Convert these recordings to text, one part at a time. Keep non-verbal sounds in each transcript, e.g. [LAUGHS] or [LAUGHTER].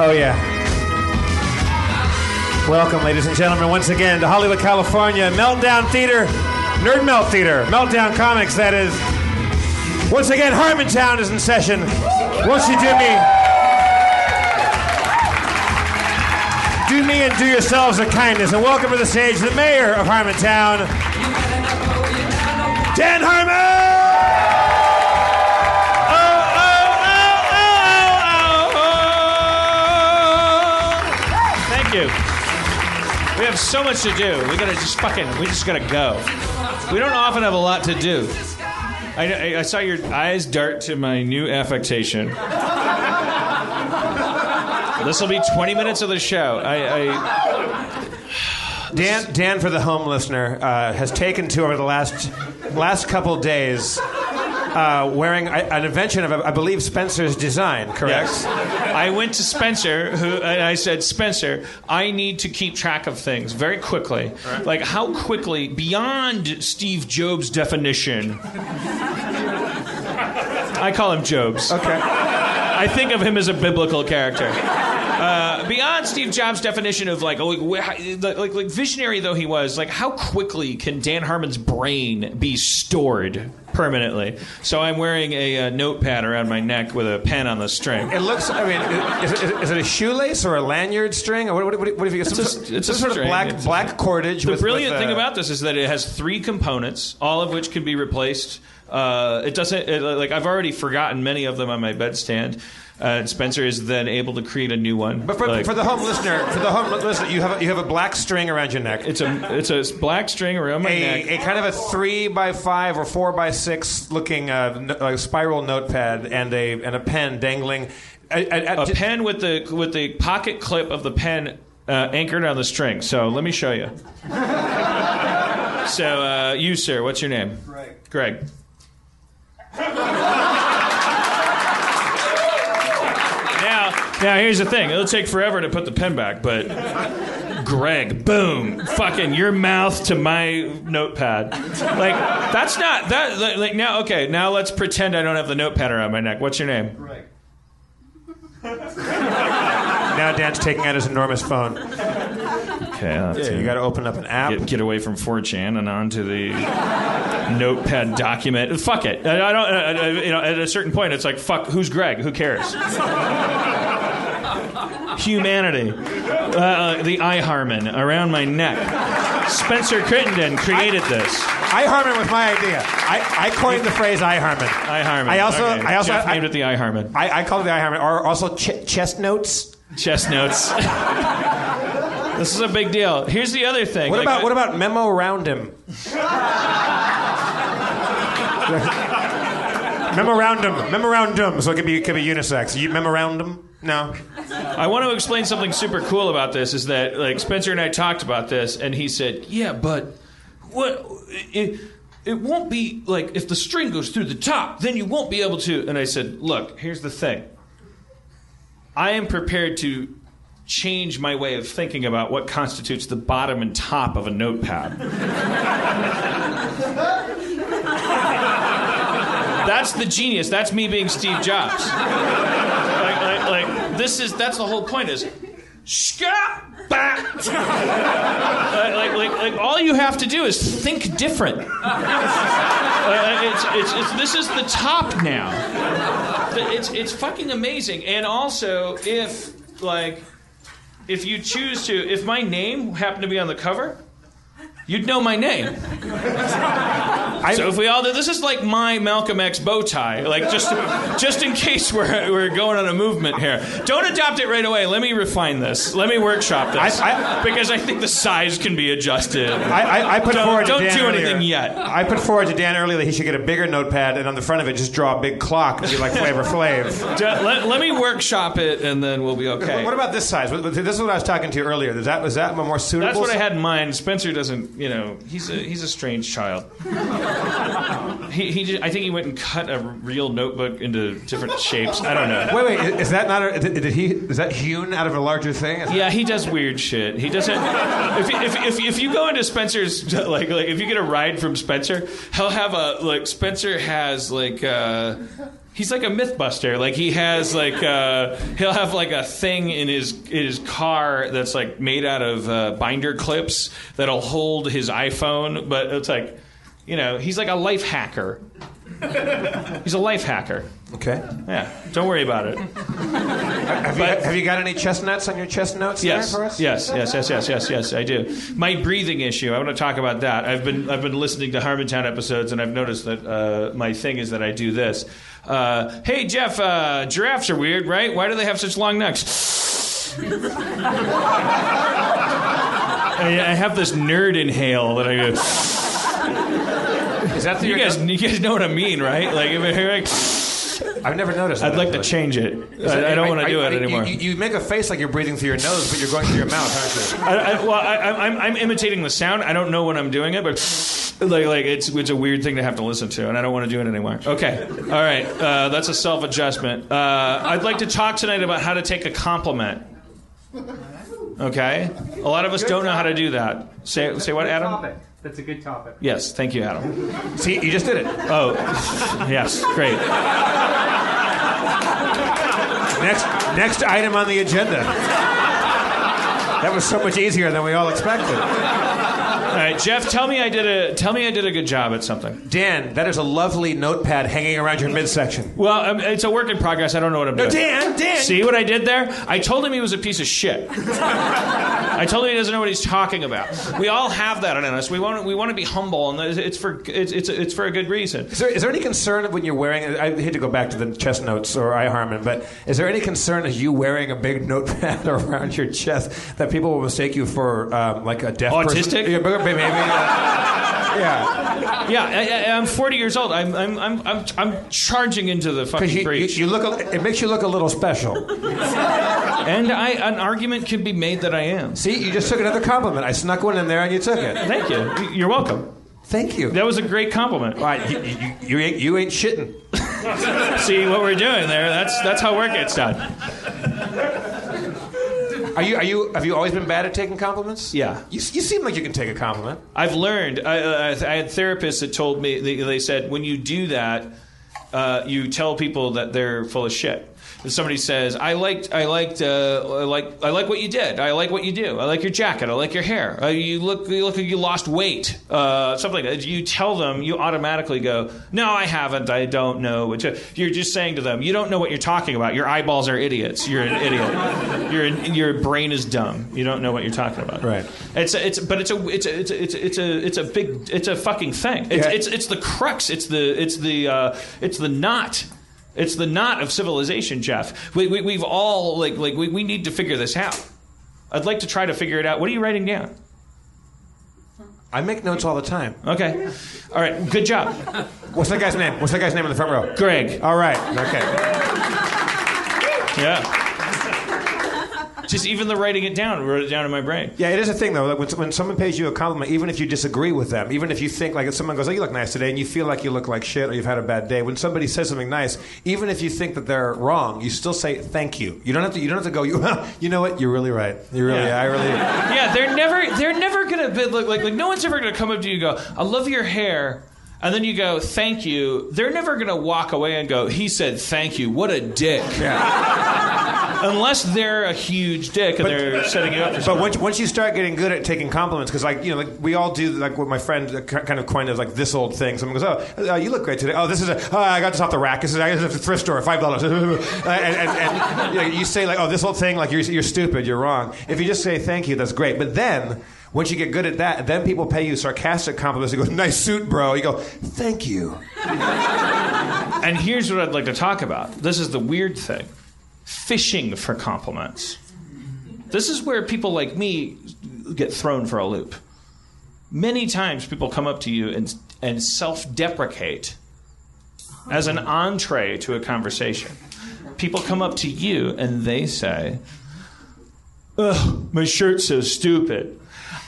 Oh, yeah. Welcome, ladies and gentlemen, once again to Hollywood, California, Meltdown Theater, Nerd Melt Theater, Meltdown Comics, that is. Once again, Harmontown is in session. Won't you do me? Do me and do yourselves a kindness, and welcome to the stage the mayor of Harmontown, Dan Harmon! Thank you. We have so much to do. We gotta just fucking. We just gotta go. We don't often have a lot to do. I, I- I saw your eyes dart to my new affectation. This will be 20 minutes of the show. Oh, I, I Dan, Dan, for the home listener, uh, has taken to over the last last couple days uh, wearing a, an invention of, I believe, Spencer's design. Correct. Yes. I went to Spencer, who and I said, Spencer, I need to keep track of things very quickly. Like how quickly, beyond Steve Jobs' definition. I call him Jobs. Okay. I think of him as a biblical character. Uh, beyond Steve Jobs' definition of like, oh, like, wh- like, like, like visionary though he was, like how quickly can Dan Harmon's brain be stored permanently? So I'm wearing a uh, notepad around my neck with a pen on the string. It looks. I mean, i- is, is, is it a shoelace or a lanyard string? Or what, what, what, what if you get some, a- sort- it's some a sort string. of black It's a- black cordage? The with, brilliant with, uh, thing about this is that it has three components, all of which can be replaced. Uh, it doesn't it, like I've already forgotten many of them on my bedstand. Uh, and Spencer is then able to create a new one. But for, Like, for the home listener, for the home listener, you have a, you have a black string around your neck. it's a it's a black string around my neck. a, a kind of a three by five or four by six looking uh, n- uh, spiral notepad and a and a pen dangling. I, I, I, a j- pen with the with the pocket clip of the pen uh, anchored on the string. So let me show you. so uh, you, sir, what's your name? Greg. Greg. now, now here's the thing. It'll take forever to put the pen back, but Greg, boom, fucking your mouth to my notepad. Like that's not that. Like, like now, okay, now let's pretend I don't have the notepad around my neck. What's your name? Now Dan's taking out his enormous phone. Okay, I'll have to- You got to open up an app. get, get away from 4chan and onto the notepad document. Fuck it. I, I don't. I, I, you know, at a certain point, it's like, fuck. Who's Greg? Who cares? Humanity. Uh, Uh, the iHarmon around my neck. Spencer Crittenden created this. iHarmon was my idea. I, I coined the phrase iHarmon. iHarmon. I also- Okay. I also- Jeff I- named it the iHarmon. I, I called it the iHarmon, or also ch- chest notes. Chest notes. this is a big deal. Here's the other thing. What Like, about I- what about memo roundum? memorandum, memorandum. So it could be it could be unisex. You, memorandum? No. I want to explain something super cool about this is that like Spencer and I talked about this and he said, "Yeah, but what it, it won't be like if the string goes through the top, then you won't be able to." And I said, "Look, here's the thing. I am prepared to change my way of thinking about what constitutes the bottom and top of a notepad." That's the genius. That's me being Steve Jobs like, like, like this is that's the whole point is uh, Shka back. like, like, like, like, all you have to do is think different. Like, like, Uh, it's, it's, it's, this is the top now. The- It's, it's fucking amazing. And also, if like, if you choose to, if my name happened to be on the cover, you'd know my name. so if [LAUGHS] we all do, this is like my Malcolm X bow tie, like just just in case we're we're going on a movement here. Don't adopt it right away. Let me refine this. Let me workshop this I- because I think the size can be adjusted. I, I, I put Don't- forward don't to Dan do earlier- anything yet. I put forward to Dan earlier that he should get a bigger notepad and on the front of it just draw a big clock and be like Flavor Flav. [LAUGHS] D- let, let me workshop it and then we'll be okay. What about this size? What- what- This is what I was talking to you earlier. Is that was that a more suitable? That's what I size? had in mind. Spencer doesn't, you know, he's a he's a strange child. he he, just, I think he went and cut a real notebook into different shapes. I don't know. Wait, wait. i- Is that not? A, did, did he? Is that hewn out of a larger thing? Is- Yeah, he does weird shit. He doesn't. If, if, if, if you go into Spencer's, [LAUGHS] like, like, if you get a ride from Spencer, he'll have a, like, Spencer has, like, uh, he's like a mythbuster. Like, he has, like, uh, he'll have, like, a thing in his, in his car that's, like, made out of uh, binder clips that'll hold his iPhone, but it's like, you know, he's like a life hacker. He's a life hacker. Okay. Yeah, don't worry about it. Have, you, But- have you got any chestnuts on your chestnuts Yes. there for us? Yes, yes, yes, yes, yes, yes, I do. My breathing issue. I want to talk about that. I've been I've been listening to Harmontown episodes, and I've noticed that uh, my thing is that I do this. Uh, hey Jeff, uh, giraffes are weird, right? Why do they have such long necks? I, I have this nerd inhale that I do. Is that the You guys, you guys know what I mean, right? Like, if I- like, I've never noticed. I'd that, like to actually. change it. I, I don't want to do it you- anymore. You, you make a face like you're breathing through your nose, but you're going through your mouth, aren't you? I, I, well, I, I- I'm, I'm imitating the sound. I don't know when I'm doing it, but like, like it's, it's a weird thing to have to listen to, and I don't want to do it anymore. Okay, all right, uh, that's a self adjustment. Uh, I'd like to talk tonight about how to take a compliment. Okay, a lot of us don't know how to do that. Say, say what, Adam? That's a good topic. Yes, thank you, Adam. See, you just did it. Oh, [LAUGHS] yes, great. Next, next item on the agenda. That was so much easier than we all expected. All right, Jeff, tell me I did a tell me I did a good job at something. Dan, that is a lovely notepad hanging around your midsection. Well, um, it's a work in progress. I don't know what I'm doing. Dan, Dan. See what I did there? I told him he was a piece of shit. I told him he doesn't know what he's talking about. We all have that in us. We want to, we want to be humble, and it's for it's, it's it's for a good reason. Is there, is there any concern of when you're wearing? I hate to go back to the chestnuts or iHarmon, but is there any concern as you wearing a big [LAUGHS] notepad around your chest that people will mistake you for um, like a deaf person? Autistic? Yeah, but maybe. uh, yeah. Yeah, I, I, I'm 40 years old. I'm I'm I'm I'm, I'm charging into the fucking Because you, you, breach. you look, a- it makes you look a little special. and I an argument can be made that I am. See, you just took another compliment. I snuck one in there and you took it. Thank you. You're welcome. Thank you. That was a great compliment. All right, you, you, you, ain't, you ain't shitting. [LAUGHS] See what we're doing there. That's that's how work gets done. Are you, are you, have you always been bad at taking compliments? Yeah. You, s- you seem like you can take a compliment. I've learned. I, I, I had therapists that told me they, they said when you do that, uh, you tell people that they're full of shit. If somebody says, "I liked, I liked, uh, I like, I like what you did. I like what you do. I like your jacket. I like your hair. Uh, you look, you look like you lost weight. Uh, something." like that. You tell them, you automatically go, "No, I haven't. I don't know." Which you're just saying to them, "You don't know what you're talking about. Your eyeballs are idiots. You're an idiot. Your your brain is dumb. You don't know what you're talking about." Right. It's a, it's but it's a it's a, it's a, it's a, it's a, it's a big it's a fucking thing. It's, Yeah. it's it's the crux. It's the it's the uh, it's the knot. It's the knot of civilization, Jeff. We, we we've all like like we, we need to figure this out. I'd like to try to figure it out. What are you writing down? I make notes all the time. Okay. All right. Good job, What's that guy's name? What's that guy's name in the front row? Greg. All right, okay. Yeah. Just even the writing it down, wrote it down in my brain. Yeah, it is a thing though. Like when, when someone pays you a compliment, even if you disagree with them, even if you think like if someone goes, "Oh, you look nice today," and you feel like you look like shit or you've had a bad day, when somebody says something nice, even if you think that they're wrong, you still say thank you. You don't have to. You don't have to go. [LAUGHS] You, you know what? You're really right. You really. Yeah. I really. Yeah, they're never they're never gonna be like, like like no one's ever gonna come up to you and go, I love your hair. And then you go, thank you. They're never going to walk away and go, he said thank you. What a dick. [LAUGHS] Unless they're a huge dick and they're setting you up for But something. once, once you start getting good at taking compliments, because like you know, like we all do, like what my friend uh, ki- kind of coined as like this old thing. Someone goes, "Oh, uh, you look great today." Oh, this is a, oh, I got this off the rack. This is, I got this at the thrift store, five dollars. [LAUGHS] and, and, and you, know, you say like, "Oh, this old thing," like you're, you're stupid, you're wrong. If you just say thank you, that's great. But then Once you get good at that, then people pay you sarcastic compliments. They go, "Nice suit, bro." You go, "Thank you." And here's what I'd like to talk about. This is the weird thing fishing for compliments. This is where people like me get thrown for a loop. Many times people come up to you and, and self deprecate as an entree to a conversation. People come up to you and they say, Ugh, my shirt's so stupid.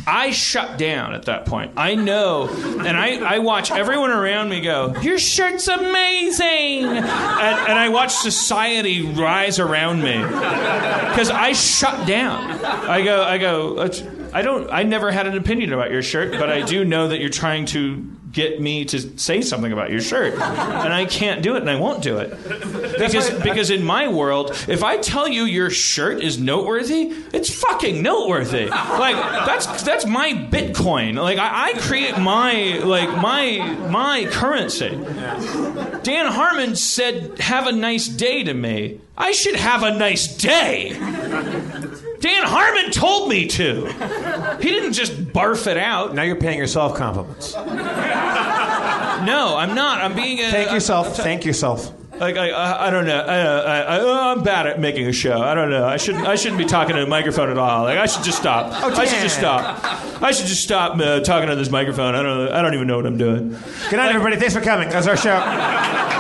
I shut down at that point. I know, and I, I watch everyone around me go, Your shirt's amazing! And, and I watch society rise around me. Because I shut down. I go, I go, "It's- I don't, I never had an opinion about your shirt, but I do know that you're trying to get me to say something about your shirt. And I can't do it, and I won't do it. Because, because in my world, if I tell you your shirt is noteworthy, it's fucking noteworthy. Like that's that's my Bitcoin. Like I, I create my like my my currency. Dan Harmon said, "Have a nice day" to me. I should have a nice day. Dan Harmon told me to. He didn't just barf it out. Now you're paying yourself [LAUGHS] compliments. No, I'm not. I'm being a, Thank yourself. Thank yourself. Like I, I, I don't know. I, I, I, oh, I'm bad at making a show. I don't know. I shouldn't. I shouldn't be talking to a microphone at all. Like I should just stop. Oh, I should just stop. I should just stop uh, talking to this microphone. I don't. I don't even know what I'm doing. Good night, everybody. Thanks for coming. That was our show.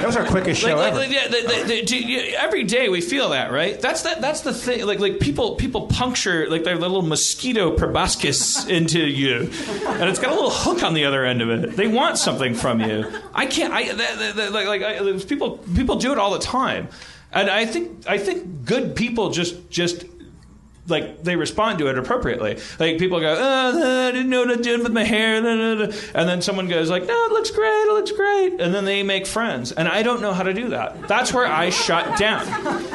That was our quickest show Like, like, ever. like, yeah, the, the, the, do you- every day we feel that, right? That's that. That's the thing. Like, like people, people puncture like their little mosquito proboscis [LAUGHS] into you, and it's got a little hook on the other end of it. They want something from you. I can't. I that, that, that- like, like I, there's people, people do it all the time, and I think, I think good people just, just like they respond to it appropriately. Like people go, oh, I didn't know what I did with my hair, da, da, da." and then someone goes like, no, it looks great, it looks great, and then they make friends. And I don't know how to do that. That's where I shut down. [LAUGHS]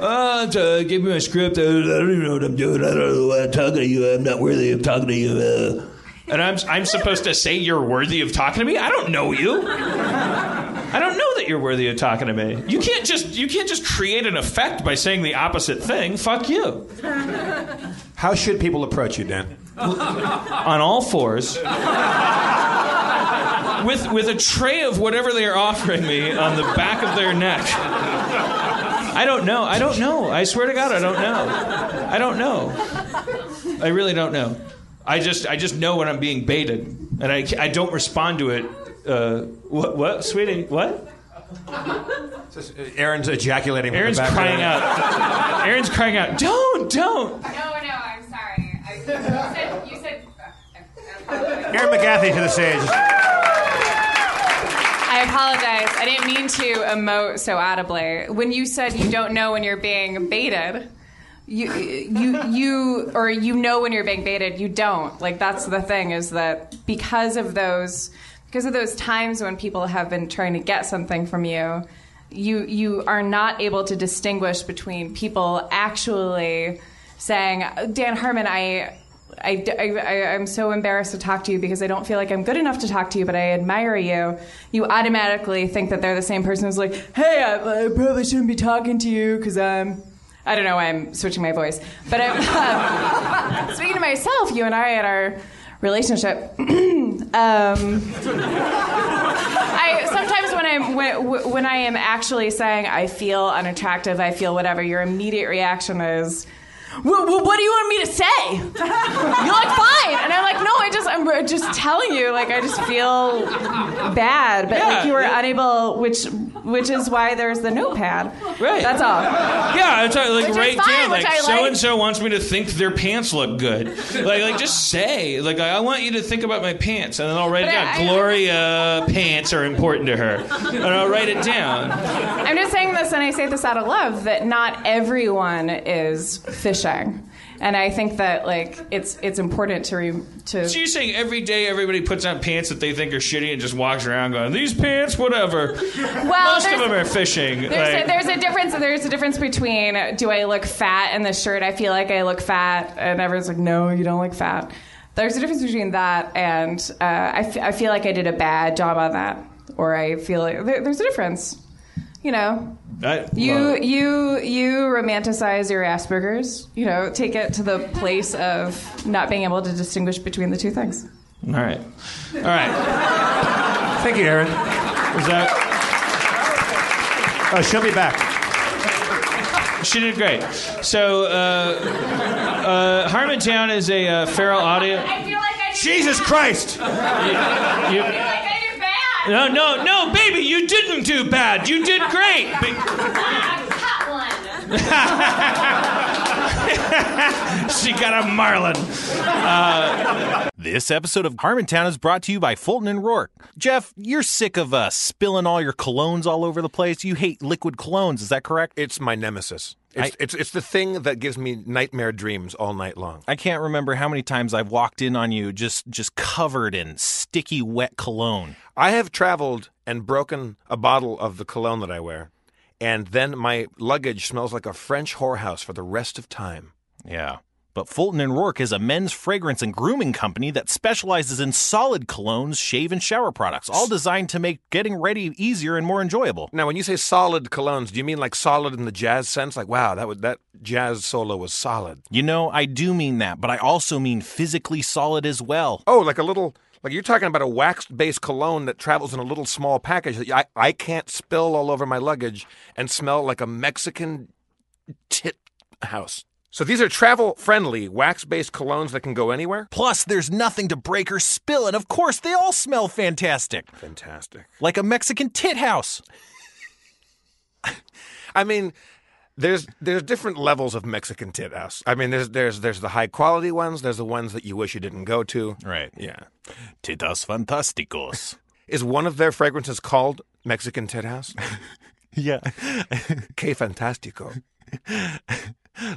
Uh, to give me my script. uh, I don't even know what I'm doing. I don't know why I'm talking to you. I'm not worthy of talking to you. uh." And I'm I'm supposed to say you're worthy of talking to me? I don't know you. I don't know that you're worthy of talking to me. You can't just you can't just create an effect by saying the opposite thing. Fuck you. How should people approach you, Dan? on all fours with with a tray of whatever they are offering me on the back of their neck. I don't know. I don't know. I swear to God, I don't know. I don't know. I really don't know. I just I just know when I'm being baited, and I I don't respond to it. Uh, what what sweetie what? uh, Aaron's ejaculating. with the Aaron's back of crying her- out. Aaron's crying out. Don't don't. No, no, I'm sorry. I, you said, you said. uh, I apologize. Aaron McGathy to the stage. I apologize. I didn't mean to emote so audibly. When you said you don't know when you're being baited, you, you, you, or you know when you're being baited, you don't. Like that's the thing is that because of those, because of those times when people have been trying to get something from you, you you are not able to distinguish between people actually saying, Dan Harmon, I. I, am so embarrassed to talk to you because I don't feel like I'm good enough to talk to you, but I admire you. You automatically think that they're the same person who's like, hey, I, I probably shouldn't be talking to you because I'm. I don't know why I'm switching my voice. But I'm, [LAUGHS] speaking to myself, you and I at our relationship. [CLEARS THROAT] um, I sometimes when I'm when, when I am actually saying I feel unattractive, I feel whatever. Your immediate reaction is. Well, well, what do you want me to say? You're like fine, and I'm like, no, I just, I'm just telling you, like, I just feel bad, but Yeah. like you were unable, which, which is why there's the notepad. Right. That's all. Yeah, it's like, like Which is right fine, there, which like I like. so and so wants me to think their pants look good. Like, like just say, like I want you to think about my pants, and then I'll write But it down. I- I- Gloria pants are important to her, and I'll write it down. I'm just saying this, and I say this out of love that not everyone is fishing, and I think that like it's it's important to re- to. So you're saying every day everybody puts on pants that they think are shitty and just walks around going, these pants, whatever. well, Most of there's- them are fishing. There's, like- a, there's a difference. There's a difference between uh, do I look fat in this shirt? I feel like I look fat, and everyone's like, no, you don't look fat. There's a difference between that and uh, I, f- I feel like I did a bad job on that, or I feel like there, there's a difference. you know, I you love it. you you romanticize your Asperger's. You know, take it to the place of not being able to distinguish between the two things. All right. All right. Thank you, Aaron. Was that? Oh, Uh, she'll be back. She did great. So, uh, uh, Harmontown is a uh, feral audio. I feel like I did. Jesus Christ! You, I feel like I did bad. no, no, no, baby, you didn't do bad. You did great. But I caught one. [LAUGHS] she got a marlin. Uh, This episode of Harmontown is brought to you by Fulton and Rourke. Jeff, you're sick of uh, spilling all your colognes all over the place. You hate liquid colognes, is that correct? It's my nemesis. It's, it's, it's the thing that gives me nightmare dreams all night long. I can't remember how many times I've walked in on you just just covered in sticky wet cologne. I have traveled and broken a bottle of the cologne that I wear, and then my luggage smells like a French whorehouse for the rest of time. Yeah. But Fulton and Rourke is a men's fragrance and grooming company that specializes in solid colognes, shave and shower products, all designed to make getting ready easier and more enjoyable. Now, when you say solid colognes, do you mean like solid in the jazz sense? Like, wow, that was, that jazz solo was solid. You know, I do mean that, but I also mean physically solid as well. Oh, like a little, like you're talking about a wax-based cologne that travels in a little small package that I, I can't spill all over my luggage and smell like a Mexican tit house. So these are travel-friendly wax-based colognes that can go anywhere. Plus, there's nothing to break or spill, and of course, they all smell fantastic, Fantastic. like a Mexican tit house. I mean, there's there's different levels of Mexican tit house. I mean, there's there's there's the high quality ones. There's the ones that you wish you didn't go to. Right. Yeah. Titas fantásticos. [LAUGHS] Is one of their fragrances called Mexican tit [LAUGHS] house? yeah. Que fantástico.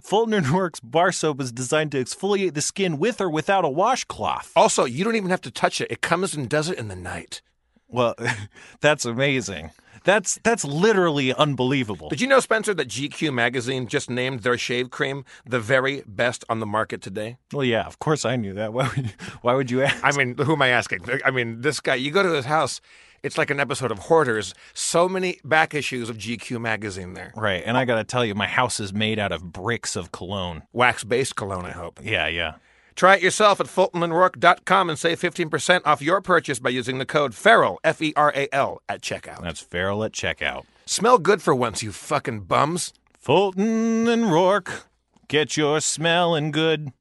Fulton and Works bar soap is designed to exfoliate the skin with or without a washcloth. Also, you don't even have to touch it. It comes and does it in the night. Well, [LAUGHS] that's amazing. That's that's literally unbelievable. Did you know, Spencer, that GQ magazine just named their shave cream the very best on the market today? Well, yeah, of course I knew that. [LAUGHS] Why would you, why would you ask? I mean, who am I asking? I mean, this guy, you go to his house, it's like an episode of Hoarders. So many back issues of GQ magazine there. Right, and I gotta tell you, my house is made out of bricks of cologne. Wax based cologne, I hope. Yeah, yeah. Try it yourself at FultonandRourke.com and save 15% off your purchase by using the code FERAL, F E R A L, at checkout. That's feral at checkout. Smell good for once, you fucking bums. Fulton and Rourke, get your smelling good.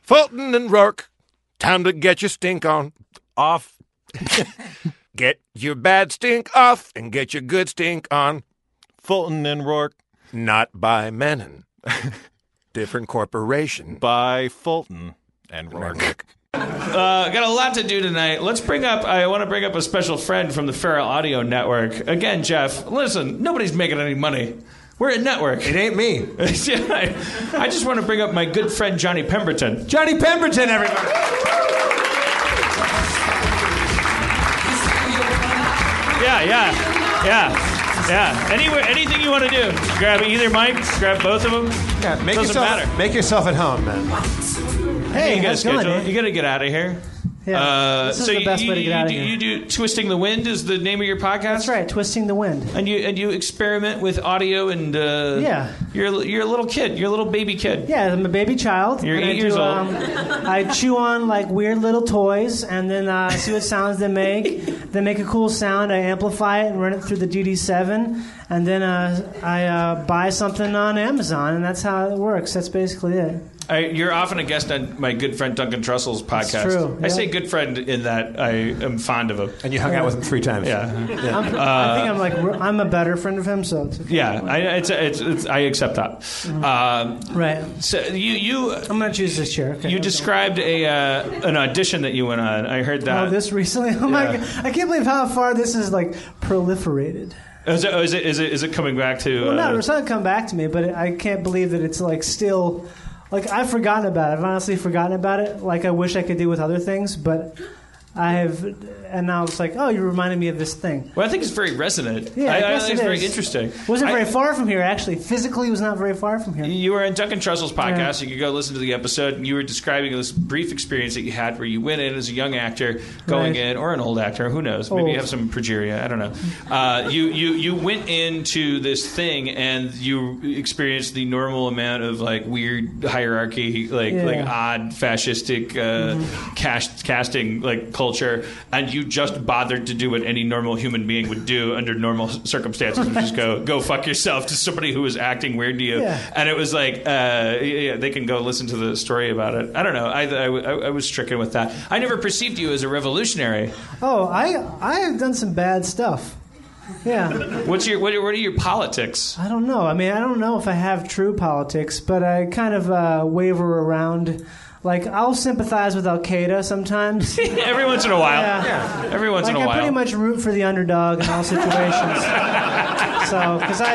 Fulton and Rourke, time to get your stink on. Off. [LAUGHS] Get your bad stink off and get your good stink on. Fulton and Rourke Not by Menon. [LAUGHS] Different corporation. by Fulton and Rourke. Uh, got a lot to do tonight. Let's bring up. I want to bring up a special friend from the Feral Audio Network. Again, Jeff. Listen, nobody's making any money. We're a network. It ain't [LAUGHS] me. I I just want to bring up my good friend Johnny Pemberton. Johnny Pemberton, everybody. Yeah, yeah, yeah, yeah. Anywhere, anything you want to do, grab either mic, grab both of them. Yeah, make Doesn't yourself, matter. Make yourself at home, man. Hey, you got a how's it going, schedule. eh? You got to get out of here. Yeah, Uh, this is so the you- best you, way to get out of you, here. You do twisting the wind is the name of your podcast. That's right, twisting the wind. And you and you experiment with audio and uh, Yeah. You're you're a little kid. You're a little baby kid. Yeah, I'm a baby child. You're and I eight years do, old. Um, I chew on like weird little toys, and then uh, see what sounds they [LAUGHS] make. they make a cool sound. I amplify it and run it through the DD7, and then uh, I uh, buy something on Amazon, and that's how it works. That's basically it. I, you're often a guest on my good friend Duncan Trussell's podcast. true, I yeah. say good friend in that I am fond of him. And you hung out with him three times. Yeah, Uh, I'm, I think I'm like re- I'm a better friend of him, so [LAUGHS] it's okay. yeah. I, it's, it's, it's, I accept that. Um, Mm-hmm. right. so you you I'm gonna choose this chair. Okay. you described a uh, an audition that you went on. I heard that. Oh, this recently. [LAUGHS] Oh my! Yeah. God. I can't believe how far this is like proliferated. Is it, oh, is it is it is it coming back to? Well, uh, no, it's not come back to me, but it, I can't believe that it's like still, like I've forgotten about it. I've honestly forgotten about it. Like I wish I could do with other things, but I have and now it's like, oh, you reminded me of this thing. Well, I think it's very resonant. Yeah, I I, guess think it's it very is. interesting. Wasn't I- very far from here, actually. Physically, was not very far from here. You were in Duncan Trussell's podcast. Yeah. You could go listen to the episode, and you were describing this brief experience that you had where you went in as a young actor, going Right. Oh. in, or an old actor, who knows? Maybe you Old. have some progeria. I don't know. Uh, you you you went into this thing, and you experienced the normal amount of like weird hierarchy, like Yeah. Mm-hmm. like odd fascistic uh, cast, casting like culture, and you just bothered to do what any normal human being would do under normal circumstances, which is go go fuck yourself to somebody who was acting weird to you. Yeah. And it was like, uh, yeah, they can go listen to the story about it. I don't know. I, I, I- I was stricken with that. I never perceived you as a revolutionary. Oh, I I have done some bad stuff. Yeah, What's your what, are- what are your politics? I don't know. I mean, I don't know if I have true politics, but I kind of uh, waver around. Like, I'll sympathize with Al Qaeda sometimes. [LAUGHS] Every once in a while. Yeah. Every once like in a I while. pretty much root for the underdog in all [LAUGHS] situations. so, because I,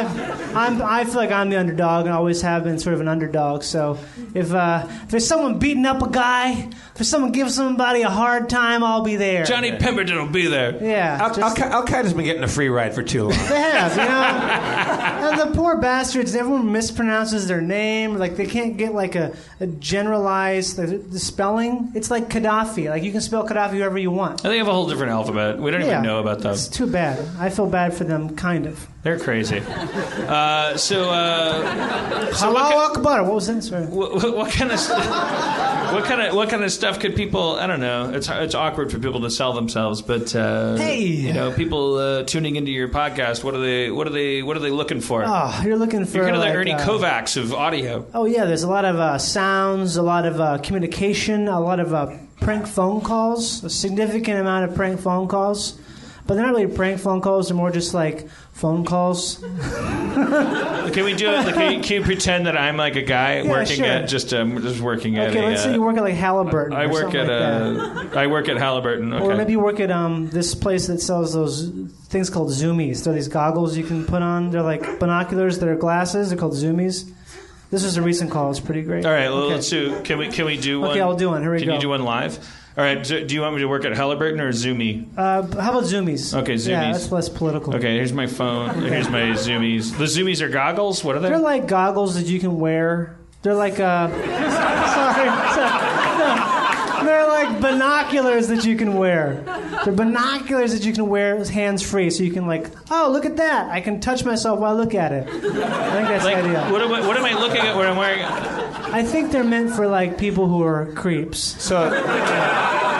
I'm, I feel like I'm the underdog and always have been sort of an underdog. So, if uh, if there's someone beating up a guy, if someone gives somebody a hard time, I'll be there. Johnny Pemberton will be there. Yeah, Al- just- Al- Al- Qaeda's been getting a free ride for too long. they have, you know. [LAUGHS] and the poor bastards, everyone mispronounces their name. Like they can't get like a, a generalized the, the spelling. It's like Gaddafi. Like you can spell Gaddafi however you want. And They have a whole different alphabet. We don't Yeah. even know about them. It's too bad. I feel bad for them, kind of. They're crazy. Uh, so, uh, Halal Akbar. What was that? Sorry. what, what kind of st- what kind of what kind of stuff could people? I don't know. It's it's awkward for people to sell themselves, but uh, Hey. you know, people uh, tuning into your podcast. What are they? What are they? What are they looking for? Oh, you're looking for You're kind of like, the Ernie uh, Kovacs of audio. Oh yeah, there's a lot of uh, sounds, a lot of uh, communication, a lot of uh, prank phone calls, a significant amount of prank phone calls. But they're not really prank phone calls; they're more just like phone calls. [LAUGHS] Can we do it? Like, can, you, can you pretend that I'm like [LAUGHS] a guy working sure. at just um, just working at? Okay, a, let's uh, say you work at like Halliburton. I or work something at like that. uh, I work at Halliburton. Okay. Or maybe you work at um, this place that sells those things called Zoomies. They're these goggles you can put on. They're like binoculars. They're glasses. They're called Zoomies. This was a recent call. It's pretty great. All right, well, let's do. Can we can we do one? Okay, I'll do one. Here we can go. you do one live? All right. So do you want me to work at Halliburton or Zoomy? Uh, how about Zoomies? Okay, Yeah, Zoomies. that's less political. Okay, here's my phone. Here's my Zoomies. The Zoomies are goggles. What are they? They're like goggles that you can wear. They're like uh, [LAUGHS] sorry, sorry. No, they're like binoculars that you can wear. They're binoculars that you can wear hands free, so you can like, oh, look at that! I can touch myself while I look at it. I think that's like the idea. what am I? What am I looking at? What I'm wearing? I think they're meant for like people who are creeps. So,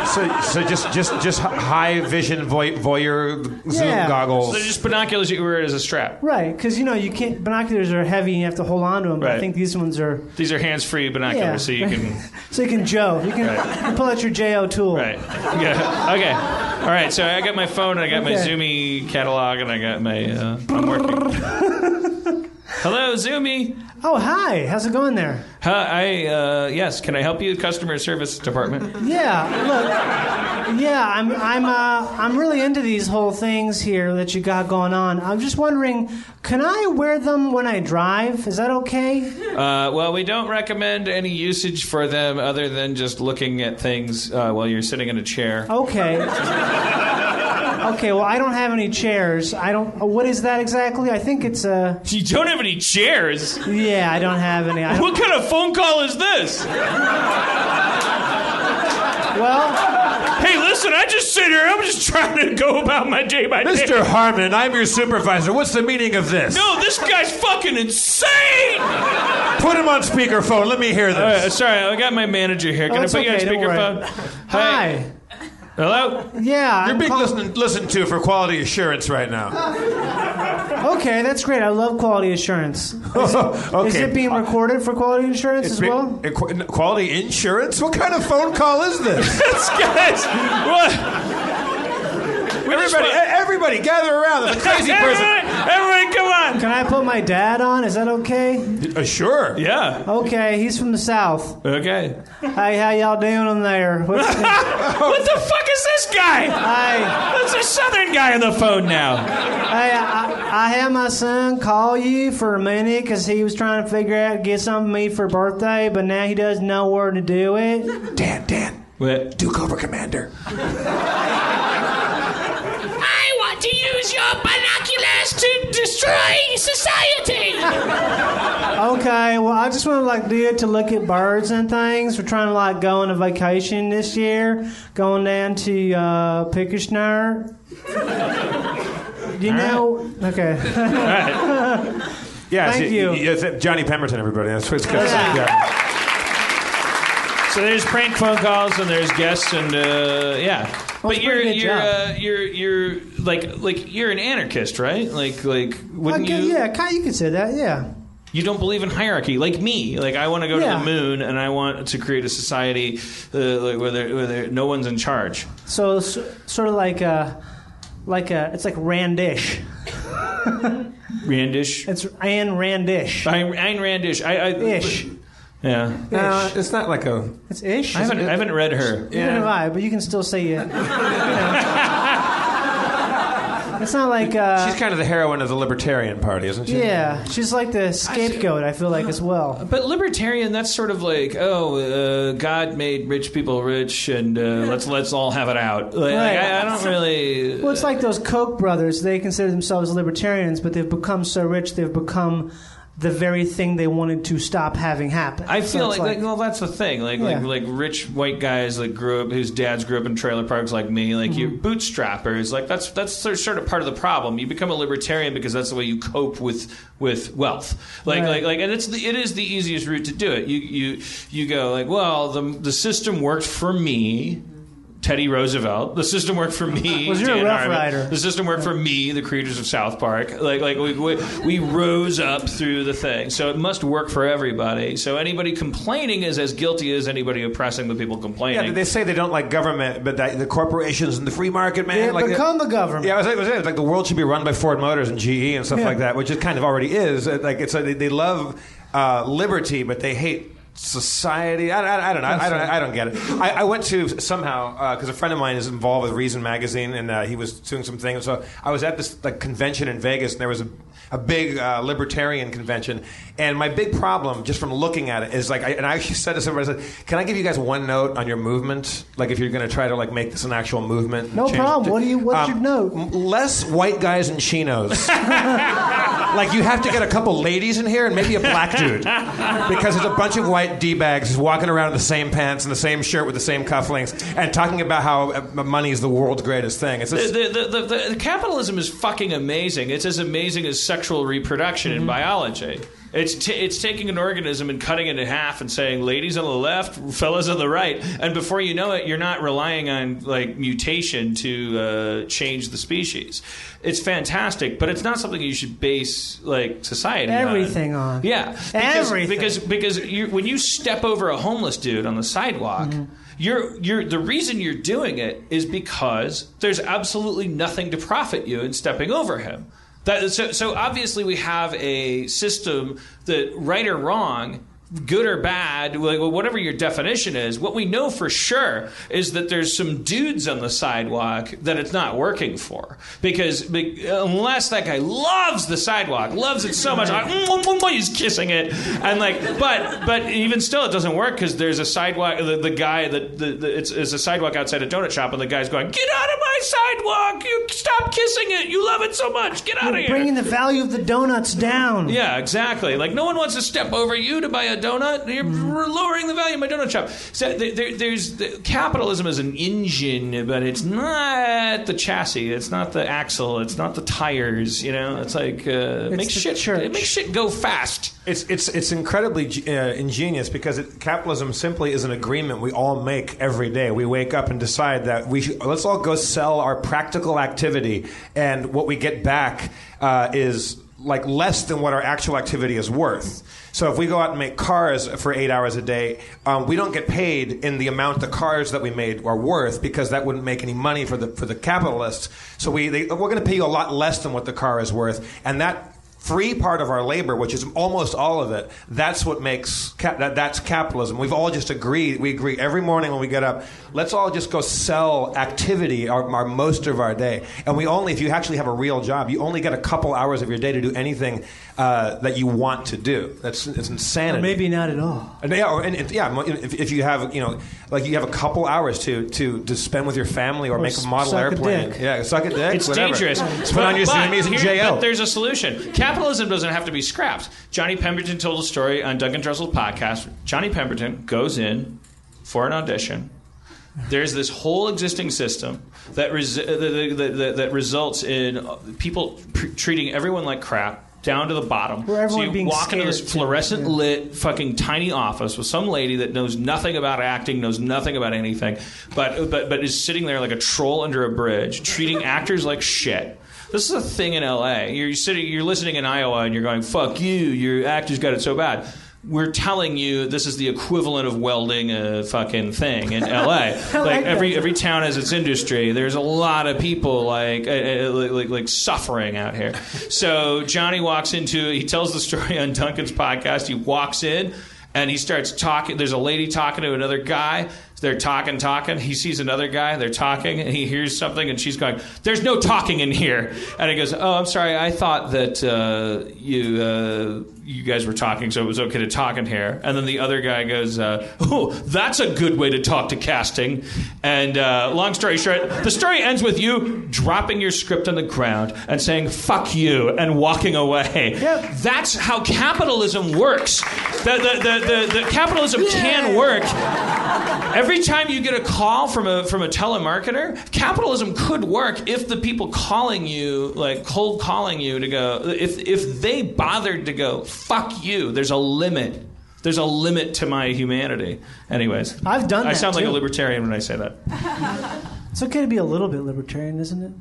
so, so just, just, just high vision voy, voyeur zoom Yeah. goggles. They're just binoculars that you wear as a strap. Right, because you know you can't. Binoculars are heavy, and you have to hold on to them. But Right. I think these ones are These are hands-free binoculars, Yeah. so you can. [LAUGHS] so you can Joe. You can pull out your J O tool. Right. Yeah. Okay. All right. So I got my phone, and I got my Okay. Zoomy catalog, and I got my. Uh, I'm working. Hello, Zoomy. Oh hi, how's it going there? Hi, I uh, yes. Can I help you, customer service department? Yeah, look. Yeah, I'm I'm uh, I'm really into these whole things here that you got going on. I'm just wondering, can I wear them when I drive? Is that okay? Uh, well, we don't recommend any usage for them other than just looking at things uh, while you're sitting in a chair. Okay. Okay, well, I don't have any chairs. I don't uh, What is that exactly? I think it's a You don't have any chairs. Yeah, I don't have any. I don't, [LAUGHS] What kind of phone call is this? well, Hey, listen, I just sit here. I'm just trying to go about my day by day. Mr. Harmon, I'm your supervisor. What's the meaning of this? No, this guy's fucking insane. Put him on speakerphone. Let me hear this. Uh, sorry, I got my manager here. Can Oh, I it's put okay, you don't on worry. speakerphone? hi. Hello. Yeah, You're I'm being call- listened, listened to for quality assurance right now. Okay, that's great. I love quality assurance. [LAUGHS] okay. Is it being recorded for quality insurance as Be- well? uh, qu- Quality insurance? What kind of phone call is this? [LAUGHS] This guy's what? We just everybody, e- want- everybody, gather around. There's a [LAUGHS] crazy person. Everybody, everybody, come on. Can I put my dad on? Is that okay? Uh, sure. Yeah. Okay, he's from the south. Okay. Hey, how y'all doing in there? What's [LAUGHS] What the fuck is this guy? I, That's a southern guy on the phone now. I, I, I had my son call you for a minute because he was trying to figure out get something me for birthday, but now he doesn't know where to do it. Dan, Dan, What? Duke Over Commander. society. Okay, well, I just want to like do it to look at birds and things. We're trying to like go on a vacation this year, going down to uh, Pickersnare. You know, [LAUGHS] okay. Yeah, Thank it's- you. y- y- it's Johnny Pemberton, everybody. That's what's good. Yeah. Yeah. So there's prank phone calls and there's guests and uh, yeah. it's a but you're pretty good you're job. uh, you're you're like like you're an anarchist, right? Like like wouldn't okay you? yeah, kind you could say that, yeah. You don't believe in hierarchy, like me. Like I want to go Yeah. to the moon and I want to create a society uh, like, where there, where there, no one's in charge. So, s sort of like a, like a, it's like Randish. Randish. It's Anne Randish. Ayn, Ayn Randish. I, I Ish. Yeah. Uh, No, Uh, it's not like a. It's ish. I haven't I haven't read her. Neither have I, but you can still say [LAUGHS] it. You know. It's not like, uh, She's kind of the heroine of the Libertarian Party, isn't she? yeah, she's like the scapegoat, I feel like, as well. But libertarian, that's sort of like, oh, uh, God made rich people rich, and uh, let's let's all have it out. Like, Right. I, I don't really. Well, it's like those Koch brothers. They consider themselves libertarians, but they've become so rich, they've become the very thing they wanted to stop having happen. I So feel it's like, like, well, that's the thing. Like, Yeah. like, like rich white guys that grew up, whose dads grew up in trailer parks, like me. Like, you Mm-hmm. bootstrappers. Like, that's that's sort of- sort of part of the problem. You become a libertarian because that's the way you cope with with wealth. Like, Right. like, like, and it's the, it is the easiest route to do it. You you you go like, well, the the system worked for me. Teddy Roosevelt. The system worked for me. Mm-hmm. [LAUGHS] Was you a Dan Rough Harmon. Rider? The system worked for me, the creators of South Park. Like, like we, we, we rose up through the thing. So it must work for everybody. So anybody complaining is as guilty as anybody oppressing the people Yeah, complaining. they say they don't like government, but that, the corporations and the free market, man. They like become the, the government. Yeah, I was, I was saying, it's like the world should be run by Ford Motors and GE and stuff Yeah. like that, which it kind of already is. Uh, Like it's uh, they, they love uh, liberty, but they hate society. I, I, I don't know. I, I don't. I don't get it. I, I went to somehow because a friend of mine is involved with Reason magazine, and uh, he was doing some things. So I was at this like convention in Vegas, and there was a, a big uh, libertarian convention. And my big problem, just from looking at it, is like, I, and I actually said to somebody, I said, "Can I give you guys one note on your movement? Like, if you're going to try to like make this an actual movement." and No change- Um, problem. What do you- what's your note? m- Less white guys in [LAUGHS] chinos. like you have to get a couple ladies in here and maybe a [LAUGHS] black dude because there's a bunch of white d-bags just walking around in the same pants and the same shirt with the same cufflinks and talking about how uh, m- money is the world's greatest thing. It's just, the, the, the, the, the capitalism is fucking amazing. It's as amazing as sexual reproduction in biology. It's, t- it's taking an organism and cutting it in half and saying, ladies on the left, fellas on the right. And before you know it, you're not relying on like mutation to uh, change the species. It's fantastic, but it's not something you should base like society on. Everything on. Yeah. Because, Everything. Because because you, when you step over a homeless dude on the sidewalk, you're you're the reason you're doing it is because there's absolutely nothing to profit you in stepping over him. That, so, so obviously we have a system that right or wrong. Good or bad, like, whatever your definition is, what we know for sure is that there's some dudes on the sidewalk that it's not working for. Because be, unless that guy loves the sidewalk, loves it so much, like, "Mm, mm, mm, mm," he's kissing it, and like, but but even still, it doesn't work because there's a sidewalk. The, the guy that the, the, it's, it's a sidewalk outside a donut shop, and the guy's going, "Get out of my sidewalk! You stop kissing it. You love it so much. Get out of You're here." bringing the value of the donuts down. Yeah, exactly. Like no one wants to step over you to buy a donut. You're Mm-hmm. lowering the value of my donut shop. So there, there, there's the, capitalism is an engine, but it's not the chassis. It's not the axle. It's not the tires. You know, it's like uh, make the shit church. it makes shit go fast. it's, it's, it's incredibly ge- uh, ingenious because it, capitalism simply is an agreement we all make every day. We wake up and decide that we should, let's all go sell our practical activity, and what we get back uh, is like less than what our actual activity is worth. So if we go out and make cars for eight hours a day, um, we don't get paid in the amount the cars that we made are worth because that wouldn't make any money for the for the capitalists. So we they, we're going to pay you a lot less than what the car is worth, and that free part of our labor, which is almost all of it, that's what makes cap- that, that's capitalism. We've all just agreed. We agree every morning when we get up. Let's all just go sell activity, our, our most of our day. And we only, if you actually have a real job, you only get a couple hours of your day to do anything uh, that you want to do. That's it's insanity. Maybe not at all. And yeah, or, and if, yeah. mo- If, if you have, you know, like you have a couple hours to to, to spend with your family or, make s- a model suck a airplane. dick. Yeah, suck a dick. It's whatever. dangerous. Put on your but, Vietnamese here- JL. but there's a solution. capitalism doesn't have to be scrapped. Johnny Pemberton told a story on Duncan Trussell's podcast. Johnny Pemberton goes in for an audition. There's this whole existing system that, res- that, that, that, that results in uh, people pr- treating everyone like crap down to the bottom. Where everyone so you being walk into this scared, too. fluorescent lit fucking tiny office with some lady that knows nothing about acting, knows nothing about anything, but but but is sitting there like a troll under a bridge, [LAUGHS] treating actors like shit. This is a thing in LA. You're sitting, you're listening in Iowa, and you're going, "Fuck you! Your actors got it so bad." We're telling you this is the equivalent of welding a fucking thing [LAUGHS] in LA. like, like every that. every town has its industry. There's a lot of people like uh, uh, like, like like suffering out here. So Johnny walks into he tells the story on Duncan's podcast. He walks in and he starts talking. There's a lady talking to another guy. They're talking, talking. He sees another guy. They're talking, and he hears something, and she's going, "There's no talking in here." And he goes, "Oh, I'm sorry. I thought that uh, you uh, you guys were talking, so it was okay to talk in here." And then the other guy goes, uh, "Oh, that's a good way to talk to casting." And uh, long story short, the story ends with you dropping your script on the ground and saying "fuck you" and walking away. Yep. That's how capitalism works. The, the, the, the, the capitalism can work. Every time you get a call from a from a telemarketer, capitalism could work if the people calling you, like cold calling you to go, if if they bothered to go, fuck you. There's a limit. There's a limit to my humanity. Anyways, I've done I that, sound like too. a libertarian when I say that. It's okay to be a little bit libertarian, isn't it?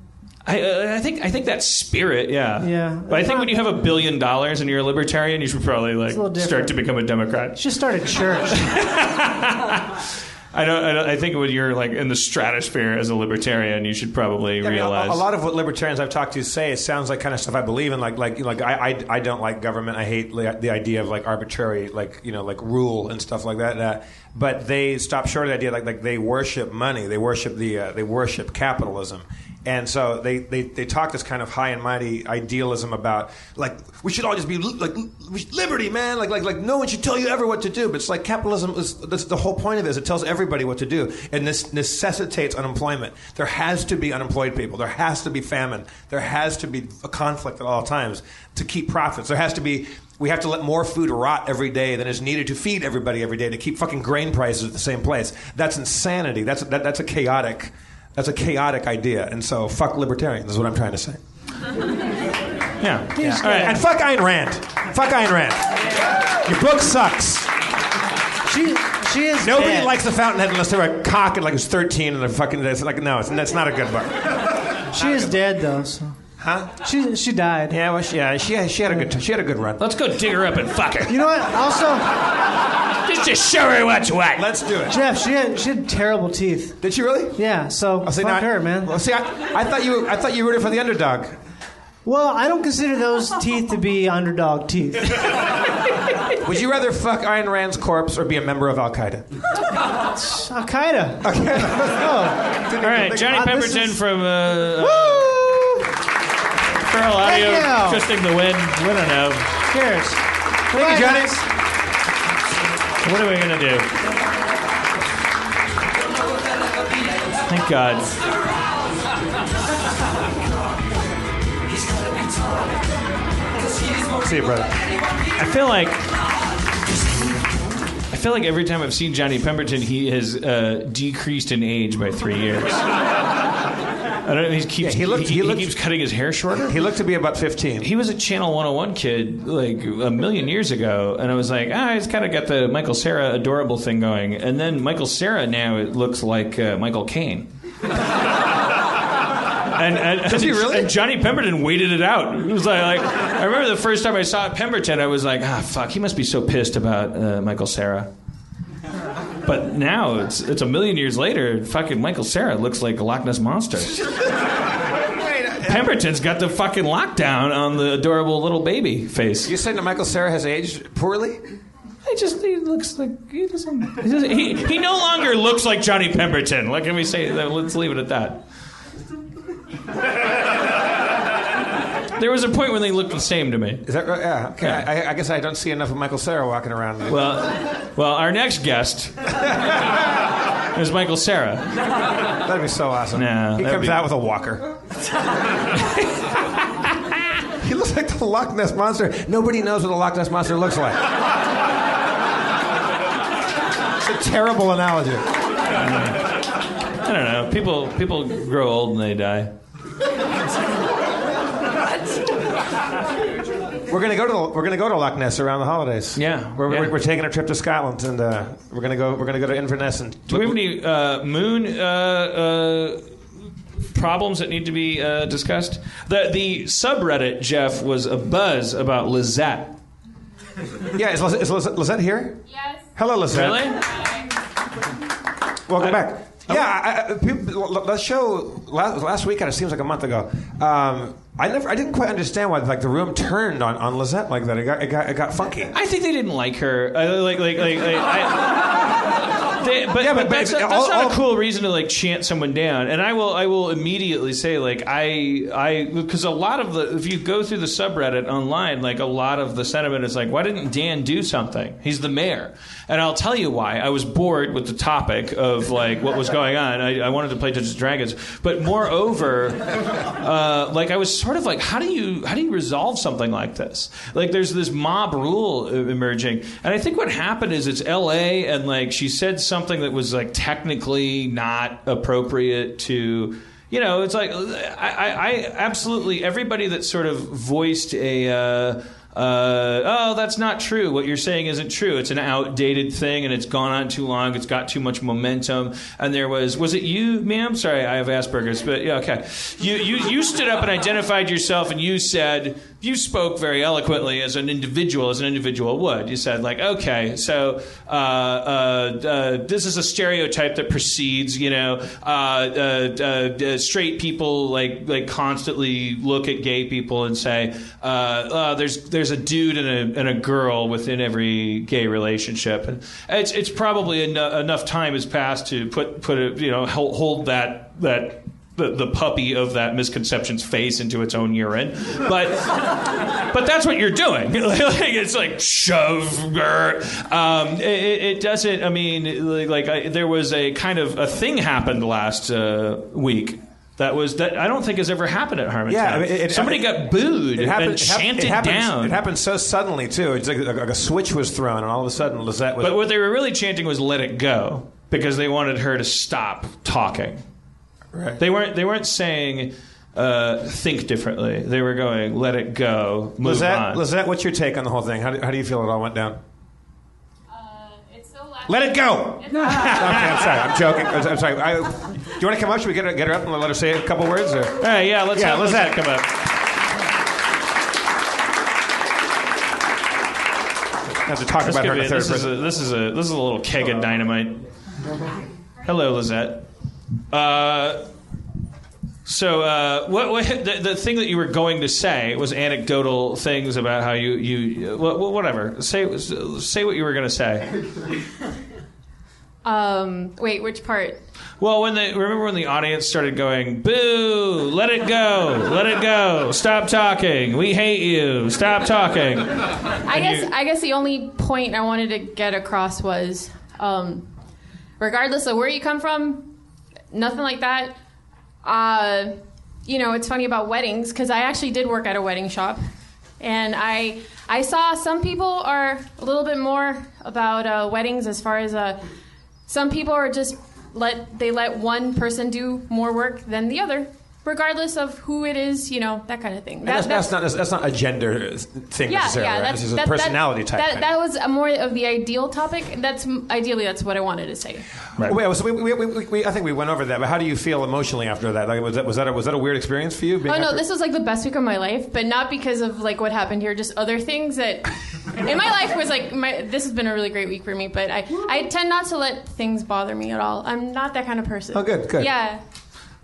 I, uh, I think I think that spirit, yeah, Yeah. But I think when you have a billion dollars and you're a libertarian, you should probably like a little start different. to become a Democrat. Just start a church. [LAUGHS] I don't, I don't. I think when you're like in the stratosphere as a libertarian, you should probably I mean, a- realize a, lot of what libertarians I've talked to say it sounds like kind of stuff I believe in. Like, like, like I, I, I don't like government. I hate li- the idea of like arbitrary, like you know, like rule and stuff like that. Uh, but they stop short of the idea. Like, like they worship money. They worship the. Uh, they worship capitalism. And so they, they, they talk this kind of high and mighty idealism about like we should all just be li- like we should- liberty man like like like no one should tell you ever what to do but it's like capitalism is that's the whole point of it is it tells everybody what to do and this necessitates unemployment there has to be unemployed people there has to be famine there has to be a conflict at all times to keep profits there has to be we have to let more food rot every day than is needed to feed everybody every day to keep fucking grain prices at the same place that's insanity that's that, that's a chaotic that's a chaotic idea and so fuck libertarians is what I'm trying to say yeah. yeah. All right. and fuck Ayn Rand fuck Ayn Rand your book sucks. she, she is. Nobody bad. likes the Fountainhead unless they're a cock and like it's 13 and they're fucking. That's like no, it's, that's not a good book. She is dead though. So. Huh? She she died. Yeah, well, she, yeah, she, she had a good she had a good run. Let's go dig her up and fuck her. You know what? Also, Just to show her what's what. Let's [LAUGHS] do it. Jeff, she had she had terrible teeth. Did she really? Yeah. So see, fuck now I- her, man. Well, see, I, I thought you I thought you rooted for the underdog. Well, I don't consider those teeth to be [LAUGHS] underdog teeth. Would you rather fuck Ayn Rand's corpse or be a member of Al Qaeda? Al Qaeda. Okay. All right, Johnny Uh, this Pemberton is- from uh, Pearl Thank Audio, you. Twisting the Wind. We don't know. Cheers. Thank you, Johnny. What are we going to do? Thank God. See you, brother. I feel like. I feel like every time I've seen Johnny Pemberton, he has uh, decreased in age by three years. I don't know. He keeps, Yeah, he looked- he, he looked- keeps cutting his hair shorter. He looked to be about 15. he was a Channel 101 kid like a million years ago, and I was like, ah, he's kind of got the Michael Sarah adorable thing going. And then Michael Sarah now it looks like uh, Michael Caine. and, and, Does he really? And Johnny Pemberton waited it out. It was like, like I remember the first time I saw Pemberton, I was like, ah, fuck, he must be so pissed about uh, Michael Sarah. But now it's it's a million years later. Fucking Michael Sarah looks like a Loch Ness monster. Pemberton's got the fucking lockdown on the adorable little baby face. You saying that Michael Sarah has aged poorly? He just he looks like he doesn't. He, doesn't- he, he no longer looks like Johnny Pemberton. Like, can we say that? Let's leave it at that. There was a point when they looked the same to me. Is that right? Yeah. Okay. I, I guess I don't see enough of Michael Sarah walking around. Well, well, our next guest is Michael Sarah. That'd be Uh, so awesome. No, he that'd comes be- out with a walker. [LAUGHS] he looks It's like the Loch Ness Monster. Nobody knows what the Loch Ness Monster looks like. it's a terrible analogy. I don't know. People people grow old and they die. We're gonna go to the, we're gonna go to Loch Ness around the holidays. Yeah, we're, yeah. We're, we're taking a trip to Scotland and uh, we're gonna go we're gonna go to Inverness and Do we have any uh, moon uh, uh, problems that need to be uh, discussed? The the subreddit Jeff was a buzz about Lizette. yeah is, Liz- is Liz- Lizette here? Yes. Hello, Lizette. Really? Welcome back. Yeah, I, I, people, l- l- that show last, last weekend. It seems like a month ago. Um, I never, I didn't quite understand why like the room turned on, on Lizette like that. It got, it got, it got funky. I think they didn't like her. I, like like like. like I, They, but, Yeah, but, but- that's, but not- all- that's not all- a cool reason to like chant someone down. And I will I will immediately say like I I because a lot of the if you go through the subreddit online like a lot of the sentiment is like why didn't Dan do something? He's the mayor. And I'll tell you why. I was bored with the topic of like what was going on. I, I wanted to play Dungeons and Dragons, but moreover, uh, like I was sort of like how do you how do you resolve something like this? Like there's this mob rule uh, emerging, and I think what happened is it's L.A. and like she said something that was like technically not appropriate to. You know, it's like I, I, I absolutely everybody that sort of voiced a uh, uh, oh that's not true. What you're saying isn't true. It's an outdated thing, and it's gone on too long. It's got too much momentum. And there was was it you, ma'am? Sorry, I have Asperger's, but yeah, okay. You you you stood up and identified yourself, and you said you spoke very eloquently as an individual, as an individual would. You said like, okay, so uh, uh, uh, this is a stereotype that precedes, you know, uh, uh, uh, uh, straight people like like constantly look at gay people and say, uh, uh, there's there's a dude and a and a girl within every gay relationship, and it's it's probably eno- enough time has passed to put put a you know hold, hold that that. The, the puppy of that misconception's face into its own urine, but but that's what you're doing. [LAUGHS] Like, it's like shove. grr. Um, it, it it doesn't. I mean, like, like I, there was a kind of a thing happened last uh, week. That was that I don't think has ever happened at Harmontown. Yeah, I mean, it- somebody it- got booed It happened. and it hap- it chanted happened- down. It happened so suddenly too. It's like, like, a switch was thrown, and all of a sudden Lizette was. But what they were really chanting was "Let it go" because they wanted her to stop talking. Right. They weren't. They weren't saying uh, "think differently." They were going "Let it go." Move Lizette, on. Lizette, what's your take on the whole thing? How do, how do you feel it all went down? Uh, it's so loud. Let it [LAUGHS] go. okay, I'm sorry. I'm joking. I'm, I'm sorry. I, do you want to come up? Should we get her, get her up and let her say a couple words? Or? All right, yeah, let's Yeah, have let's Lizette have- come up. have to talk This about could her in be- the third this is person. a this is a this is a little keg of dynamite. Hello, Lizette. Uh, so, uh, what, what the, the thing that you were going to say was anecdotal things about how you you wha- wha- whatever say say what you were going to say. Um, wait, which part? Well, when the remember when the audience started going boo, let it go, let it go, stop talking, we hate you, stop talking. I guess you- I guess the only point I wanted to get across was, um, regardless of where you come from, nothing like that. Uh, you know, it's funny about weddings because I actually did work at a wedding shop, and I I saw some people are a little bit more about uh, weddings as far as uh, some people are just let they let one person do more work than the other, regardless of who it is. You know, that kind of thing. That- That's, that's, not, that's not a gender thing necessarily. right? that's- This is a that- that- personality type. That, thing. that was a more of the ideal topic. That's ideally that's what I wanted to say. Wait, so we, we, we, we, we- I think we went over that. But how do you feel emotionally after that? Like, was that was that a, was that a weird experience for you? being Oh no, after- this was like the best week of my life, but not because of like what happened here. Just other [LAUGHS] things that in my life was like my. This has been a really great week for me, but I I tend not to let things bother me at all. I'm not that kind of person. Oh, good, good. Yeah.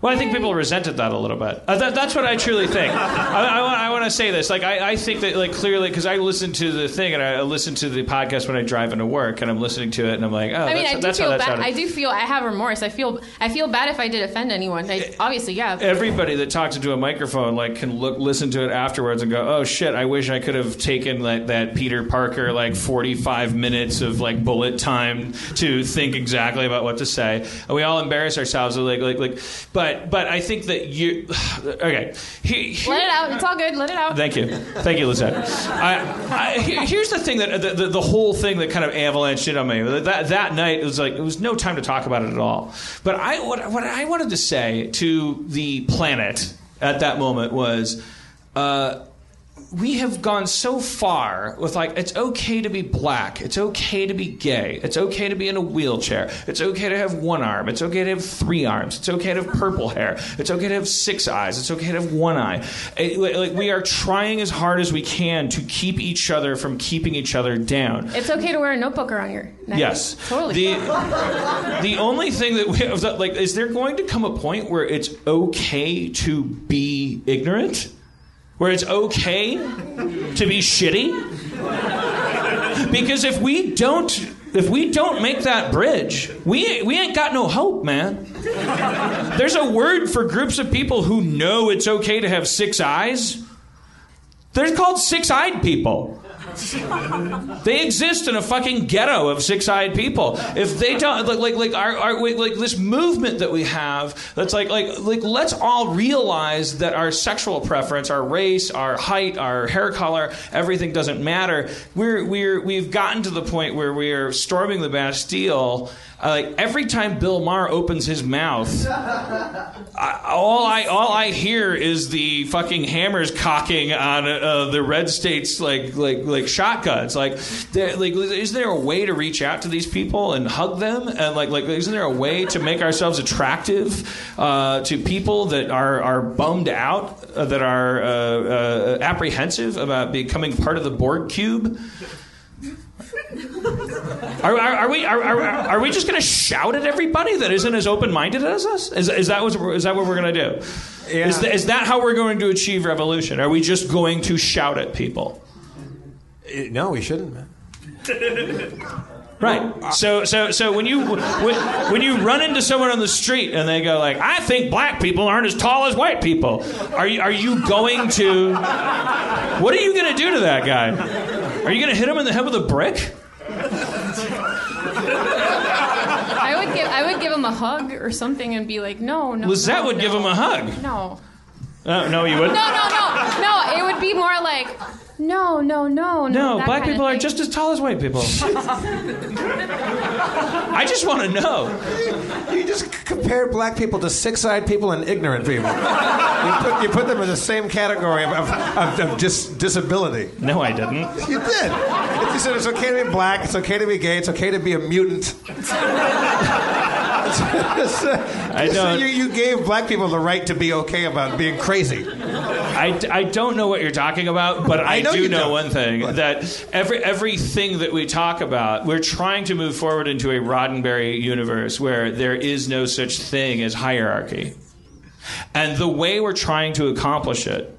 Well, I think people resented that a little bit. Uh, that, that's what I truly think. I, I, wa- I want to say this. Like, I, I think that, like, clearly, because I listen to the thing and I listen to the podcast when I drive into work, and I'm listening to it, and I'm like, oh, I mean, that's, I do that's feel how that bad. sounded. I do feel I have remorse. I feel I feel bad if I did offend anyone. Eh, I, obviously, yeah. Everybody that talks into a microphone like can look listen to it afterwards and go, "Oh shit, I wish I could have taken like that Peter Parker like 45 minutes of like bullet time to think exactly about what to say." And we all embarrass ourselves like like like but but but I think that you [SIGHS] okay. He- he- Let it out. It's all good. Let it out. Thank you, thank you, Lizette. I, I, here- here's the thing that the, the, the whole thing that kind of avalanched in on me. That that night it was like it was no time to talk about it at all. But I what what I wanted to say to the planet at that moment was. Uh, we have gone so far with like it's okay to be black it's okay to be gay it's okay to be in a wheelchair it's okay to have one arm it's okay to have three arms it's okay to have purple hair it's okay to have six eyes it's okay to have one eye It- like we are trying as hard as we can to keep each other from keeping each other down It's okay to wear a notebook around your neck. Yes. Totally. [LAUGHS] The the only thing that we have that, like is there going to come a point where it's okay to be ignorant? Where it's okay to be shitty? Because if we don't if we don't make that bridge, we we ain't got no hope, man. There's a word for groups of people who know it's okay to have six eyes. They're called six-eyed people. They exist in a fucking ghetto of six-eyed people. If they don't, like, like, like, our, our, like, like this movement that we have, that's like, like, like, let's all realize that our sexual preference, our race, our height, our hair color, everything doesn't matter. We're, we're, we've gotten to the point where we are storming the Bastille. Uh, like every time Bill Maher opens his mouth, all I all I hear is the fucking hammers cocking on uh, the red states like like like shotguns. Like, there- like, is there a way to reach out to these people and hug them? And like, like, isn't there a way to make ourselves attractive uh, to people that are are bummed out, uh, that are uh, uh, apprehensive about becoming part of the Borg cube? Are, are, are we are, are, are we just going to shout at everybody that isn't as open minded as us? Is, is that what we're- is that what we're going to do? Is, th- is that how we're going to achieve revolution? Are we just going to shout at people? Eh, No, we shouldn't, man. Right. So so so when you when, when you run into someone on the street and they go like, "I think black people aren't as tall as white people," are you are you going to? What are you going to do to that guy? Are you going to hit him in the head with a brick? I would give I would give him a hug or something and be like, no, no. Lizette no, would no. give him a hug. No. Uh, no, you wouldn't. No, no, no, no. It would be more like, no, no, no, no. No, that black kind of people are thing. just as tall as white people. I just want to know. You just c- compare black people to six-eyed people and ignorant people. You put, you put them in the same category of, of, of, of dis- disability. No, I didn't. You did. If You said it's okay to be black, it's okay to be gay, it's okay to be a mutant. [LAUGHS] I don't- You, you gave black people the right to be okay about being crazy. I, I don't know what you're talking about, but [LAUGHS] I, I know do you know don't. one thing What? that every everything that we talk about, we're trying to move forward into a Roddenberry universe where there is no such thing as hierarchy. And the way we're trying to accomplish it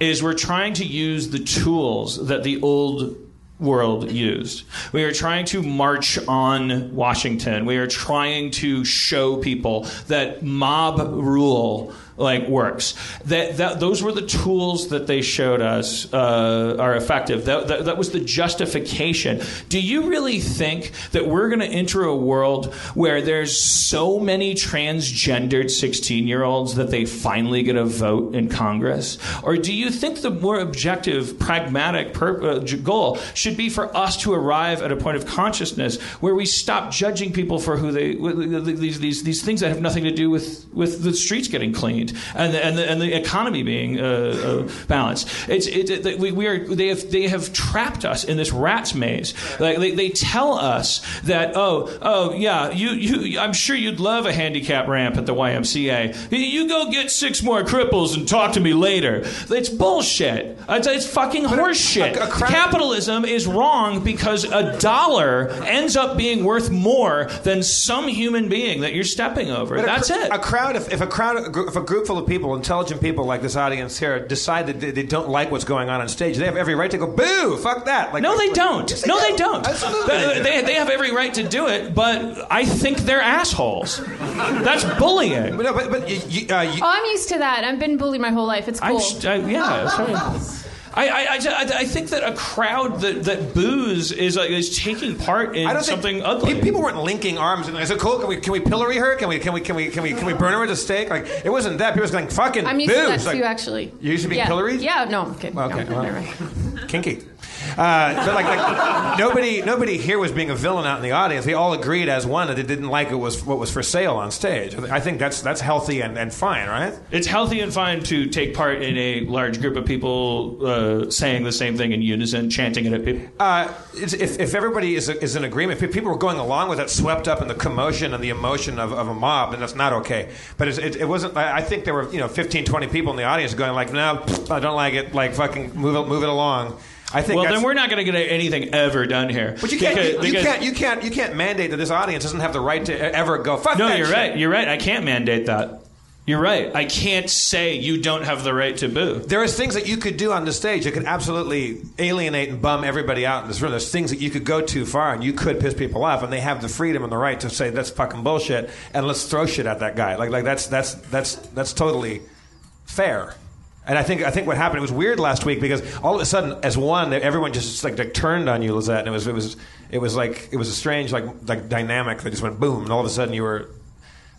is we're trying to use the tools that the old world used. We are trying to march on Washington. We are trying to show people that mob rule like works. That, that those were the tools that they showed us uh, are effective. That, that, that was the justification. Do you really think that we're going to enter a world where there's so many transgendered 16 year olds that they finally get a vote in Congress? Or do you think the more objective, pragmatic per- uh, j- goal should be for us to arrive at a point of consciousness where we stop judging people for who they, wh- wh- these, these, these things that have nothing to do with, with the streets getting cleaned and the, and the, and the economy being uh, uh, balanced? It's, it, it, we, we are, they, have, they have trapped us in this rat's maze. Like, they, they tell us that, oh, oh, yeah, you, you, I'm sure you'd love a handicap ramp at the YMCA. You- You go get six more cripples and talk to me later. It's bullshit. It's, it's fucking horseshit. a- a crowd- Capitalism is wrong because a dollar ends up being worth more than some human being that you're stepping over. But a That's cr- it. A crowd, if, if a crowd, a gr- if a group full of people, intelligent people like this audience here, decide that they, they don't like what's going on on stage, they have every right to go, "Boo! Fuck that!" Like, No, they like- don't. Yes, no, they don't. Absolutely. They, they, they have every right to do it, but I think they're assholes. That's bullying. But no, but, but you, you, uh, you, uh, Oh, I'm used to that. I've been bullied my whole life. It's cool. I'm sh- I, yeah, sorry. I, I, I, ju- I- I think that a crowd that, that boos is like, is taking part in I don't something think, ugly. pe- People weren't linking arms and like, "Is it cool? Can we can we pillory her? Can we can we can we can we can we burn her at the stake?" Like it wasn't that. People were going fucking I'm used boos. to that like, too, actually. You used to be yeah. pilloried? Yeah, no, I'm kidding. Okay, No, well. never mind. kinky. Uh, but like, like nobody, nobody here was being a villain out in the audience. They all agreed as one that they didn't like it was what was for sale on stage. I thi- I think that's that's healthy and, and fine, right? It's healthy and fine to take part in a large group of people uh, saying the same thing in unison, chanting it at people. Uh, it's, if, if everybody is, is in agreement, if people were going along with it, swept up in the commotion and the emotion of, of a mob, then that's not okay. But it's, it, it wasn't. I I think there were you know 15, 20 people in the audience going like, no, pfft, I don't like it. Like fucking move it, move it along. I think. Well, that's, then we're not going to get anything ever done here. But you can't, Because- you, you because- can't, you can't, you can't mandate that this audience doesn't have the right to e- ever go. Fuck No, that you're shit." right. You're right. I can't mandate that. You're right. I can't say you don't have the right to boo. There is things that you could do on the stage that could absolutely alienate and bum everybody out in this room. There's things that you could go too far and you could piss people off, and they have the freedom and the right to say that's fucking bullshit and let's throw shit at that guy. Like, like that's that's that's that's totally fair. And I think I think what happened it was weird last week because all of a sudden, as one, everyone just like, like turned on you, Lizette, and it was it was it was like it was a strange like like dynamic that just went boom, and all of a sudden you were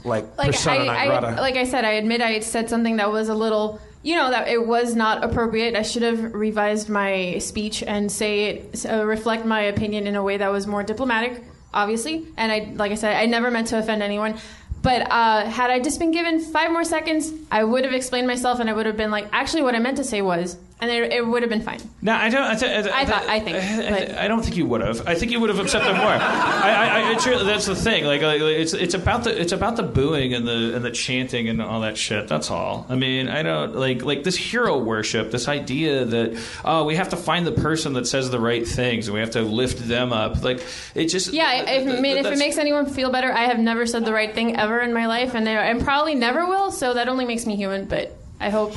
like, like persona I, non I grata. like I said, I admit I said something that was a little, you know, that it was not appropriate. I should have revised my speech and say it, uh, reflect my opinion in a way that was more diplomatic, obviously. And I, like I said, I never meant to offend anyone. But uh, had I just been given five more seconds, I would have explained myself, and I would have been like, actually, what I meant to say was, and it, it would have been fine. No, I don't. I, th- I, th- I thought- I think, I, but- I don't think you would have. I think you would have upset them more. I, I, I, it's really, that's the thing. Like, like it's it's about the it's about the booing and the and the chanting and all that shit. That's all. I mean, I don't like like this hero worship. This idea that oh, we have to find the person that says the right things and we have to lift them up. Like it just Yeah, I- if, I mean, if it that's- makes anyone feel better, I have never said the right thing ever in my life, and I, and probably never will. So that only makes me human. But I hope,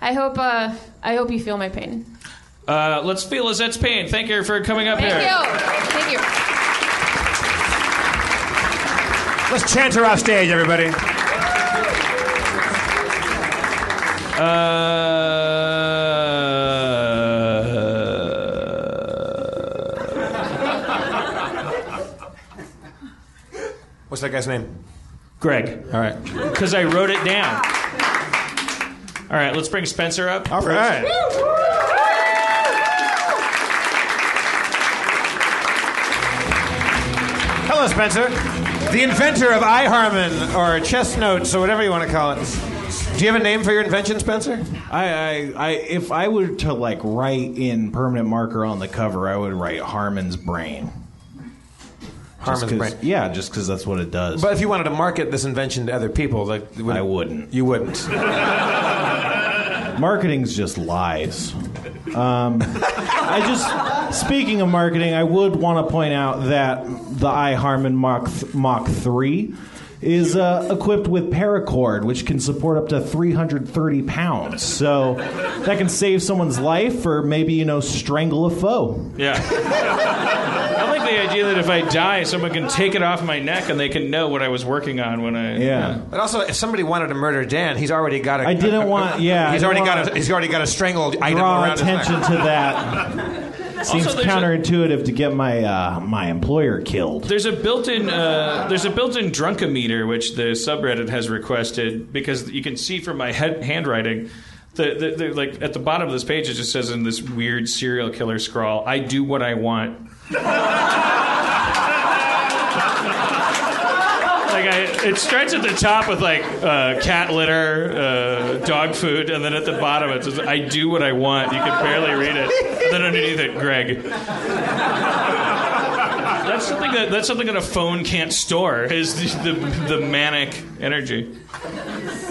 I hope, uh, I hope you feel my pain. Uh, let's feel Lizette's pain. Thank you for coming up Thank here. you, thank you. Let's chant her off stage, everybody. What's that guy's name? Greg. All right. Because I wrote it down. All right, let's bring Spencer up. All right. Hello, Spencer. The inventor of iHarmon or chess notes or whatever you want to call it. Do you have a name for your invention, Spencer? I, I, I, if I were to like write in permanent marker on the cover, I would write Harmon's brain. Just Harmon's brain. 'cause- Yeah, just because that's what it does. But if you wanted to market this invention to other people, like would, I wouldn't. you [LAUGHS] wouldn't. Marketing's just lies. Um, I just speaking of marketing, I would want to point out that the iHarmon Mach Mach three is uh, equipped with paracord, which can support up to 330 pounds. So that can save someone's life, or maybe you know, strangle a foe. Yeah. I like the idea that if I die, someone can take it off my neck and they can know what I was working on when I. Yeah. But also, if somebody wanted to murder Dan, he's already got a. I didn't a- a- [LAUGHS] want- yeah, I He's didn't already want got a. to He's already got a strangled item Draw around attention his neck. to that. Seems there's a- counterintuitive to get my uh, my employer killed. There's a built-in uh, there's a built-in drunkometer which the subreddit has requested because you can see from my head, handwriting. The, the, the, like at the bottom of this page, it just says in this weird serial killer scrawl, "I do what I want." like I, it starts at the top with like uh, cat litter, uh, dog food, and then at the bottom it says, "I do what I want." You can barely read it. And then underneath it, Greg. That's something that that's something that a phone can't store is the the, the manic energy.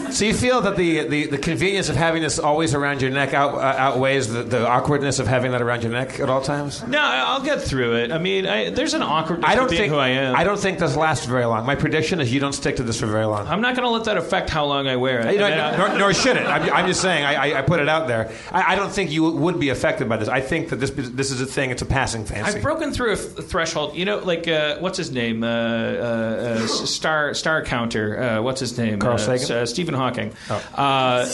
So you feel that the, the, the convenience of having this always around your neck out, uh, outweighs the, the awkwardness of having that around your neck at all times. No, I- I'll get through it. I mean, I, there's an awkwardness I don't to being think who I am. I don't think this lasts very long. My prediction is you don't stick to this for very long. I'm not going to let that affect how long I wear it. You And I- don't- nor, nor should it. I'm, I'm just saying. I, I, I put it out there. I, I don't think you would be affected by this. I think that this this is a thing. It's a passing fancy. I've broken through a f- threshold. You know, like uh, what's his name? Uh, uh, uh, s- star Star Counter. Uh, what's his name? Carl uh, Sagan? Oh. S- uh, Stephen Hawking. Uh,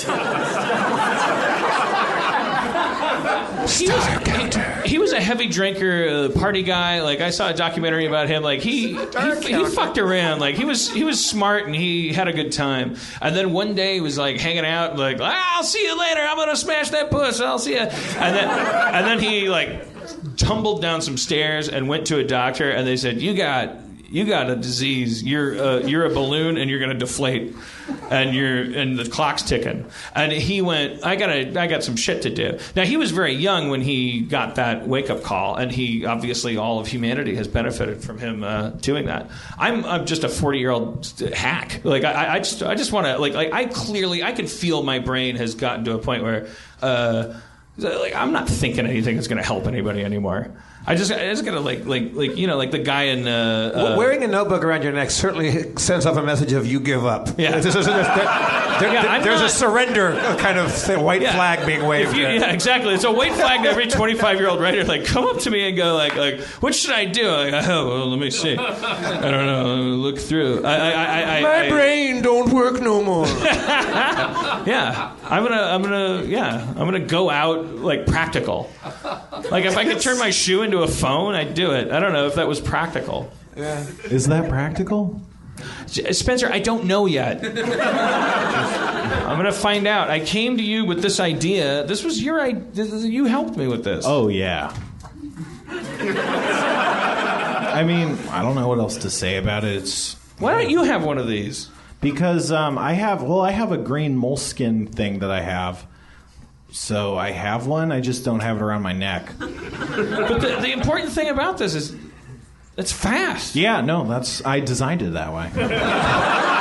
He was, he, he was a heavy drinker, uh, party guy. Like I saw a documentary about him. Like he he, he fucked around. Like he was he was smart and he had a good time. And then one day he was like hanging out. Like "Ah, I'll see you later. I'm gonna smash that puss. I'll see you. And then and then he like tumbled down some stairs and went to a doctor. And they said you got you got a disease. You're uh, you're a balloon and you're gonna deflate. And you're and the clock's ticking. And he went. I got to I got some shit to do. Now he was very young when he got that wake up call, and he obviously all of humanity has benefited from him uh, doing that. I'm I'm just a 40 year old hack. Like I I just I just want to like like I clearly I can feel my brain has gotten to a point where. Uh, like I'm not thinking anything that's going to help anybody anymore. I just I just gotta like like like you know like the guy in uh, uh, Well, wearing a notebook around your neck certainly [LAUGHS] sends off a message of you give up. Yeah. This is- there- there- Yeah, I'm there's a not- surrender kind of thi- white Yeah. flag being waved. If you- there. yeah, exactly. It's a white flag to every 25 year old writer. Like, come up to me and go, like, like, what should I do? Like, [LAUGHS] oh, well, let me see. I don't know. Let me Look through. I, I, I, I, My I- brain don't work no more. Yeah, I'm gonna, I'm gonna, yeah, I'm gonna go out like practical. Like, if I could turn my shoe into a phone, I'd do it. I don't know if that was practical. Yeah. Is that practical? Spencer, I don't know yet. I'm gonna find out. I came to you with this idea. This was your idea. You helped me with this. Oh yeah. I mean, I don't know what else to say about it. It's why don't you have one of these? Because um, I have well, I have a green moleskin thing that I have. So I have one. I just don't have it around my neck. But the, the important thing about this is it's fast. Yeah, no, that's I designed it that way.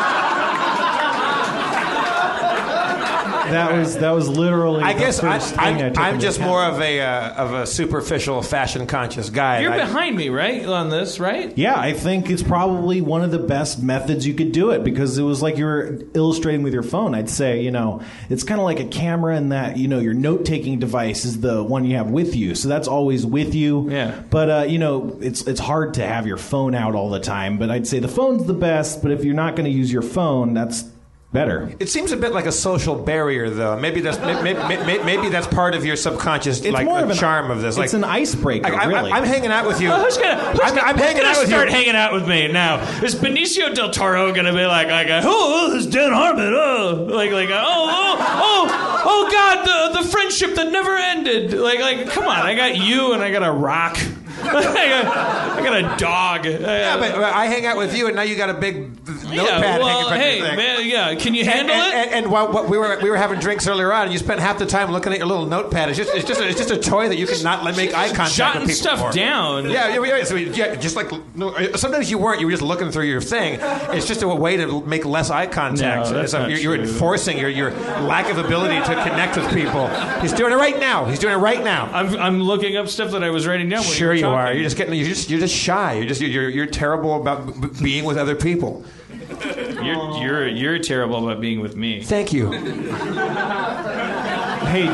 Ah. that was that was literally. I the guess I, first thing I I'm, took I'm into just account. more of a uh, of a superficial, fashion conscious guy. You're and I- behind me, right, on this, right? Yeah, I think it's probably one of the best methods you could do it because it was like you were illustrating with your phone. I'd say, you know, it's kind of like a camera in that, you know, your note taking device is the one you have with you. So that's always with you. Yeah. But, uh, you know, it's, it's hard to have your phone out all the time. But I'd say the phone's the best. But if you're not going to use your phone, that's better. It seems a bit like a social barrier, though. Maybe that's maybe, maybe, maybe that's part of your subconscious It's like more the of an- charm of this. Like it's an icebreaker, I, I, really. I'm hanging out with you. Well, Oh, who's gonna, who's I'm, gonna, I'm who's hanging gonna out with start you. hanging out with me now? Is Benicio del Toro gonna be like, like, oh, it's Dan Harmon, oh, like, like, oh, oh, oh, oh, God, the the friendship that never ended. Like, like, come on, I got you and I got a rock, [LAUGHS] I, got, I got a dog. Yeah, but but I hang out with you, and now you got a big notepad hanging well, from hey, your thing. man, yeah, can you and, handle and, it? and, and while, while we were we were having drinks earlier on, and you spent half the time looking at your little notepad. It's just it's just a, it's just a toy that you can not let- make eye contact jotting with people stuff for. down. Yeah, yeah, yeah, so you- yeah, just like no, sometimes you weren't. You were just looking through your thing. It's just a way to make less eye contact. No, that's So not you're, you're true. enforcing your your lack of ability to connect with people. He's doing it right now. He's doing it right now. I'm, I'm looking up stuff that I was writing down. when Sure were you are. talking. You're just getting. You're just. You're just shy. You're just. You're. You're terrible about b- being with other people. You're, you're you're terrible about being with me. Thank you. Hey,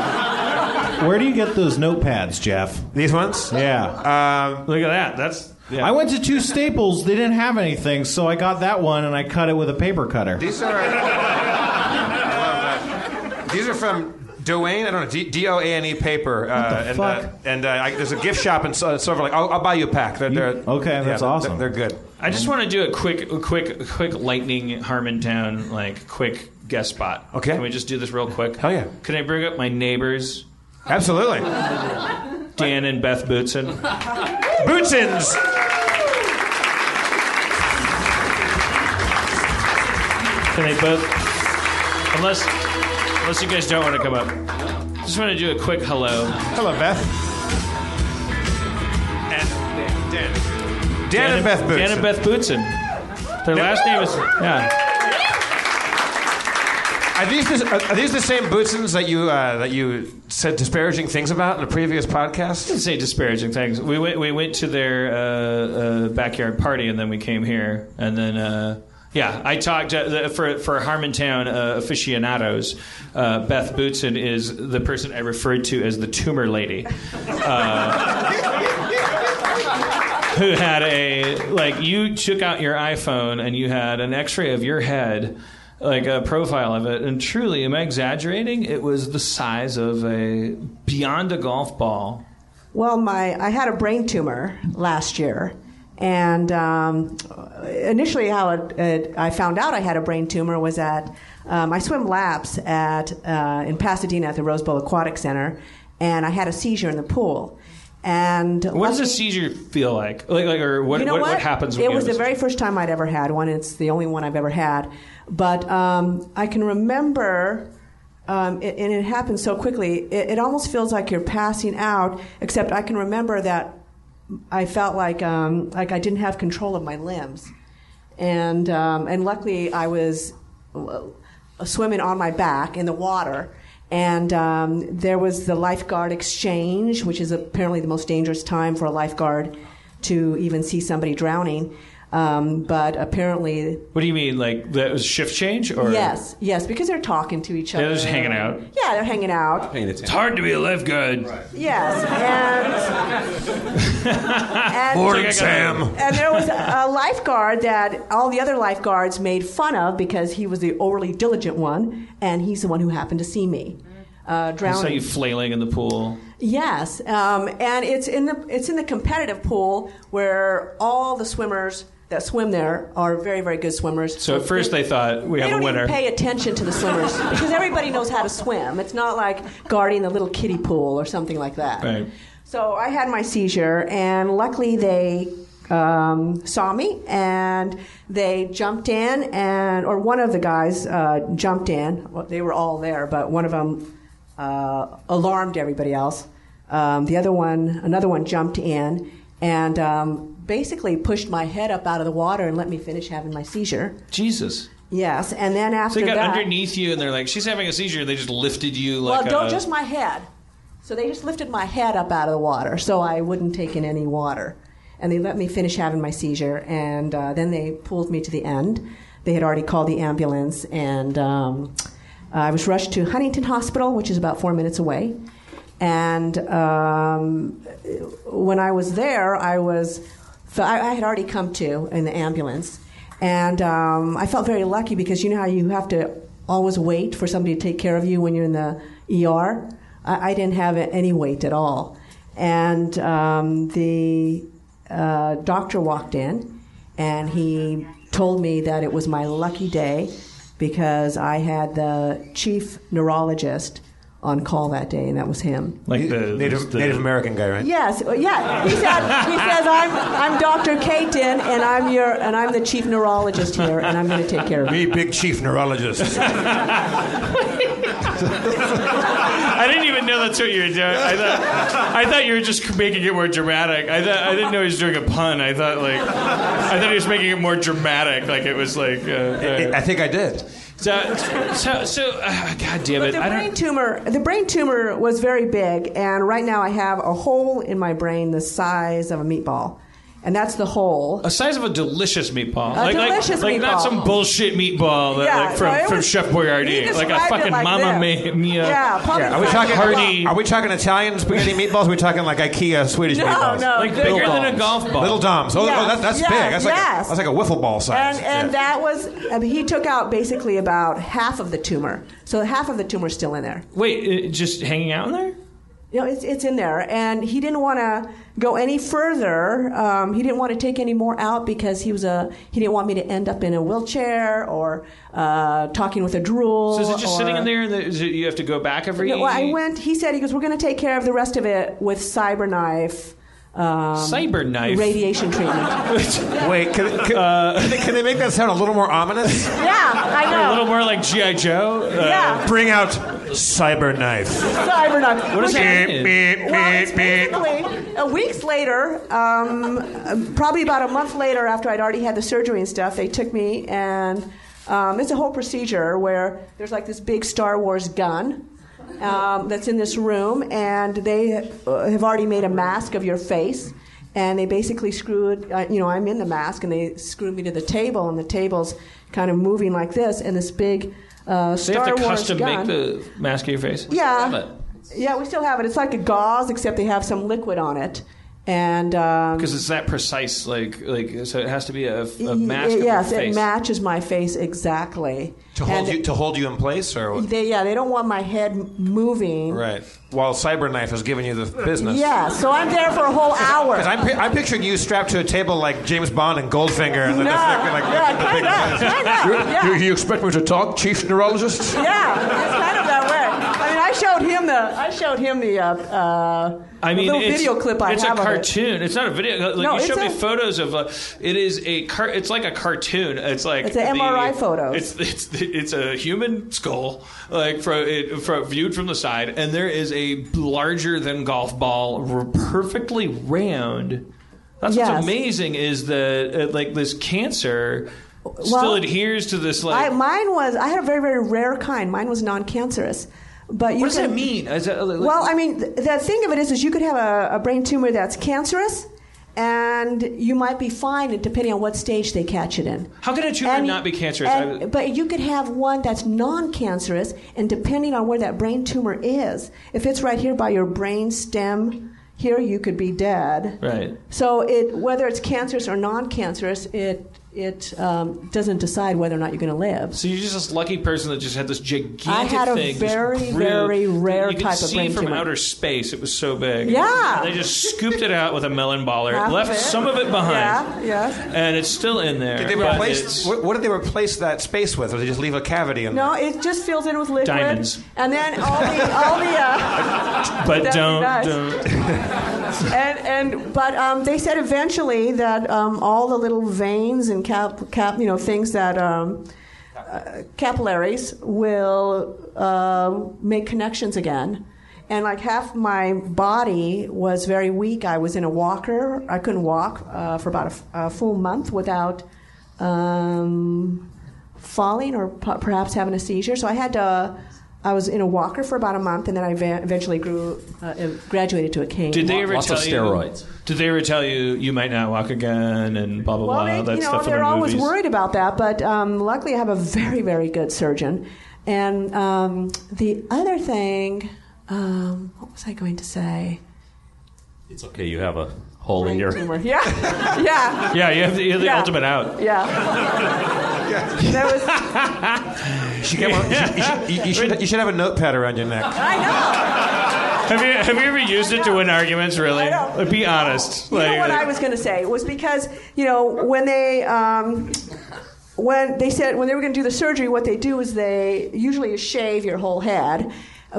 where do you get those notepads, Jeff? These ones. Yeah. Um, Look at that. That's yeah. I went to two Staples. They didn't have anything, so I got that one and I cut it with a paper cutter. These are. I love that. These are from. Doane, I don't know, D O A N E paper. Uh, the and fuck? Uh, and uh, I, there's a gift shop in Sil- Silver Lake. I'll, I'll buy you a pack. They're, they're, okay, that's they're- awesome. They're, good. I just want to do a quick, a quick, a quick lightning Harmontown, like quick guest spot. Okay. Can we just do this real quick? Hell yeah. Can I bring up my neighbors, Absolutely. Dan and Beth Bootson? Bootsins! Can they both? Unless, unless you guys don't want to come up. Just want to do a quick hello. Hello, Beth. And Dan. Dan, and Beth Bootsin. Dan and Beth Bootson. Their last name is yeah. Are these, the, are these the same Bootsins that you, uh, that you said disparaging things about in a previous podcast? Didn't say disparaging things. We went we went to their uh, uh, backyard party and then we came here and then uh, yeah, I talked uh, the- for for Harmontown uh, aficionados. Uh, Beth Bootson is the person I referred to as the tumor lady. uh, [LAUGHS] who had a like you took out your iPhone and you had an X-ray of your head like a profile of it, and truly, am I exaggerating? It was the size of a beyond a golf ball. Well, my I had a brain tumor last year, and um, initially, how it, it, I found out I had a brain tumor was at um, I swim laps at uh, in Pasadena at the Rose Bowl Aquatic Center, and I had a seizure in the pool. And What does a seizure feel like? Like, like or what, you know what, what? what happens? When it you was have the a very first time I'd ever had one. It's the only one I've ever had. But um, I can remember, um, it, and it happened so quickly. It, it almost feels like you're passing out. Except I can remember that I felt like um, like I didn't have control of my limbs, and um, and luckily I was l- swimming on my back in the water. And um, there was the lifeguard exchange, which is apparently the most dangerous time for a lifeguard to even see somebody drowning. Um, but apparently, What do you mean? Like that was shift change? Or yes, yes, because they're talking to each Yeah, other. they're just hanging out. Yeah, they're hanging out. It's hard to be a lifeguard. Yes, [LAUGHS] and, and Morning, Sam. And there was a lifeguard that all the other lifeguards made fun of because he was the overly diligent one, and he's the one who happened to see me uh, I saw drowning. you flailing in the pool. Yes, um, and it's in the it's in the competitive pool where all the swimmers that swim there are very very good swimmers. So at first they thought we They have a don't winner. even pay attention to the swimmers because everybody knows how to swim. It's not like guarding the little kiddie pool or something like that. [LAUGHS] Right. So I had my seizure, and luckily they um, saw me and they jumped in, and or one of the guys uh, jumped in. Well, they were all there, but one of them uh, alarmed everybody else. Um, the other one, another one, jumped in and um, basically pushed my head up out of the water and let me finish having my seizure. Jesus. Yes, and then So after they got that, underneath you, and they're like, "She's having a seizure." And they just lifted you like well, don't a, just my head. So they just lifted my head up out of the water, so I wouldn't take in any water, and they let me finish having my seizure, and uh, then they pulled me to the end. They had already called the ambulance, and um, I was rushed to Huntington Hospital, which is about four minutes away. And um, when I was there, I was so I, I had already come to in the ambulance, and um, I felt very lucky because you know how you have to always wait for somebody to take care of you when you're in the ER. I, I didn't have any wait at all, and um, the uh, doctor walked in, and he told me that it was my lucky day because I had the chief neurologist on call that day, and that was him. like the Native, Native American guy, right? Yes, uh, yeah. He said, he says, I'm, I'm Dr. Caton, and I'm your, and I'm the chief neurologist here, and I'm going to take care of you. Me, big chief neurologist. I didn't even know that's what you were doing. I thought, I thought you were just making it more dramatic. I thought I didn't know he was doing a pun. I thought like I thought he was making it more dramatic. Like it was like uh, I think I did. So so so uh, God damn it! The I brain don't. tumor, the brain tumor was very big, and right now I have a hole in my brain the size of a meatball, and that's the hole. A size of a delicious meatball, A like like- delicious like, not meatball. some bullshit meatball that Yeah, like from, no, it from was- Chef Boyardee, like described a it fucking like Mamma this. Ma- Mia. Yeah, probably Are we talking hearty. Are we talking Italian spaghetti meatballs? Are we talking like IKEA Swedish No, meatballs? no, Like bigger Little than a doms. golf ball. Little doms. Oh, Yes, oh that, that's yes, big. That's like yes. a, that's like a wiffle ball size. And, and Yeah. that was, I mean, he took out basically about half of the tumor. So half of the tumor's still in there. Wait, uh, just hanging out in there? You know, it's, it's in there. And he didn't want to go any further. Um, he didn't want to take any more out because he was a he didn't want me to end up in a wheelchair or uh, talking with a drool. So is it just or- sitting in there? and the- Is it, you have to go back every. No, well, I went. He said he goes. We're going to take care of the rest of it with CyberKnife. Um, Cyberknife? Radiation treatment. [LAUGHS] Wait, can, can, can, they, can they make that sound a little more ominous? [LAUGHS] yeah, I know. Uh, A little more like GI Joe. Uh, Yeah. Bring out cyber knife. CyberKnife. What does Which- that Beep, mean? beep, Well, it's beep, beep. basically uh, weeks later, um, probably about a month later after I'd already had the surgery and stuff, they took me and um, it's a whole procedure where there's like this big Star Wars gun um, that's in this room, and they uh, have already made a mask of your face. And they basically screwed, uh, you know, I'm in the mask, and they screw me to the table, and the table's kind of moving like this, and this big uh, They Star have to Wars custom gun. make the mask of your face. Yeah. Love it. Yeah, we still have it. It's like a gauze, except they have some liquid on it. And um, Because it's that precise, like like so it has to be a, a y- mask of yes, your face. it matches my face exactly. To hold And you to hold you in place, or what? They, yeah, they don't want my head m- moving. right? While Cyberknife is giving you the business. Yeah, so I'm there for [LAUGHS] a whole hour. Because I'm, pi- I'm picturing you strapped to a table like James Bond and Goldfinger. And then No. just thinking, like, Yeah, the big [LAUGHS] kinda, eyes. kinda, yeah. You- expect me to talk, chief neurologist? Yeah, it's kind of that way. I mean, I showed him the I showed him the uh, uh, I mean, little it's, video clip I it's have a of it. cartoon. It's not a video. Like No, you it's showed a- me photos of. Uh, it is a. Car, it's like a cartoon. It's like It's an the- MRI photos. It's it's it's a human skull, like from it from, viewed from the side, and there is a larger than golf ball, r- perfectly round. That's Yes. what's amazing is that uh, like this cancer Well, still adheres to this like. I, mine was I had a very very rare kind. Mine was non-cancerous, but you what does can, that mean? Is that, like- Well, I mean, th- the thing of it is, is you could have a, a brain tumor that's cancerous, and you might be fine, depending on what stage they catch it in. how can a tumor and- not be cancerous? I was- And, but you could have one that's non-cancerous, and depending on where that brain tumor is, if it's right here by your brain stem, here you could be dead. right. So it, whether it's cancerous or non-cancerous, it it um, doesn't decide whether or not you're going to live. So you're just this lucky person that just had this gigantic I had a thing. just very, grew. very rare you could type of see brain from tumor. outer space. It was so big. Yeah. And they just scooped it out with a melon baller, Half of left it. some of it behind, Yeah, yes. and it's still in there. Did they but replace, it's- what, what did they replace that space with? Or did they just leave a cavity in No, it just fills in with liquid. Diamonds. And then all the all the. Uh, [LAUGHS] But that'd be don't- [LAUGHS] nice. don't. and and but um, they said eventually that um, all the little veins and cap, cap you know things that um, uh, capillaries will uh, make connections again. And like half my body was very weak. I was in a walker. I couldn't walk uh, for about a f- a, full month without um, falling or p- perhaps having a seizure. So I had to. I was in a walker for about a month, and then I ve- eventually grew, uh, graduated to a cane. Did they ever tell you? Did they ever tell you you might not walk again and blah blah Well, blah? they, that you know, stuff in they're the always movies. worried about that, but um, luckily I have a very, very good surgeon. And um, the other thing, um, what was I going to say? It's okay. You have a hole in your. Tumor. Yeah, yeah, [LAUGHS] Yeah, you have the, you have the Yeah. ultimate out. yeah. There was, You should, get one- you should- you should- you should- you should have a notepad around your neck. Have you have you ever used it to win arguments? Really? Be honest. uh, you know what I was going to say was because you know when they um, when they said when they were going to do the surgery, what they do is they usually shave your whole head.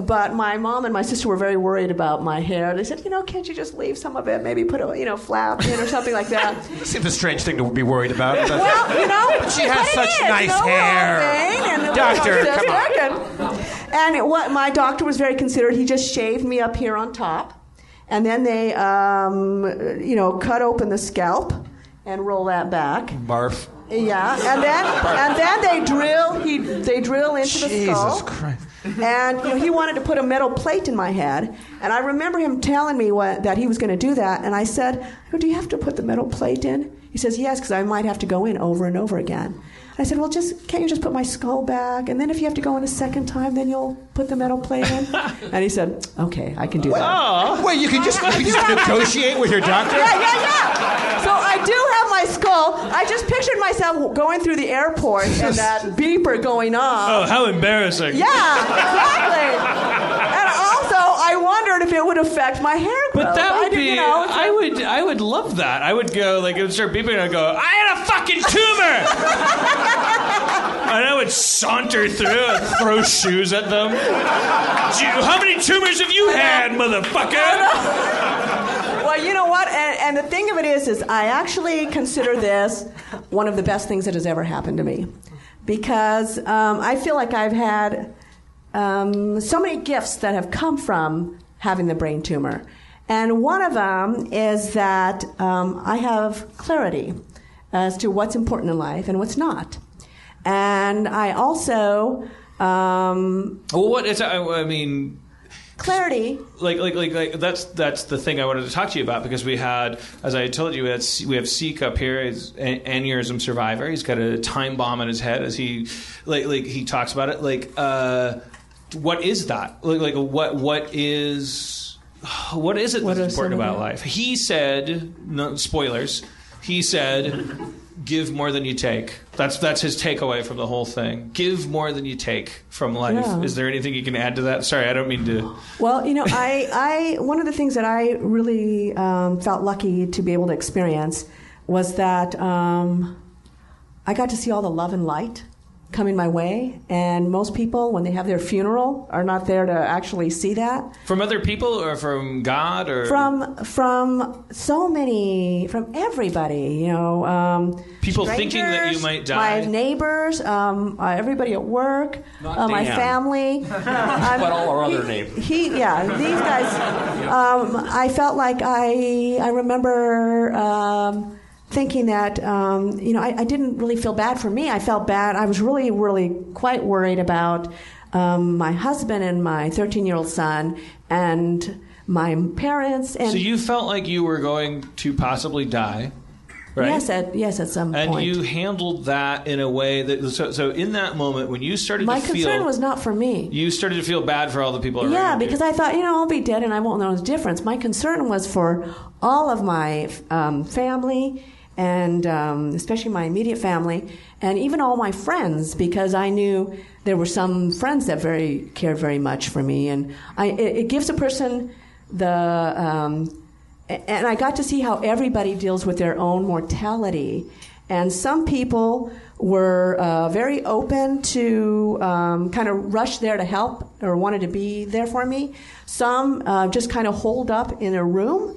But my mom and my sister were very worried about my hair. They said, you know, can't you just leave some of it? Maybe put a you know flap in or something like that. Seems a strange thing to be worried about. well, you know, But [LAUGHS] she has it such is, nice you know, hair. Jane, and the Doctor, little come on. sister, And, and it, what my doctor was very considerate. He just shaved me up here on top, and then they, um, you know, cut open the scalp and roll that back. Barf. Yeah, and then and then they drill. He they drill into the Jesus skull. Christ. And you know, he wanted to put a metal plate in my head, and I remember him telling me what, that he was going to do that, and I said, oh, "Do you have to put the metal plate in?" He says, "Yes, because I might have to go in over and over again." I said, "Well, just can't you just put my skull back, and then if you have to go in a second time, then you'll put the metal plate in?" and he said, "Okay, I can do that." Wait, you can just, you can [LAUGHS] just negotiate with your doctor? Yeah, yeah, yeah. So I do have my skull. I just pictured myself going through the airport and that beeper going off. Oh, how embarrassing! Yeah, exactly. And also, I wondered if it would affect my hair growth. But that I would didn't- be. You know, it's I would. I would love that. I would go like it would start beeping. and I'd go. I had a [LAUGHS] fucking [LAUGHS] tumor. and I would saunter through and throw shoes at them. "Do you- How many tumors have you had, motherfucker? [LAUGHS] well, you know what? And, and the thing of it is, is I actually consider this one of the best things that has ever happened to me, because um, I feel like I've had um, so many gifts that have come from having the brain tumor, and one of them is that um, I have clarity as to what's important in life and what's not, and I also. Um, Well, what is? I, I mean, clarity like, like, like, like, that's that's the thing I wanted to talk to you about because we had, as I told you, we had we have Seek up here, is an aneurysm survivor. He's got a time bomb in his head as he, like, like he talks about it. Like, uh, what is that? Like, like what what is What is it What are that's some of important about the- life? He said, no, spoilers. He said, give more than you take. That's that's his takeaway from the whole thing. Give more than you take from life. Yeah. Is there anything you can add to that? Sorry, I don't mean to. Well, you know, I, I one of the things that I really um, felt lucky to be able to experience was that um, I got to see all the love and light coming my way. And most people, when they have their funeral, are not there to actually see that. From other people or from God or From from so many, from everybody, you know. Um, People thinking that you strangers, might die. My neighbors, um, uh, everybody at work, Not uh, my Dan. [LAUGHS] family. I'm- but all our other neighbors. he yeah these guys um, i felt like i i remember um, thinking that um, you know I, I didn't really feel bad for me i felt bad i was really really quite worried about um, my husband and my 13 year old son and my parents and So you felt like you were going to possibly die, right? yes at yes at some and point you handled that in a way that so, so in that moment when you started my to concern feel was not for me you started to feel bad for all the people around Yeah, you. because I thought, you know, I'll be dead and I won't know the difference. My concern was for all of my um, family and um, especially my immediate family and even all my friends because I knew there were some friends that very cared very much for me. And I, it, it gives a person the. Um, a- and I got to see how everybody deals with their own mortality. And some people were uh, very open to um, kind of rush there to help or wanted to be there for me. Some uh, just kind of holed up in a room.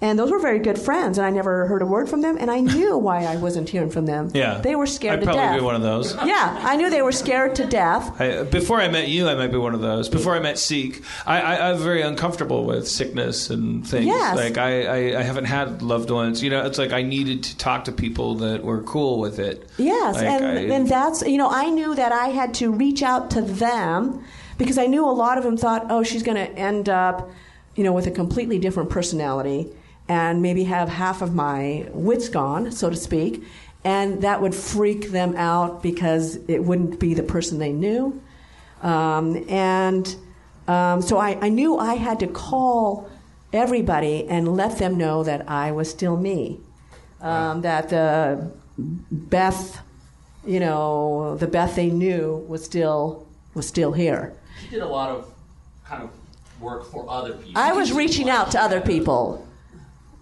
And those were very good friends, and I never heard a word from them, and I knew why I wasn't hearing from them. Yeah. They were scared I'd to probably death. be one of those. Yeah, I knew they were scared to death. I, before I met you, I might be one of those. Before I met Seek, I, I, I'm very uncomfortable with sickness and things. Yes. Like I, I, I haven't had loved ones. You know, it's like I needed to talk to people that were cool with it. Yes, Like, and, I- and that's you know I knew that I had to reach out to them because I knew a lot of them thought, oh, she's going to end up, you know, with a completely different personality and maybe have half of my wits gone, so to speak, and that would freak them out because it wouldn't be the person they knew, um, and um, so I, I knew I had to call everybody and let them know that I was still me um, that the Beth, you know, the Beth they knew was still was still here. She did a lot of kind of work for other people. I was [LAUGHS] reaching out to other people,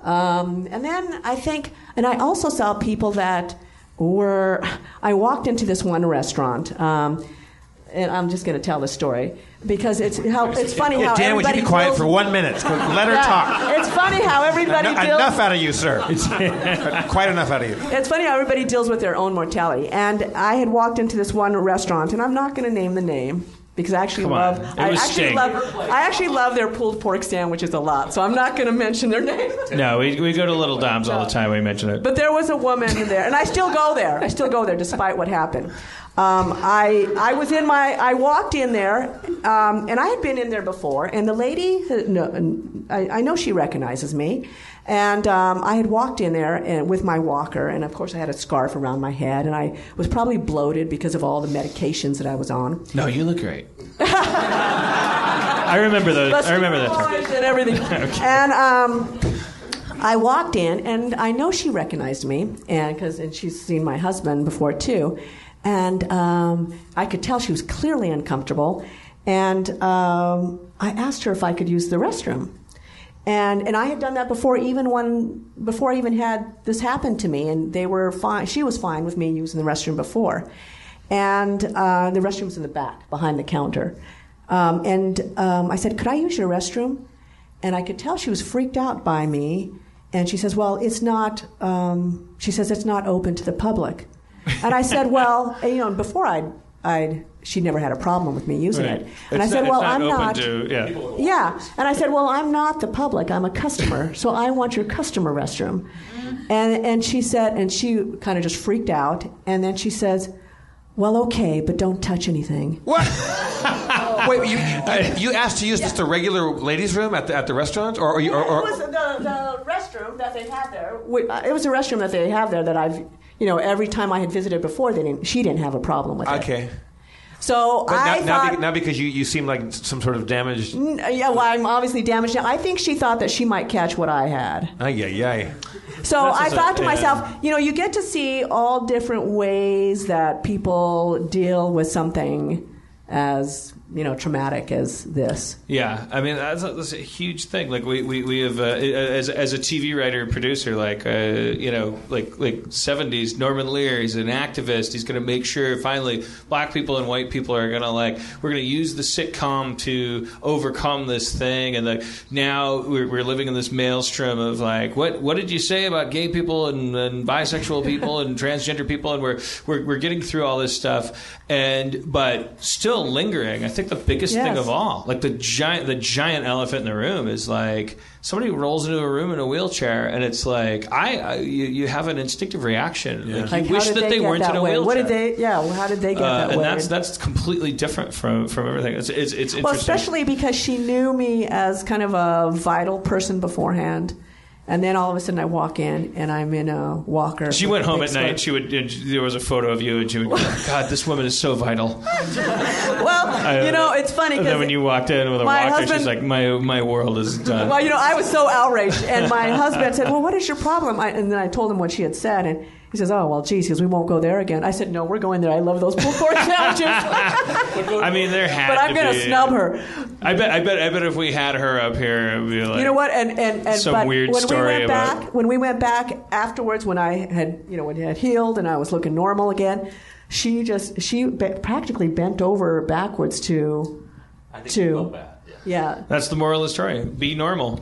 um, and then I think, and I also saw people that were. I walked into this one restaurant. Um, and I'm just going to tell the story because it's how it's funny Yeah, how Oh, Dan, would you everybody be quiet feels- for one minute? [LAUGHS] Let her Yeah. talk. It's funny how everybody Eno- feels- enough out of you, sir. [LAUGHS] [LAUGHS] Quite enough out of you. It's funny how everybody deals with their own mortality. And I had walked into this one restaurant, and I'm not going to name the name because I actually Come on. love It I was actually Sting. love I actually love their pulled pork sandwiches a lot. So I'm not going to mention their [LAUGHS] name. no, we, we go to Little Dom's all the time. We mention it. But there was a woman in there, and I still go there. I still go there despite what happened. Um, I I was in my I walked in there, um, and I had been in there before, and the lady no, I, I know she recognizes me, and um, I had walked in there and, with my walker, and of course I had a scarf around my head, and I was probably bloated because of all the medications that I was on. No, you look great. I remember those. I remember that. time. and [LAUGHS] everything. And um, I walked in, and I know she recognized me, and because and she's seen my husband before too, and um, I could tell she was clearly uncomfortable, and um, I asked her if I could use the restroom. And, and I had done that before even when before I even had this happen to me and they were fine she was fine with me using the restroom before and uh, the restroom's in the back behind the counter um, and um, I said could I use your restroom and I could tell she was freaked out by me. And she says, "Well, it's not." Um, she says it's not open to the public. And I [LAUGHS] said, "Well, and, you know." And before I'd, I'd, she never had a problem with me using Right. it. And I It's said, not- "Well, it's I'm open not." To, [LAUGHS] yeah. yeah, and I said, "Well, I'm not the public. I'm a customer, so I want your customer restroom." And and she said, and she kind of just freaked out. And then she says, "Well, okay, but don't touch anything." Wait, you, you, you asked to use just the regular ladies' room at the, at the restaurant, or, or, you- or, or the, the restroom that they had there. Wait, uh, it was a restroom that they have there that I've, you know, every time I had visited before, they didn't. She didn't have a problem with it. okay. So But I now, now thought be- now because you, you seem like some sort of damaged. N- Yeah, well, I'm obviously damaged now. I think she thought that she might catch what I had. Ay, ay, ay. So That's I just a- thought to yeah. myself, you know, you get to see all different ways that people deal with something as, you know, traumatic as this. Yeah, I mean that's a, that's a huge thing. Like we we, we have uh, as as a TV writer and producer, like uh, you know, like like seventies Norman Lear. He's an activist. He's going to make sure finally black people and white people are going to like we're going to use the sitcom to overcome this thing. And like now we're, we're living in this maelstrom of like what what did you say about gay people and, and bisexual people and transgender people? And we're, we're we're getting through all this stuff, and but still lingering. I think the biggest thing Yes. of all all. Like the giant, the giant elephant in the room is like somebody rolls into a room in a wheelchair, and it's like I, I you, you have an instinctive reaction. Like you Like, how wish did that they, get weren't that in a way? wheelchair. What did they, yeah, well, how did they get Uh, that and way? that's that's completely different from from everything. It's it's, it's interesting. well, especially because she knew me as kind of a vital person beforehand. And then all of a sudden I walk in and I'm in a walker. she with went a home big at night. slit. She would. and There was a photo of you, and she would. Go, God, this woman is so vital. well, [LAUGHS] I- you know, it's funny And then because when you walked in with a my walker, she's husband- like, "My my [LAUGHS] world is done." Well, you know, I was so outraged, and [LAUGHS] my husband said, "Well, what is your problem?" I, and then I told him what she had said, and he says, "Oh, well, geez, because we won't go there again." I said, "No, we're going there. I love those pulled pork [LAUGHS] sandwiches." I mean, there had. But I'm to gonna be- snub her. I bet. I bet. I bet if we had her up here, it would be like. you know what? And and and some but weird when we story went about- back, when we went back afterwards, when I had you know when I had healed and I was looking normal again, she just she ba- practically bent over backwards to to yeah. That's the moral of the story. Be normal.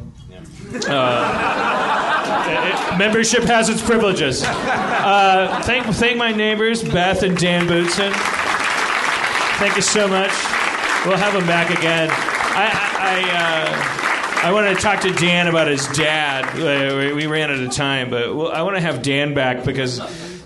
Uh, it- it- membership has its privileges. Uh, thank, thank my neighbors, Beth and Dan Bootson. Thank you so much. We'll have him back again. I, I, I, uh, I wanted to talk to Dan about his dad. Uh, we, we ran out of time, but well, I want to have Dan back because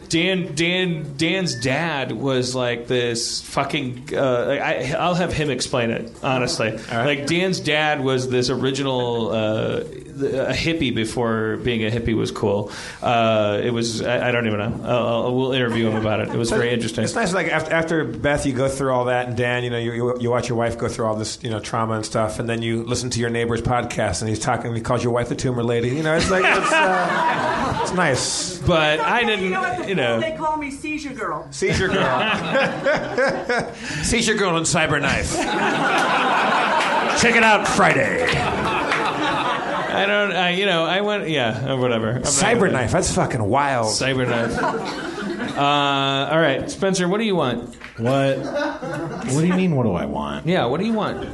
Dan, Dan, Dan's dad was like this fucking. Uh, like, I, I'll have him explain it honestly. Like Dan's dad was this original uh, the- a hippie before being a hippie was cool. Uh, it was I, I don't even know. I'll, I'll, we'll interview him about it. It was very interesting. It's nice, like after, after Beth, you go through all that, and Dan, you know, you, you, you watch your wife go through all this, you know, trauma and stuff, and then you listen to your neighbor's podcast, and he's talking, he calls your wife the tumor lady. You know, it's like it's, uh, it's nice. But I didn't, [LAUGHS] you know, call me seizure girl. seizure [LAUGHS] [LAUGHS] girl, seizure girl and cyber knife. Check it out Friday. I don't, I, you know, I went, yeah, uh, whatever. I'm not- Cyber knife, that's fucking wild. Cyber [LAUGHS] knife. Uh, all right, Spencer, what do you want? What? What do you mean? What do I want? Yeah, what do you want?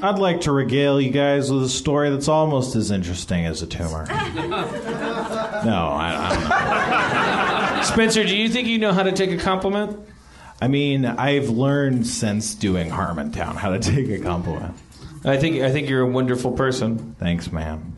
I'd like to regale you guys with a story that's almost as interesting as a tumor. No, I, I don't [LAUGHS] know. Spencer, do you think you know how to take a compliment? I mean, I've learned since doing Harmontown how to take a compliment. I think I think you're a wonderful person. Thanks, ma'am.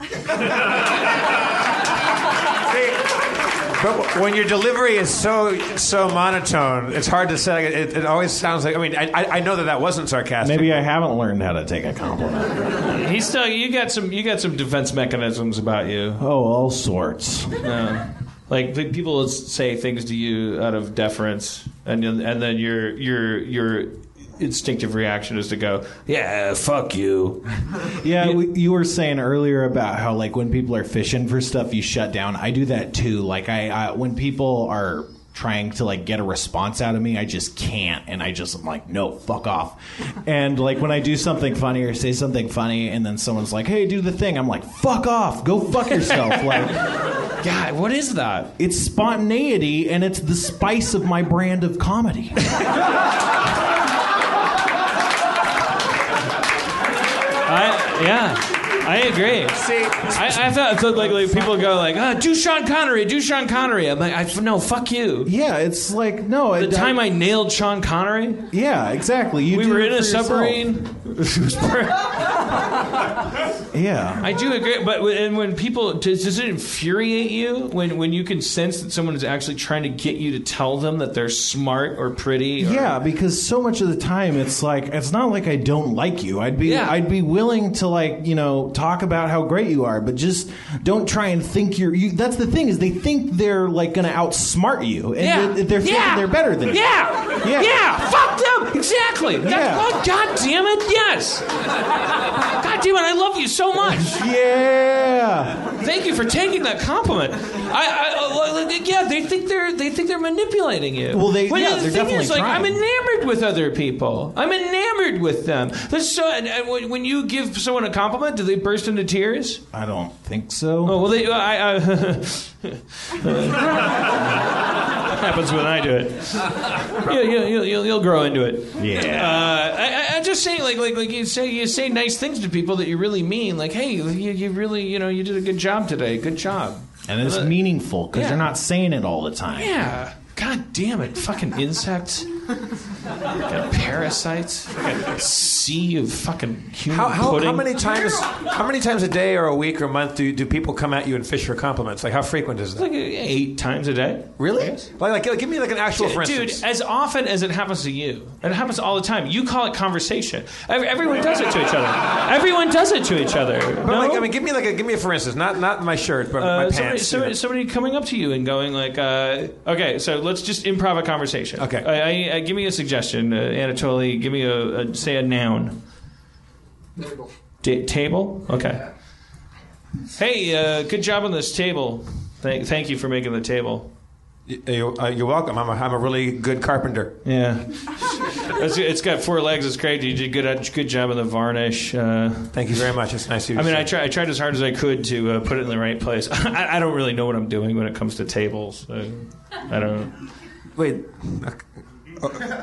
But when your delivery is so so monotone, it's hard to say. It, it always sounds like. I mean, I, I- I know that that wasn't sarcastic. Maybe I haven't learned how to take a compliment. He's still you got some you got some defense mechanisms about you. Oh, all sorts. No. Like pe- people will say things to you out of deference, and then- and then your your your instinctive reaction is to go, yeah, fuck you. [LAUGHS] Yeah, we, you were saying earlier about how like when people are fishing for stuff, you shut down. I do that too. Like I, I when people are trying to like get a response out of me, I just can't, and I just am like, no, fuck off. And like when I do something funny or say something funny, and then someone's like, hey, do the thing, I'm like, fuck off, go [LAUGHS] fuck yourself. like, God, what is that? It's spontaneity, and it's the spice of my brand of comedy. I yeah, I agree. See, I, I thought, thought like, like people go like, ah, do Sean Connery, do Sean Connery. I'm like, I, no, fuck you. Yeah, it's like no. The it- time I nailed Sean Connery. Yeah, exactly. You we do were it [LAUGHS] in a for yourself. submarine. It was per- Yeah. I do agree, but w- and when people does, does it infuriate you when when you can sense that someone is actually trying to get you to tell them that they're smart or pretty? Or, Yeah, because so much of the time it's like it's not like I don't like you. I'd be Yeah. I'd be willing to like, you know, talk about how great you are, but just don't try and think you're you that's the thing is they think they're like going to outsmart you and Yeah. they're, they're thinking Yeah. they're better than you. Yeah. Yeah. Yeah. Fuck them. Exactly. That's, Yeah. Oh God damn it! Yes. God damn it! I love you so much. Yeah. Thank you for taking that compliment. I, I uh, well, yeah, they think they're they think they're manipulating you. Well, they- When yeah, the they're thing definitely is, like, I'm trying. enamored with other people. I'm enamored with them. That's so. And, and when when you give someone a compliment, do they burst into tears? I don't think so. Oh well, they. I, I, [LAUGHS] happens when I do it. You'll, you'll, you'll- you'll, you'll grow into it. Yeah. Uh, I, I, I'm just saying, like, like, like you say, you say nice things to people that you really mean. Like, hey, you, you really, you know, you did a good job today. Good job. And it's Uh, meaningful because yeah. you're not saying it all the time. Yeah. God damn it! Fucking insects. Fucking [LAUGHS] parasites. Fucking sea of fucking human How, how, how pudding. many times? How many times a day, or a week, or a month do, do people come at you and fish for compliments? Like how frequent is that? Like uh, eight times a day. Really? Like, like, give me like an actual, for Dude, instance. as often as it happens to you, and it happens all the time. You call it conversation. Ev- Everyone does it to each other. Everyone does it to each other. But no? like, I mean, give me like a give me a for instance. Not not my shirt, but my Uh, pants. somebody, you somebody, know. somebody coming up to you and going like, uh, "Okay, so let's just improv a Uh, conversation." Okay, I, I, I, give me a suggestion, uh, Anatoly. Give me a, a say a noun. Ta- table. Okay. Hey, uh, good job on this table. Thank, thank you for making the table. You, uh, you're welcome. I'm a, I'm a really good carpenter. Yeah. It's, it's got four legs. It's great. You did good. Good job on the varnish. Uh, Thank you very much. It's nice of you. I to mean, say. I, try, I tried as hard as I could to uh, put it in the right place. [LAUGHS] I, I don't really know what I'm doing when it comes to tables. Uh, I don't. Wait.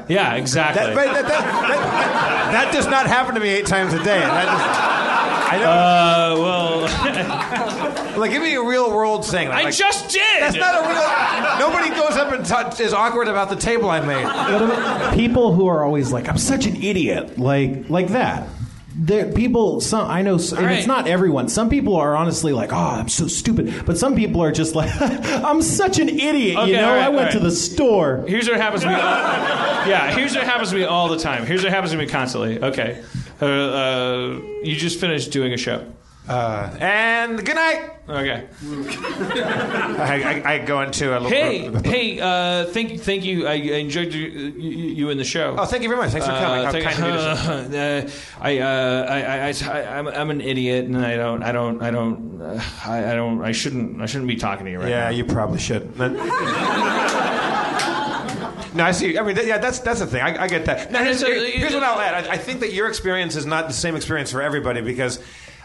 Yeah, exactly. That, that, that, that- that does not happen to me eight times a day. That just- I know. Uh, [LAUGHS] well. like, give me a real world thing. I like- just did! That's not a real. Nobody goes up and t- is awkward about the table I [LAUGHS] made. people who are always like, "I'm such an idiot," like like that. There, people, some I know, and right. it's not everyone. Some people are honestly like, "Oh, I'm so stupid," but some people are just like, [LAUGHS] "I'm such an idiot," Okay, you know. all right, I all went right. to the store. Here's what happens to [LAUGHS] me. yeah, here's what happens to me all the time. Here's what happens to me constantly. Okay. Uh, uh, you just finished doing a show. Uh, and good night. Okay. I, I, I go into a little. Hey, [LAUGHS] hey! Uh, thank, thank you. I I enjoyed you, you, you in the show. Oh, thank you very much. Thanks for coming. How kind of you to [LAUGHS] uh, I, uh, I, I, I, I, I'm, I'm an idiot, and I don't, I don't, I don't, uh, I, I don't, I shouldn't, I shouldn't be talking to you right Yeah, now. you probably should. no, I see. I mean, th- yeah, that's that's the thing. I, I get that. Now, here's, here- here's what I'll add. I, I think that your experience is not the same experience for everybody because.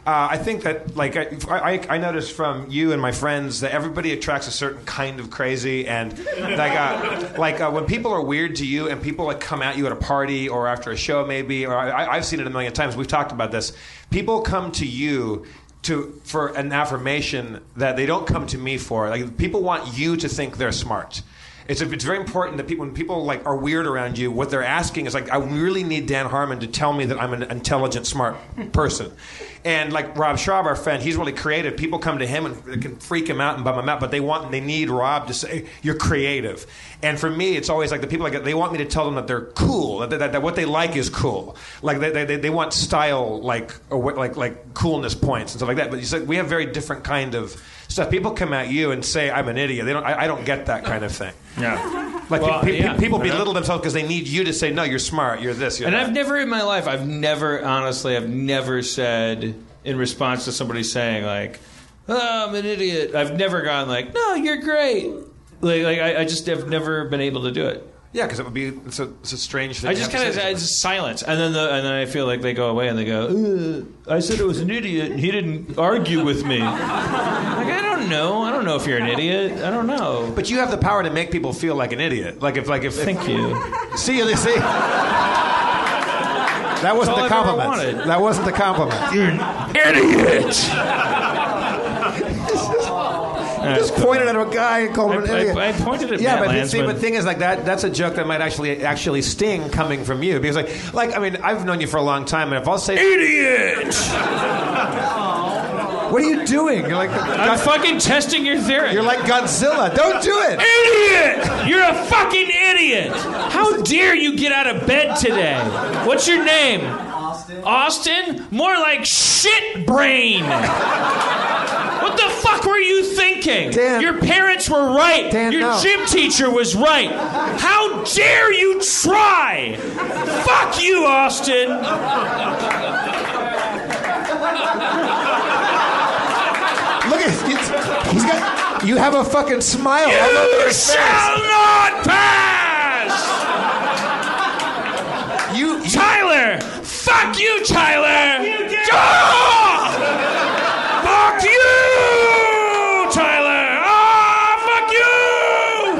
Uh, I think that, like, I, I, I noticed from you and my friends that everybody attracts a certain kind of crazy, and like, uh, [LAUGHS] like uh, when people are weird to you, and people like come at you at a party or after a show, maybe, or I, I- I've seen it a million times. We've talked about this. People come to you to for an affirmation that they don't come to me for. Like people want you to think they're smart. It's, it's very important that people when people like are weird around you, what they're asking is like, I really need Dan Harmon to tell me that I'm an intelligent, smart person. And like Rob Schraub, our friend, he's really creative. People come to him and it can freak him out and bum him out, but they want they need Rob to say you're creative. And for me, it's always like the people like they want me to tell them that they're cool, that, that, that what they like is cool. Like they, they- they, they want style like or what, like like coolness points and stuff like that. But you said we have very different kind of stuff. People come at you and say I'm an idiot. They don't. I, I don't get that kind of thing. [LAUGHS] Yeah. Like Well, pe- pe- yeah. people I know. belittle themselves because they need you to say no. You're smart. You're this. You're And that. I've never in my life, I've never, honestly, I've never said in response to somebody saying like, oh, "I'm an idiot." I've never gone like, "No, you're great." Like, like I, I just have never been able to do it. yeah, because it would be it's a, it's a strange thing. I to just have kind to of say to it's just silence, and then the, and then I feel like they go away and they go, "Ugh, "I said it was an idiot, and he didn't argue with me." like I don't know, I don't know if you're an idiot. I don't know. But you have the power to make people feel like an idiot. Like if like if thank you. [LAUGHS] See you. See. That wasn't the all I've ever compliment. wanted. That wasn't the compliment. You're an idiot. just pointed at a guy and called him an I- I- idiot. I pointed at yeah, Matt but see, Lanzmann. but thing is, like that—that's a joke that might actually actually sting coming from you because, like, like I mean, I've known you for a long time, and if I'll say idiot, What are you doing? You're like I'm fucking testing your theory. You're like Godzilla. Don't do it. Idiot! You're a fucking idiot. How dare you get out of bed today? What's your name? Austin. Austin? More like shit brain. What the fuck were you thinking? Your parents were right. Your no. gym teacher was right. How dare you try? Fuck you, Austin. [LAUGHS] Look at he's- he's got. You have a fucking smile all over You his face. shall not pass! You, Tyler! Fuck you, Tyler! Ah! Fuck you, Tyler! Ah,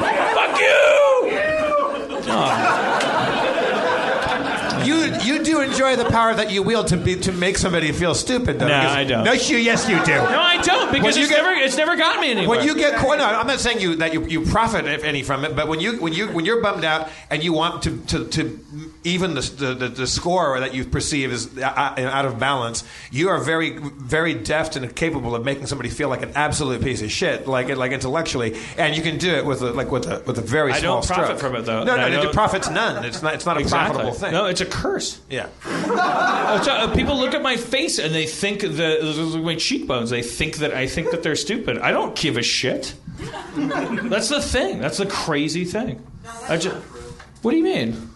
fuck you! Fuck you! You you do enjoy the power that you wield to be to make somebody feel stupid, though. No, because- I don't. No, you, yes, you do. No, I don't because When you it's get- never it's never got me anywhere. When you get caught, no, I'm not saying you that you, you profit if any from it, but when you when you when you're bummed out and you want to to, to even the, the the- the score that you perceive is o- o- out of balance, you are very very deft and capable of making somebody feel like an absolute piece of shit, like like intellectually, and you can do it with a, like with a with a very I small don't profit stroke. from it though. No, and I no, don't- it profits none. It's not it's not a Exactly. profitable thing. No, it's a curse. Yeah. Uh, so, uh, people look at my face and they think the my cheekbones. They think that I think that they're stupid. I don't give a shit. Ah, That's the thing. That's the crazy thing. I just, what do you mean?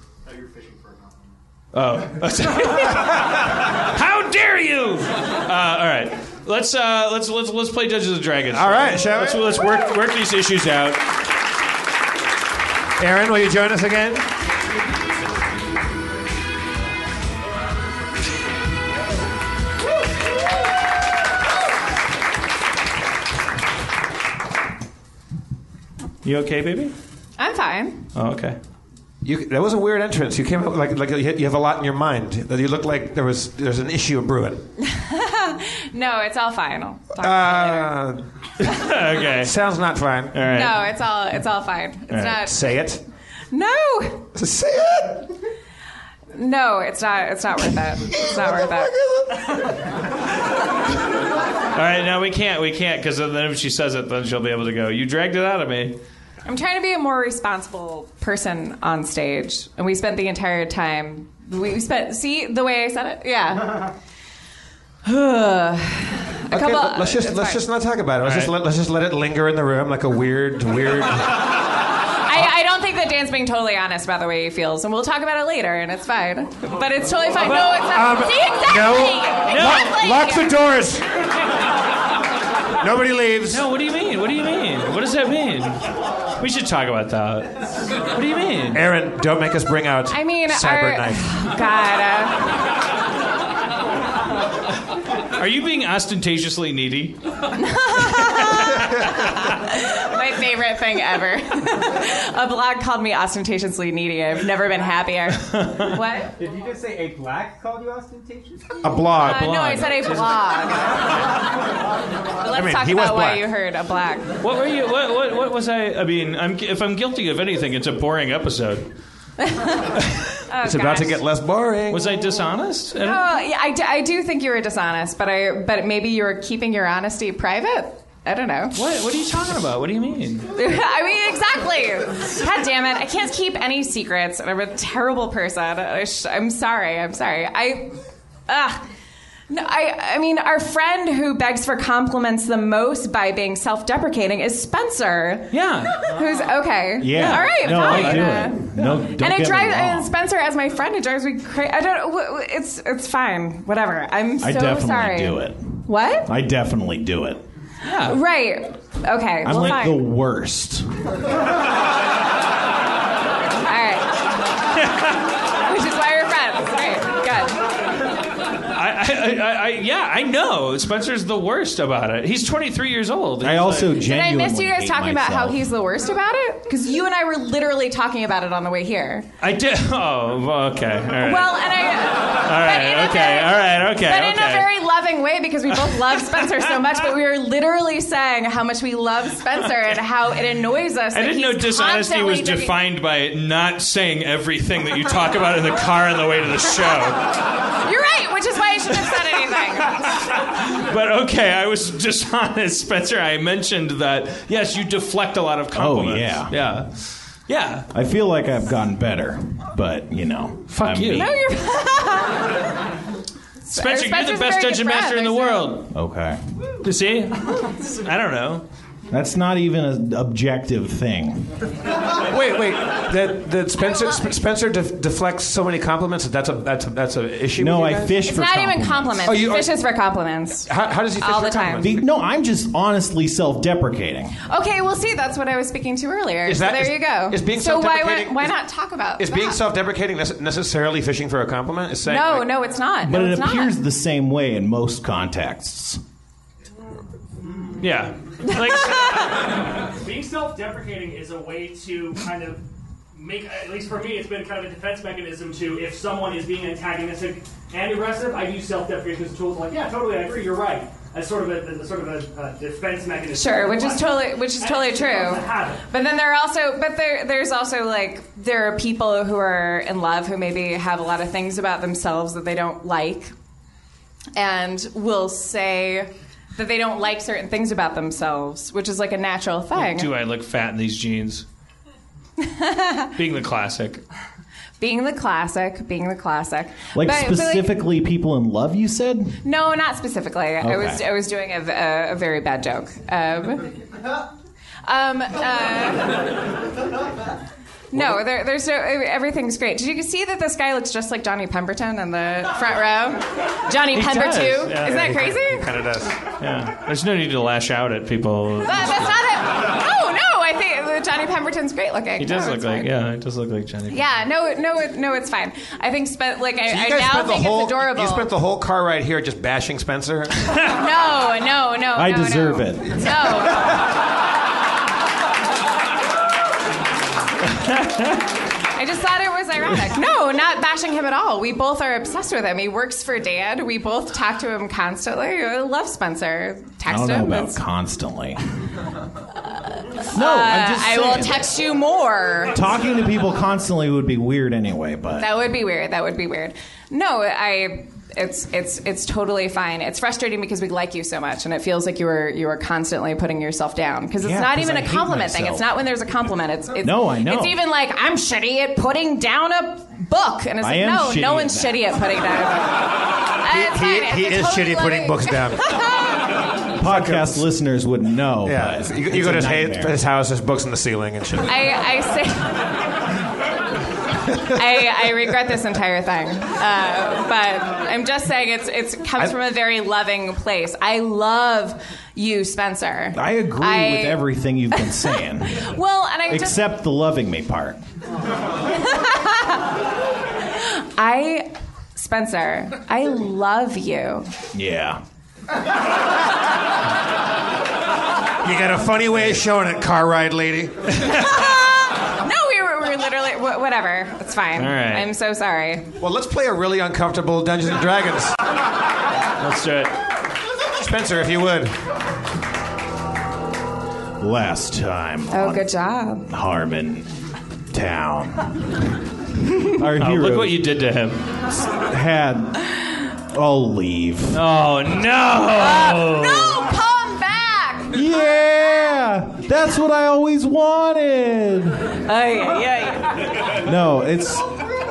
Oh, [LAUGHS] [LAUGHS] [LAUGHS] how dare you! [LAUGHS] Uh, all right, let's uh, let's let's let's play Judges and Dragons. All right, shall we? let's, let's work work these issues out. Aaron, will you join us again? You okay, baby? I'm fine. Oh, okay. You, that was a weird entrance. You came up like like you you have a lot in your mind. That you look like there was there's an issue brewing. [LAUGHS] No, it's all fine. I'll talk Uh, [LAUGHS] okay. Sounds not fine. All right. No, it's all it's all fine. It's not. Say it. No, Say it. no, it's not. It's not worth it. It's not worth it. [LAUGHS] All right, no, we can't, we can't, because then if she says it, then she'll be able to go. You dragged it out of me. I'm trying to be a more responsible person on stage, and we spent the entire time. We we spent. See the way I said it? Yeah. [SIGHS] a Okay, couple. let- let's just it's let's fine. just not talk about it. Let's All just right. let, let's just let it linger in the room like a weird [LAUGHS] weird. I, I don't think that Dan's being totally honest about the way he feels, and we'll talk about it later, and it's fine. But it's totally fine. No, it's not. Um, See, exactly. no. Exactly. Lock, lock the doors. Nobody leaves. No, what do you mean? What do you mean? What does that mean? We should talk about that. What do you mean? Aaron, don't make us bring out. I mean, cyber our, knife. God, uh, Are you being ostentatiously needy? uh, my favorite thing ever. a blog called me ostentatiously needy. I've never been happier. [LAUGHS] What? Did you just say a black called you ostentatious? A blog. Uh, no, I said a blog. Let's mean, talk he was about why black. you heard a black. Oh, What were you? What, what, what was I? I mean, I'm, if I'm guilty of anything, it's a boring episode. Oh, It's about to gosh. get less boring. Was I dishonest? Oh, yeah, I, d- I do think you were dishonest, but I but maybe you were keeping your honesty private. I don't know. What? What are you talking about? What do you mean? [LAUGHS] I mean, exactly. God damn it. I can't keep any secrets, and I'm a terrible person. I sh- I'm sorry. I'm sorry. I. Ugh. No, I, I mean, our friend who begs for compliments the most by being self deprecating is Spencer. Yeah. Who's okay. Yeah. All right. No, fine. I do Uh, it. No, don't and get it me drives wrong. and Spencer as my friend. It drives me crazy. I don't. w- w- It's it's fine. Whatever. I'm so I definitely sorry. do it. What? I definitely do it. Right. Okay. I'm well, like fine. the worst. All right. Which is why we're friends. Right. I, I, I, I, yeah, I know. Spencer's the worst about it. He's 23 years old. I also Good. Did I genuinely miss you guys hate talking about how myself. he's the worst about it? Because you and I were literally talking about it on the way here. I did. [LAUGHS] Oh, well, okay. All right. Well, and I. all right. Okay. All right. Okay. But okay. in a very loving way because we both love Spencer so much, but we were literally saying how much we love Spencer and how it annoys us. I that didn't know he's dishonesty was constantly doing- defined by not saying everything that you talk about in the car on the way to the show. [LAUGHS] You're right, which is why I should have said anything. [LAUGHS] But okay, I was [LAUGHS] dishonest, Spencer. I mentioned that. Yes, you deflect a lot Oh, of compliments. yeah. yeah, yeah. I feel like I've gotten better, but you know, fuck you. no, you're. [LAUGHS] Spencer, you're Spencer's a the best very good dungeon master friend, [LAUGHS] in the world. Okay, You see? I don't know. that's not even an objective thing. Wait, wait. That that Spencer Sp- Spencer def- deflects so many compliments. That that's a that's a, that's an issue. No, with you I guys? fish It's not even compliments. Oh, you- He fishes for compliments. How, how does he fish All for the time. compliments? The- no, I'm just honestly self-deprecating. Okay, well, see, that's what I was speaking to earlier. Is that- so there is- you go. is being so why, why, self-deprecating- why is- not talk about Is being that? self-deprecating nece- necessarily fishing for a compliment? Is saying No, like- no, it's not. But no, it it's appears not. the same way in most contexts. Yeah. [LAUGHS] Being self-deprecating is a way to kind of make, at least for me, it's been kind of a defense mechanism to if someone is being antagonistic and aggressive, I use self-deprecation as a tool. Like, yeah, totally, I agree, you're right. As sort of a, a sort of a, a defense mechanism. Sure, which is totally which is And totally it true. becomes a habit. But then there are also but there there's also like there are people who are in love who maybe have a lot of things about themselves that they don't like and will say that they don't like certain things about themselves, which is like a natural thing. Do I look fat in these jeans? Being the classic. [LAUGHS] Being the classic, being the classic. Like But- but, specifically, people in love. You said No, not specifically. I was Okay. I was doing a, a, a very bad joke. Um, um, uh, no, there, there's no, everything's great. Did you see that this guy looks just like Johnny Pemberton in the front row? Johnny He Pember does. too. Yeah, Isn't that he- crazy? he kinda does. Yeah. There's no need to lash out at people. That- that's not it. No, no. I think that Johnny Pemberton's great looking. He does No, look it's like fine. yeah, he does look like Johnny. Yeah, no, no, it- no, it's fine. I think, spe- like, I, So you I guys now spent the think whole it's adorable. you spent the whole car ride here just bashing Spencer. [LAUGHS] no, no, no. I no, deserve no. [LAUGHS] it. No. I just thought it was ironic. No, not bashing him at all. We both are obsessed with him. He works for Dad. We both talk to him constantly. I love Spencer. I Text don't know him. about It's- constantly. uh, No, I'm just I will saying. text you more. Talking to people constantly would be weird anyway. But That would be weird. That would be weird. No, I. It's it's it's totally fine. It's frustrating because we like you so much, and it feels like you were you were constantly putting yourself down because it's Yeah, not 'cause even I a hate compliment thing. myself. It's not when there's a compliment. It's, it's No, I know. It's even like I'm shitty at putting down a book, and it's I like am no, shitty no at one's that. shitty at putting [LAUGHS] down. a book. Uh, it's he- fine. he It's a is totally shitty at putting loving- books down. podcast listeners would know. Yeah, but you, you it's go a to his, ha- nightmare. his house, there's books in the ceiling and shit. I, I say. I, I regret this entire thing, uh, but I'm just saying it's it's comes I- from a very loving place. I love you, Spencer. I agree I- with everything you've been saying, Well, [LAUGHS] and I just except the loving me part. I Spencer, I love you. [LAUGHS] Yeah. You got a funny way of showing it, car ride lady. No, we were, we were literally wh- whatever. It's fine. All right. I'm so sorry. Well, let's play a really uncomfortable Dungeons and Dragons. Let's do it. Spencer, if you would. Last time Oh, good job. Harmon Town. [LAUGHS] Our Oh, hero look what you did to him. had. I'll leave. Oh Oh. no! no, come back. Yeah, that's what I always wanted. [LAUGHS] No, it's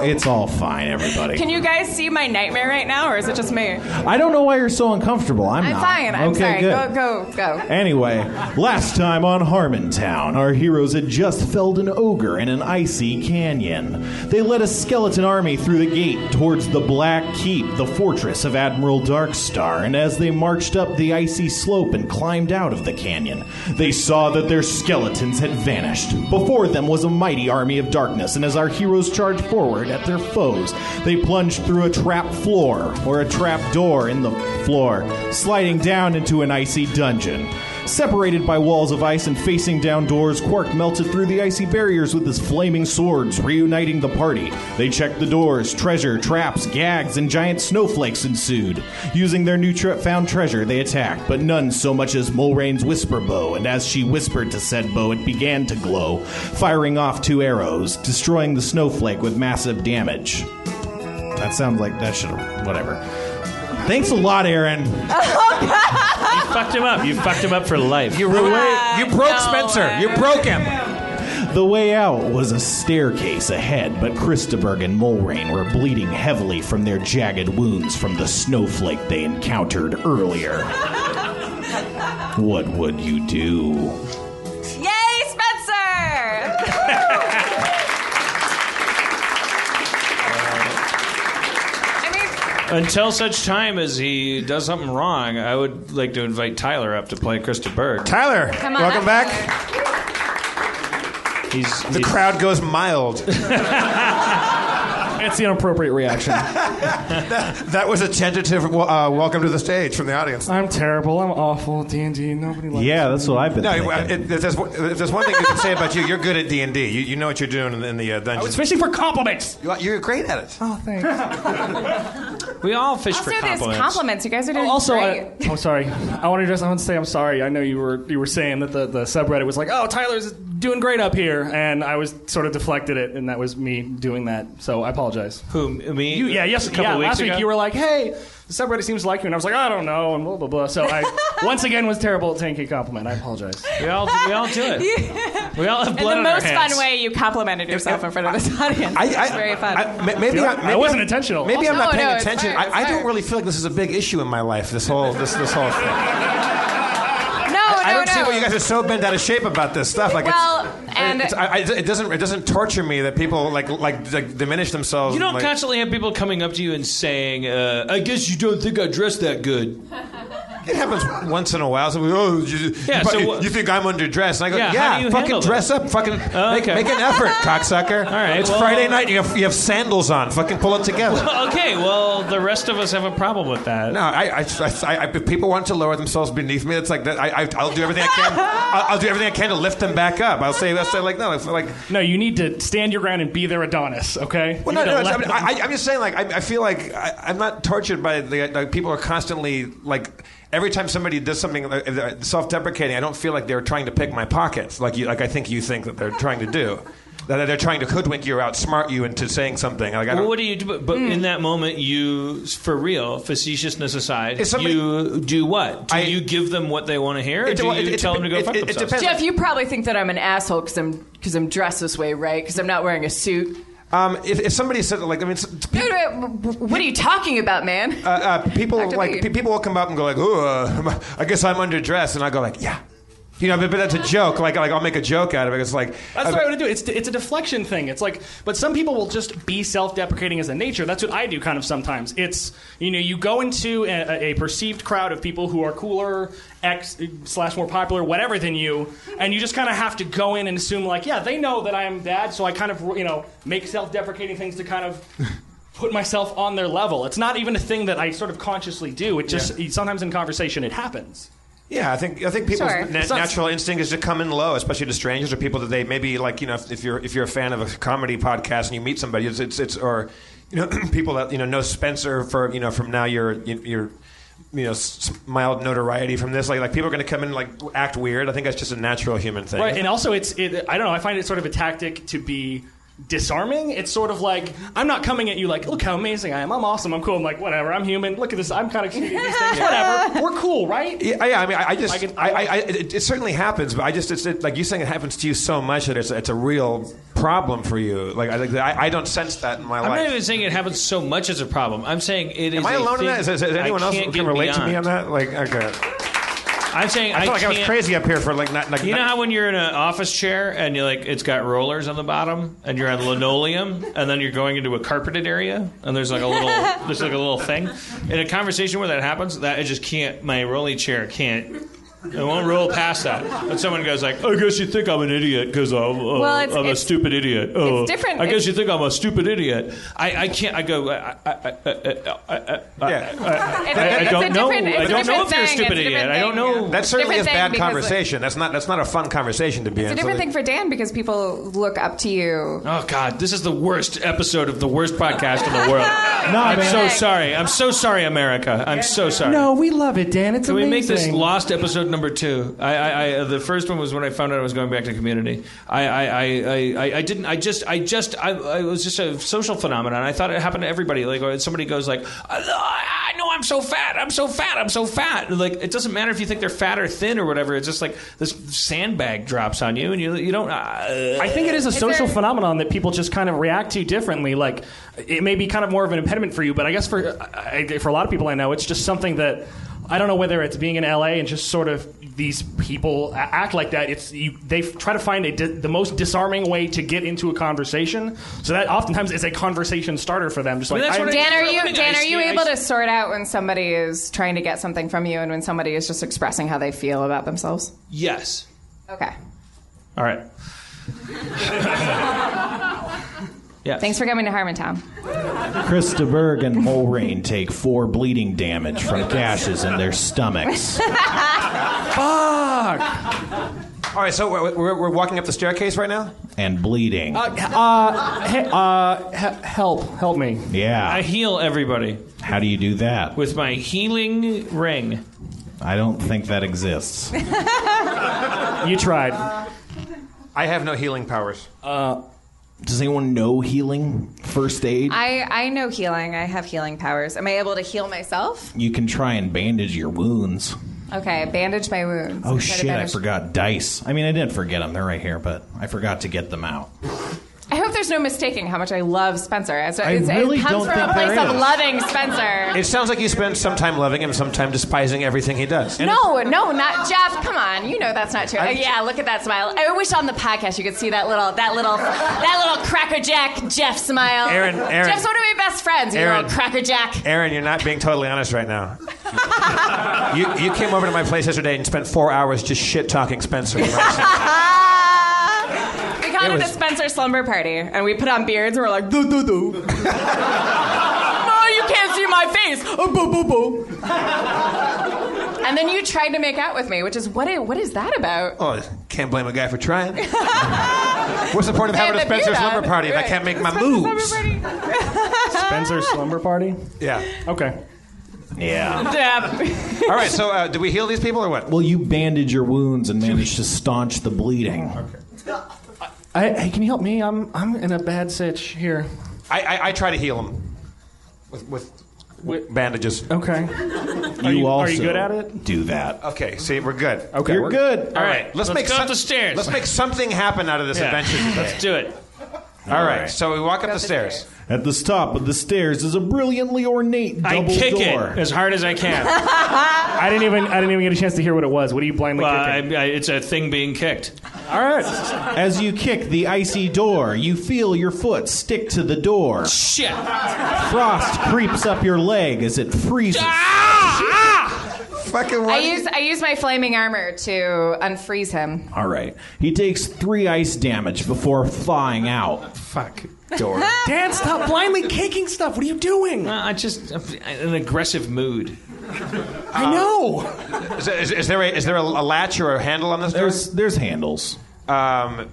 it's all fine, everybody. Can you guys see my nightmare right now, or is it just me? I don't know why you're so uncomfortable. I'm, I'm not. fine. I'm okay, sorry. Good. Go, go, go. Anyway, last time on Harmontown, our heroes had just felled an ogre in an icy canyon. They led a skeleton army through the gate towards the Black Keep, the fortress of Admiral Darkstar, and as they marched up the icy slope and climbed out of the canyon, they saw that their skeletons had vanished. Before them was a mighty army of darkness, and as our heroes charged forward at their foes, they plunged through a trap floor or a trap door in the floor, sliding down into an icy dungeon. Separated by walls of ice and facing down doors, Quark melted through the icy barriers with his flaming swords, reuniting the party. They checked the doors, treasure, traps, gags, and giant snowflakes ensued. Using their new tre- found treasure, they attacked, but none so much as Mulrain's whisper bow, and as she whispered to said bow, it began to glow, firing off two arrows, destroying the snowflake with massive damage. That sounds like that should have. Whatever. Thanks a lot, Aaron. You fucked him up. You fucked him up for life. You you broke Spencer. You broke him. The way out was a staircase ahead, but Christaberg and Mulrain were bleeding heavily from their jagged wounds from the snowflake they encountered earlier. what would you do? [LAUGHS] Yay, [LAUGHS] Spencer! Until such time as he does something wrong, I would like to invite Tyler up to play Krista Berg. Tyler, Come on welcome up, back. He's, the crowd goes mild. That's the inappropriate reaction. that, [LAUGHS] that was a tentative uh, welcome to the stage from the audience. I'm terrible. I'm awful. D and D. Nobody likes. Yeah, that's what I've been No, uh, thinking. it, it, if there's, if there's one thing you can say about you, you're good at D and D. You know what you're doing in, the- in the uh, dungeon. Especially for compliments. You are- You're great at it. Oh, [LAUGHS] thanks. we all fish Also, there's compliments. You guys are doing also, uh, great. I, am Oh, sorry. I want to just I want to say I'm sorry. I know you were you were saying that the, the subreddit was like, oh, Tyler's doing great up here, and I was sort of deflected it, and that was me doing that. So I apologize. Who me? You, yeah, yes, A couple yeah, weeks last ago? week you were like, hey, the subreddit seems to like you, and I was like, I don't know, and blah blah blah. So [LAUGHS] I once again was terrible at taking a compliment. I apologize. We all we all do [LAUGHS] it. We all have In blood the on our most hands. fun way you complimented yourself in front of this audience. It's very fun. ma- maybe I, maybe I'm- Maybe I'm not No, paying no, it's attention. fine, I, it's I fine. don't really feel like this is a big issue in my life. This whole this this [LAUGHS] whole thing. No, I no, don't see no. why you guys are so bent out of shape about this stuff. Like, Well, it's, and- it's, I, I, it doesn't it doesn't torture me that people like like, like diminish themselves. You don't like, constantly have people coming up to you and saying, uh, "I guess you don't think I dress that good." It happens once in a while. So we, oh, you, Yeah, you, so you- what- you think I'm underdressed? And I go, Yeah, yeah, how do you handle fucking it? Oh, dress up, fucking make, okay. make an [LAUGHS] effort, cocksucker. All right, it's well- Friday night. You have, you have sandals on. Fucking pull it together. [LAUGHS] Well, okay, well, the rest of us have a problem with that. No, I, I, I, I- if people want to lower themselves beneath me, it's like that. I, I, I'll do everything I can. [LAUGHS] I'll, I'll do everything I can to lift them back up. I'll say, I'll say like, no, I feel like. No, you need to stand your ground and be their Adonis. Okay. Well, no, no, You need to it's, I let mean, them- I, I'm just saying, like, I, I feel like I, I'm not tortured by the like, people are constantly like. Every time somebody does something like, uh, self-deprecating, I don't feel like they're trying to pick my pockets, like you, like I think you think that they're trying to do, [LAUGHS] that they're trying to hoodwink you or outsmart you into saying something. Like, I Well, don't, what do you do? But, but Mm. in that moment, you, for real, facetiousness aside, you do what? Do you give them what they want to hear, or It- do well, it- you it tell dep- them to go it- fuck it- it themselves? Jeff, you probably think that I'm an asshole because I'm because I'm dressed this way, right? Because I'm not wearing a suit. um, if, if somebody said like, I mean, s- No, no, what are you talking about, man? uh, uh, people Dr. like Lee. pe- people will come up and go like, "Ooh, uh, [LAUGHS] I guess I'm underdressed," and I go like, "Yeah." You know, but, but that's a joke. Like, like I'll make a joke out of it. It's like That's uh, what I want to do. It's it's a deflection thing. It's like, but some people will just be self-deprecating as a nature. That's what I do kind of sometimes. It's you know you go into a, a perceived crowd of people who are cooler, X slash more popular, whatever than you, and you just kind of have to go in and assume like, yeah, they know that I am that, so I kind of you know make self-deprecating things to [LAUGHS] kind of. Put myself on their level. It's not even a thing that I sort of consciously do. It just sometimes in conversation it happens. Yeah, I think I think people's Sure. na- It's not- natural instinct is to come in low, especially to strangers or people that they maybe like. You know, if, if you're if you're a fan of a comedy podcast and you meet somebody, it's it's, it's or you know [CLEARS THROAT] people that you know know Spencer for you know from now you're you're you know s- mild notoriety from this. Like like people are going to come in and like act weird. I think that's just a natural human thing. Right, and also it's it, I don't know. I find it sort of a tactic to be disarming. It's sort of like I'm not coming at you like, look how amazing I am. I'm awesome. I'm cool. I'm like whatever. I'm human. Look at this. I'm kind of these things. Whatever. We're cool, right? Yeah, yeah, I mean, I, I just, I can- I, I, I, it, it certainly happens, but I just, it's it, like you saying, it happens to you so much that it's, it's a real problem for you. Like, I, like, I, I don't sense that in my I'm life. not even saying it happens so much as a problem. I'm saying it is. Am I a alone in thing that? Is, is, is I anyone else can't who get can relate to beyond. me on that? Like, okay. I'm saying I feel like I was can't- crazy up here for like not. Like, You know how when you're in an office chair and you are like it's got rollers on the bottom and you're on linoleum and then you're going into a carpeted area and there's like a little there's like a little thing in a conversation where that happens that I just can't my rolly chair can't it won't roll past that and someone goes like I guess you think I'm an idiot because I'm, uh, Well, it's- I'm a it's- stupid idiot oh, different. I It's- guess you think I'm a stupid idiot I, I can't I go I, I, I, I, I, I, It's a- I, I it's a don't know different- it's I a don't know different if you're a thing. It's stupid a idiot different I don't thing. know That certainly is Different bad thing because- conversation. That's not that's not a fun conversation to be in. It's a so different they- thing for Dan because people look up to you. Oh God, this is the worst episode of the worst podcast in [LAUGHS] the world. No, I'm man. so sorry. I'm so sorry, America. I'm so sorry. No, we love it, Dan. It's Can we amazing. make this lost episode number two? I, I, I, the first one was when I found out I was going back to community. I, I, I, I- I, I didn't. I just, I just, I, I it was just a social phenomenon. I thought it happened to everybody. Like when somebody goes like, I, I know I'm so fat. I'm so fat. I'm so fat. Like it doesn't matter if you think they're fat or thin or whatever. It's just like this sandbag drops on you, and you you don't. Uh, I think it is a social phenomenon that people just kind of react to differently. Like, it may be kind of more of an impediment for you, but I guess for I, I- for a lot of people I know, it's just something that I don't know whether it's being in LA and just sort of these people a- act like that. It's you, they f- try to find a di- the most disarming way to get into a conversation, so that oftentimes is a conversation starter for them. Just like I- Dan, are you Dan, are you able to sort out when somebody is trying to get something from you and when somebody is just expressing how they feel about themselves? Yes. Okay. All right. Yeah. Thanks for coming to Harmontown. Krista Berg and Mulrain take four bleeding damage from gashes in their stomachs. Fuck! All right, so we're, we're, we're walking up the staircase right now? And bleeding. Uh, h- uh, he- uh, he- help, help me. Yeah. I heal everybody. How do you do that? With my healing ring. I don't think that exists. you [LAUGHS] tried. I have no healing powers. Uh, does anyone know healing? First aid? I, I know healing. I have healing powers. Am I able to heal myself? you can try and bandage your wounds. Okay, bandage my wounds. Oh Is that a shit, I bandage? forgot dice. I mean, I didn't forget them. They're right here, but I forgot to get them out. I hope there's no mistaking how much I love Spencer. It's, I it's, really it comes from don't think a place there of is. loving Spencer. It sounds like you spend some time loving him, some time despising everything he does. no, no, not Jeff. Come on, you know that's not true. Oh, I'm- yeah, look at that smile. I wish on the podcast you could see that little, that little, that little crackerjack Jeff smile. Aaron, Aaron. Jeff's one of my best friends. You Aaron. little crackerjack. Aaron, you're not being totally honest right now. you, you came over to my place yesterday and spent four hours just shit talking [LAUGHS] Spencer. We called It it, was- the Spencer Slumber Party, and we put on beards and we're like, doo doo doo. no, you can't see my face. Oh, boo boo boo. and then you tried to make out with me, which is what? i- what is that about? oh, can't blame a guy for trying. [LAUGHS] What's the point of They having a have the Spencer beard on. slumber party if I Right. can't make my Spencer moves? [LAUGHS] Spencer slumber party. Yeah. Okay. Yeah. All right, so uh, do we heal these people or what? Well, you bandage your wounds and manage to staunch the bleeding. I, hey, can you help me? I'm I'm in a bad sitch here. I, I, I try to heal them with, with, with bandages. Okay. You, also are you good at it? Do that. Okay, see, we're good. Okay, You're we're- good. All All right, right, let's, let's make go some- up the stairs. Let's make something happen out of this Yeah, adventure. let's do it. All right, so we walk up the, stairs. At the top of the stairs is a brilliantly ornate I double kick door. it as hard as [LAUGHS] I can. I didn't even I didn't even get a chance to hear what it was. What are you blindly Well, I, kicking? I, it's a thing being kicked. All right. As you kick the icy door, you feel your foot stick to the door. Shit. Frost creeps up your leg as it freezes. Fucking I use I use my flaming armor to unfreeze him. All right. He takes three ice damage before flying out. Fuck. [LAUGHS] Door. Dan, stop blindly kicking stuff. What are you doing? Uh, I just an aggressive mood. I know. Uh, Is, is, is there a, is there a, a latch or a handle on this door? There's there's handles. Um,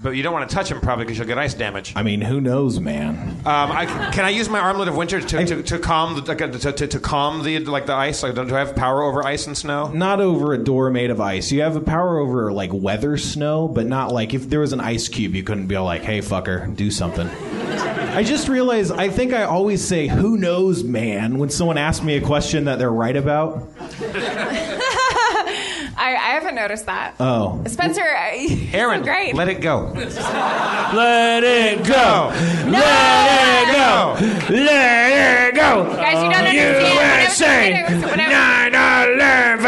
but you don't want to touch them probably because you'll get ice damage. I mean, who knows, man? Um, I, can I use my armlet of winter to, to, to calm the, like, uh, to, to, to calm the like the ice? Like, do I have power over ice and snow? Not over a door made of ice. You have a power over like weather snow, but not like if there was an ice cube, you couldn't be all like, "Hey, fucker, do something." I just realized I think I always say "Who knows, man?" when someone asks me a question that they're right about. I, I haven't noticed that. Oh, Spencer, [LAUGHS] I, Aaron, great. let it go. Let go. it Let it go. Let it go. Guys, you don't USA. understand. When I was- when I 9-11,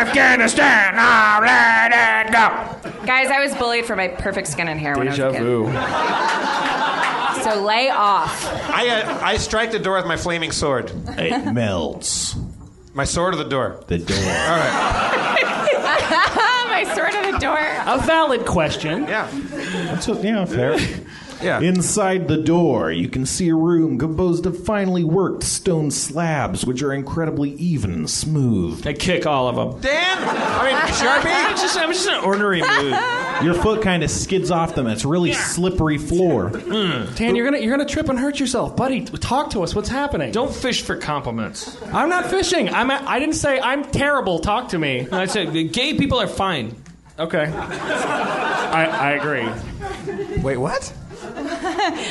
Afghanistan. Oh, let it go. was- Guys, I was bullied for my perfect skin and hair when I was Deja a kid. vu. So lay off. [LAUGHS] I uh, I strike the door with my flaming sword. It melts. My sword or the door? The door. All right. my sword at the door. A valid question. Yeah. That's what, yeah, fair. Yeah. Inside the door, you can see a room composed of finely worked stone slabs, which are incredibly even and smooth. I kick all of them. Dan, I mean Sharpie. [LAUGHS] I'm just, I'm just in an ornery mood. Your foot kind of skids off them. It's really [LAUGHS] slippery floor. mm. Dan, you're gonna you're gonna trip and hurt yourself, buddy. Talk to us. What's happening? Don't fish for compliments. I'm not fishing. I'm. A, I didn't say I'm terrible. Talk to me. I said gay people are fine. Okay. I, I agree. [LAUGHS] Wait, what?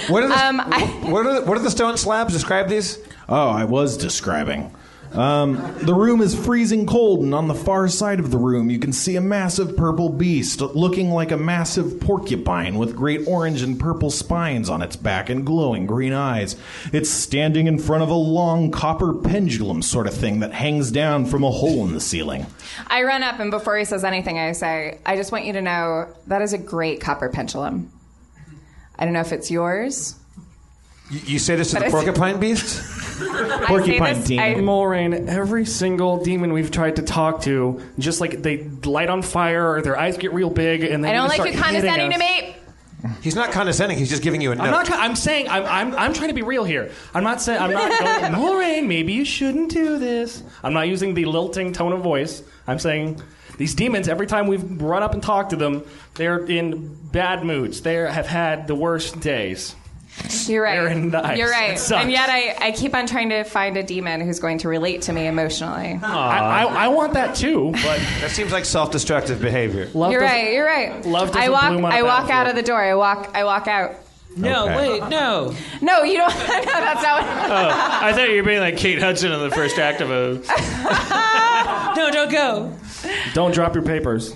What are the, Um, I- [LAUGHS] what are the, what are the stone slabs? Describe these. Oh, I was describing. Um, the room is freezing cold, and on the far side of the room, you can see a massive purple beast looking like a massive porcupine with great orange and purple spines on its back and glowing green eyes. It's standing in front of a long copper pendulum sort of thing that hangs down from a hole in the ceiling. I run up, and before he says anything, I say, I just want you to know that is a great copper pendulum. I don't know if it's yours. You, you say this to But the it's- porcupine beast? Porcupine this- demon. I- Moraine, every single demon we've tried to talk to, just like they light on fire or their eyes get real big and they I don't just like you start hitting condescending us. to me. He's not condescending. He's just giving you a note. I'm not. I'm saying. I'm, I'm. I'm trying to be real here. I'm not saying. [LAUGHS] I'm not. Going, Moraine, maybe you shouldn't do this. I'm not using the lilting tone of voice. I'm saying these demons. Every time we've run up and talked to them, they're in bad moods. They have had the worst days. You're right. They're in the ice. You're It right. sucks. And yet I, I keep on trying to find a demon who's going to relate to me emotionally. I, I, I want that too, but [LAUGHS] that seems like self-destructive behavior. you're right. You're right. love I doesn't walk. bloom on a I walk out battlefield. of the door. I walk. I walk out. No, Okay. [LAUGHS] wait, no. Oh, No, you don't. no, that's not. What, I thought you were being like Kate Hudson in the first act of a. no, don't go. Don't drop your papers.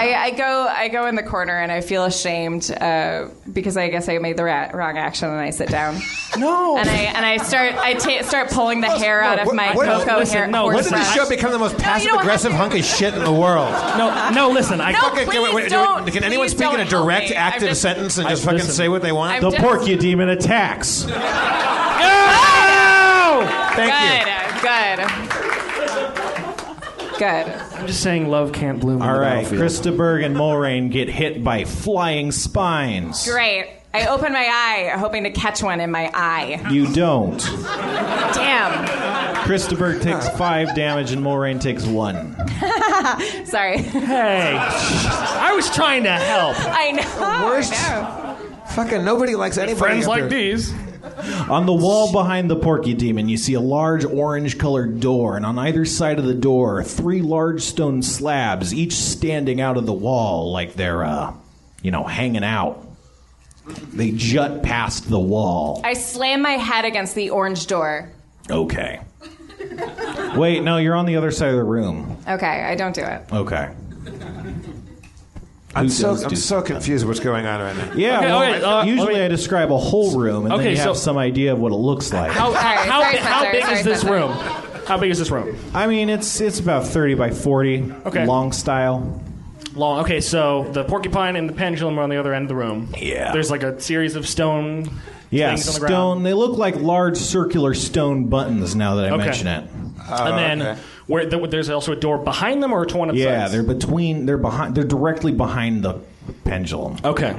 [LAUGHS] I, I go. I go in the corner and I feel ashamed uh, because I guess I made the ra- wrong action and I [LAUGHS] sit down. no. And I and I start. I ta start pulling the hair out of my cocoa hair. When horse did this brush. show become the most [LAUGHS] passive-aggressive hunk of shit in the world? No, no. Listen, I No, fucking please wait, wait, don't. Can anyone Please speak in don't a help direct, me. I'm active just- sentence and I- just fucking listen. say what they want? I'm the just- porcupine [LAUGHS] demon attacks. good. Good. I'm just saying, love can't bloom. All the right, battlefield. Krista Berg and Mulrain get hit by flying spines. Great. I open my eye, hoping to catch one in my eye. You don't. Damn. Krista Berg takes five damage and Mulrain takes one. [LAUGHS] Sorry. Hey, I was trying to help. I know. Worst. I Fucking nobody likes anybody. after- these. On the wall behind the Porky Demon, you see a large orange colored door, and on either side of the door, three large stone slabs, each standing out of the wall like they're, uh, you know, hanging out. They jut past the wall. know. I slam my head against the orange door. Okay. Wait, no, you're on the other side of the room. Okay, I don't do it. Okay. I'm Who so, does I'm do- so confused what's going on right now. Yeah, well, I- usually I describe a whole room, and uh, Okay, then you so- have some idea of what it looks like. How, how, sorry, how Spencer, big sorry, is this Spencer. room? How big is this room? I mean, it's it's about thirty by forty, Okay. long style. Long. Okay, so the porcupine and the pendulum are on the other end of the room. Yeah. There's like a series of stone Yeah, things on the ground. stone. They look like large circular stone buttons. Now that I Okay. mention it, and then where the, there's also a door behind them or to one of yeah, they're between. They're behind. They're directly behind the pendulum. Okay.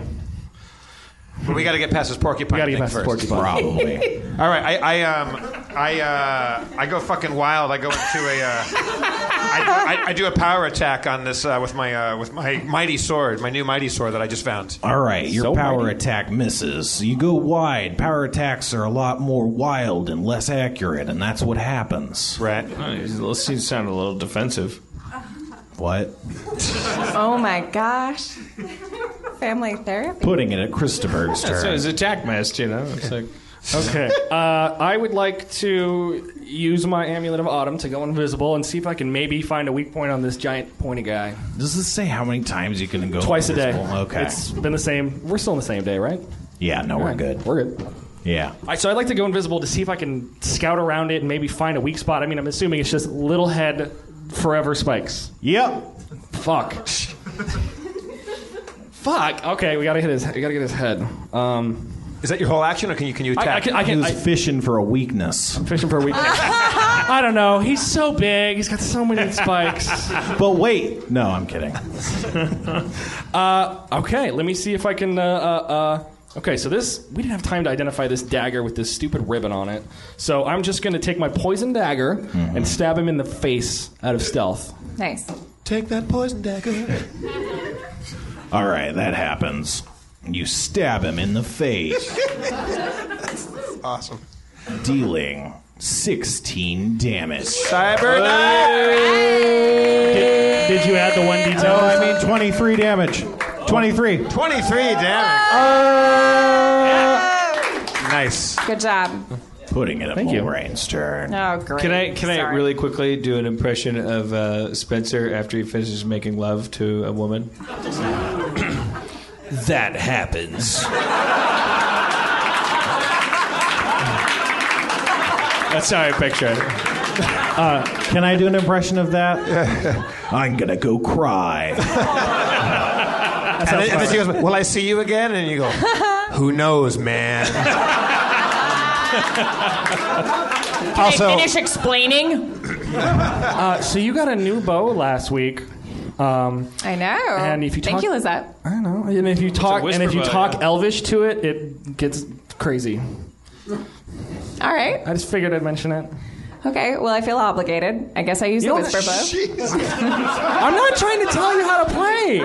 But we got to get past this porcupine. gotta get thing past this first. [LAUGHS] porcupine. Probably. All right, I, I um, I uh, I go fucking wild. I go into a, uh, I, I, I do a power attack on this uh, with my uh, with my mighty sword, my new mighty sword that I just found. All right, your power attack misses. You go wide. Power attacks are a lot more wild and less accurate, and that's what happens. Right. Those seems sound a Oh, little defensive. What? Oh my gosh. Family therapy. Putting it at [LAUGHS] Christopher's turn. So it's attack mist, you know. It's like Okay. uh, I would like to use my amulet of autumn to go invisible and see if I can maybe find a weak point on this giant pointy guy. Does this say how many times you can go? Twice a day. invisible? Okay. It's been the same. We're still on the same day, right? yeah. No, All we're right. good. We're good. Yeah. All right, so I'd like to go invisible to see if I can scout around it and maybe find a weak spot. I mean, I'm assuming it's just little head forever spikes. Yep. Fuck. Fuck. Okay, we gotta hit his. We gotta get his head. Um, Is that your whole action, or can you can you I- attack? I can- I can- He was fishing for a weakness. fishing for a weakness. I don't know. He's so big. He's got so many spikes. [LAUGHS] But wait, [LAUGHS] no, I'm kidding. [LAUGHS] uh, okay, let me see if I can. Uh, uh, uh, okay, so this we didn't have time to identify this dagger with this stupid ribbon on it. So I'm just gonna take my poison dagger Mm-hmm. and stab him in the face out of stealth. Nice. Take that poison dagger. All right, that happens. You stab him in the face, [LAUGHS] awesome. dealing 16 damage. Cyber Did, did you add the one d10? No, I mean 23 damage. 23. 23 damage. nice. Good job. Putting it at Thank you. Mulrain's turn. Oh, great. Can I can I Sorry. really quickly do an impression of uh, Spencer after he finishes making love to a [LAUGHS] [LAUGHS] woman? [LAUGHS] that happens. That's how I picture it. Uh, can I do an impression of [LAUGHS] that? I'm gonna go [LAUGHS] cry. And then, and then she goes, "Will I see you again?" And you go, "Who knows, man." [LAUGHS] Can Also- I finish explaining? Uh, so you got a new bow last week. Um, I know. And if you Thank talk- you, Lizette. I know. And if you talk and whisper if you bow, talk yeah. Elvish to it, it gets crazy. All right. I just figured I'd mention it. Okay. Well, I feel obligated. I guess I use You the don't- whisper bow. I'm not trying to tell you how to play.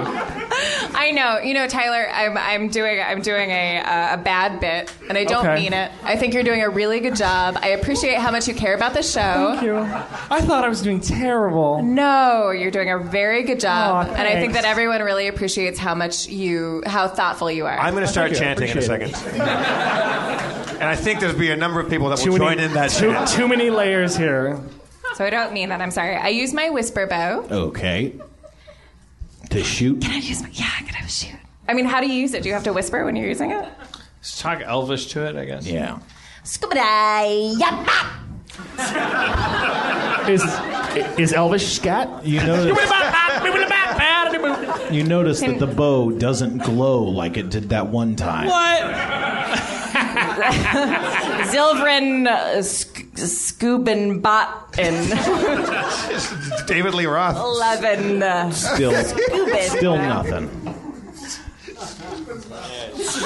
I know. You know, Tyler, I'm, I'm doing I'm doing a uh, a bad bit, and I don't Okay. mean it. I think you're doing a really good job. I appreciate how much you care about the show. Thank you. I thought I was doing terrible. No, you're doing a very good job, Aw, and I think thanks. that everyone really appreciates how much you how thoughtful you are. I'm going to start chanting in a second, [LAUGHS] and I think there'll be a number of people that will join in that too, chant. too many layers here. So I don't mean that. I'm sorry. I use my whisper bow. Okay. To shoot. I use my yeah. I gotta shoot. I mean, how do you use it? Do you have to whisper when you're using it? Just talk Elvish to it, I guess. Yeah. Scuba dive. Is is Elvish scat? [LAUGHS] You notice, what? you notice that the bow doesn't glow like it did that one time. [LAUGHS] Zilverin uh, sc- Scoobin Botin. David Lee Roth. Oh. Eleven. Uh, [LAUGHS] Still, Scoobin. still nothing.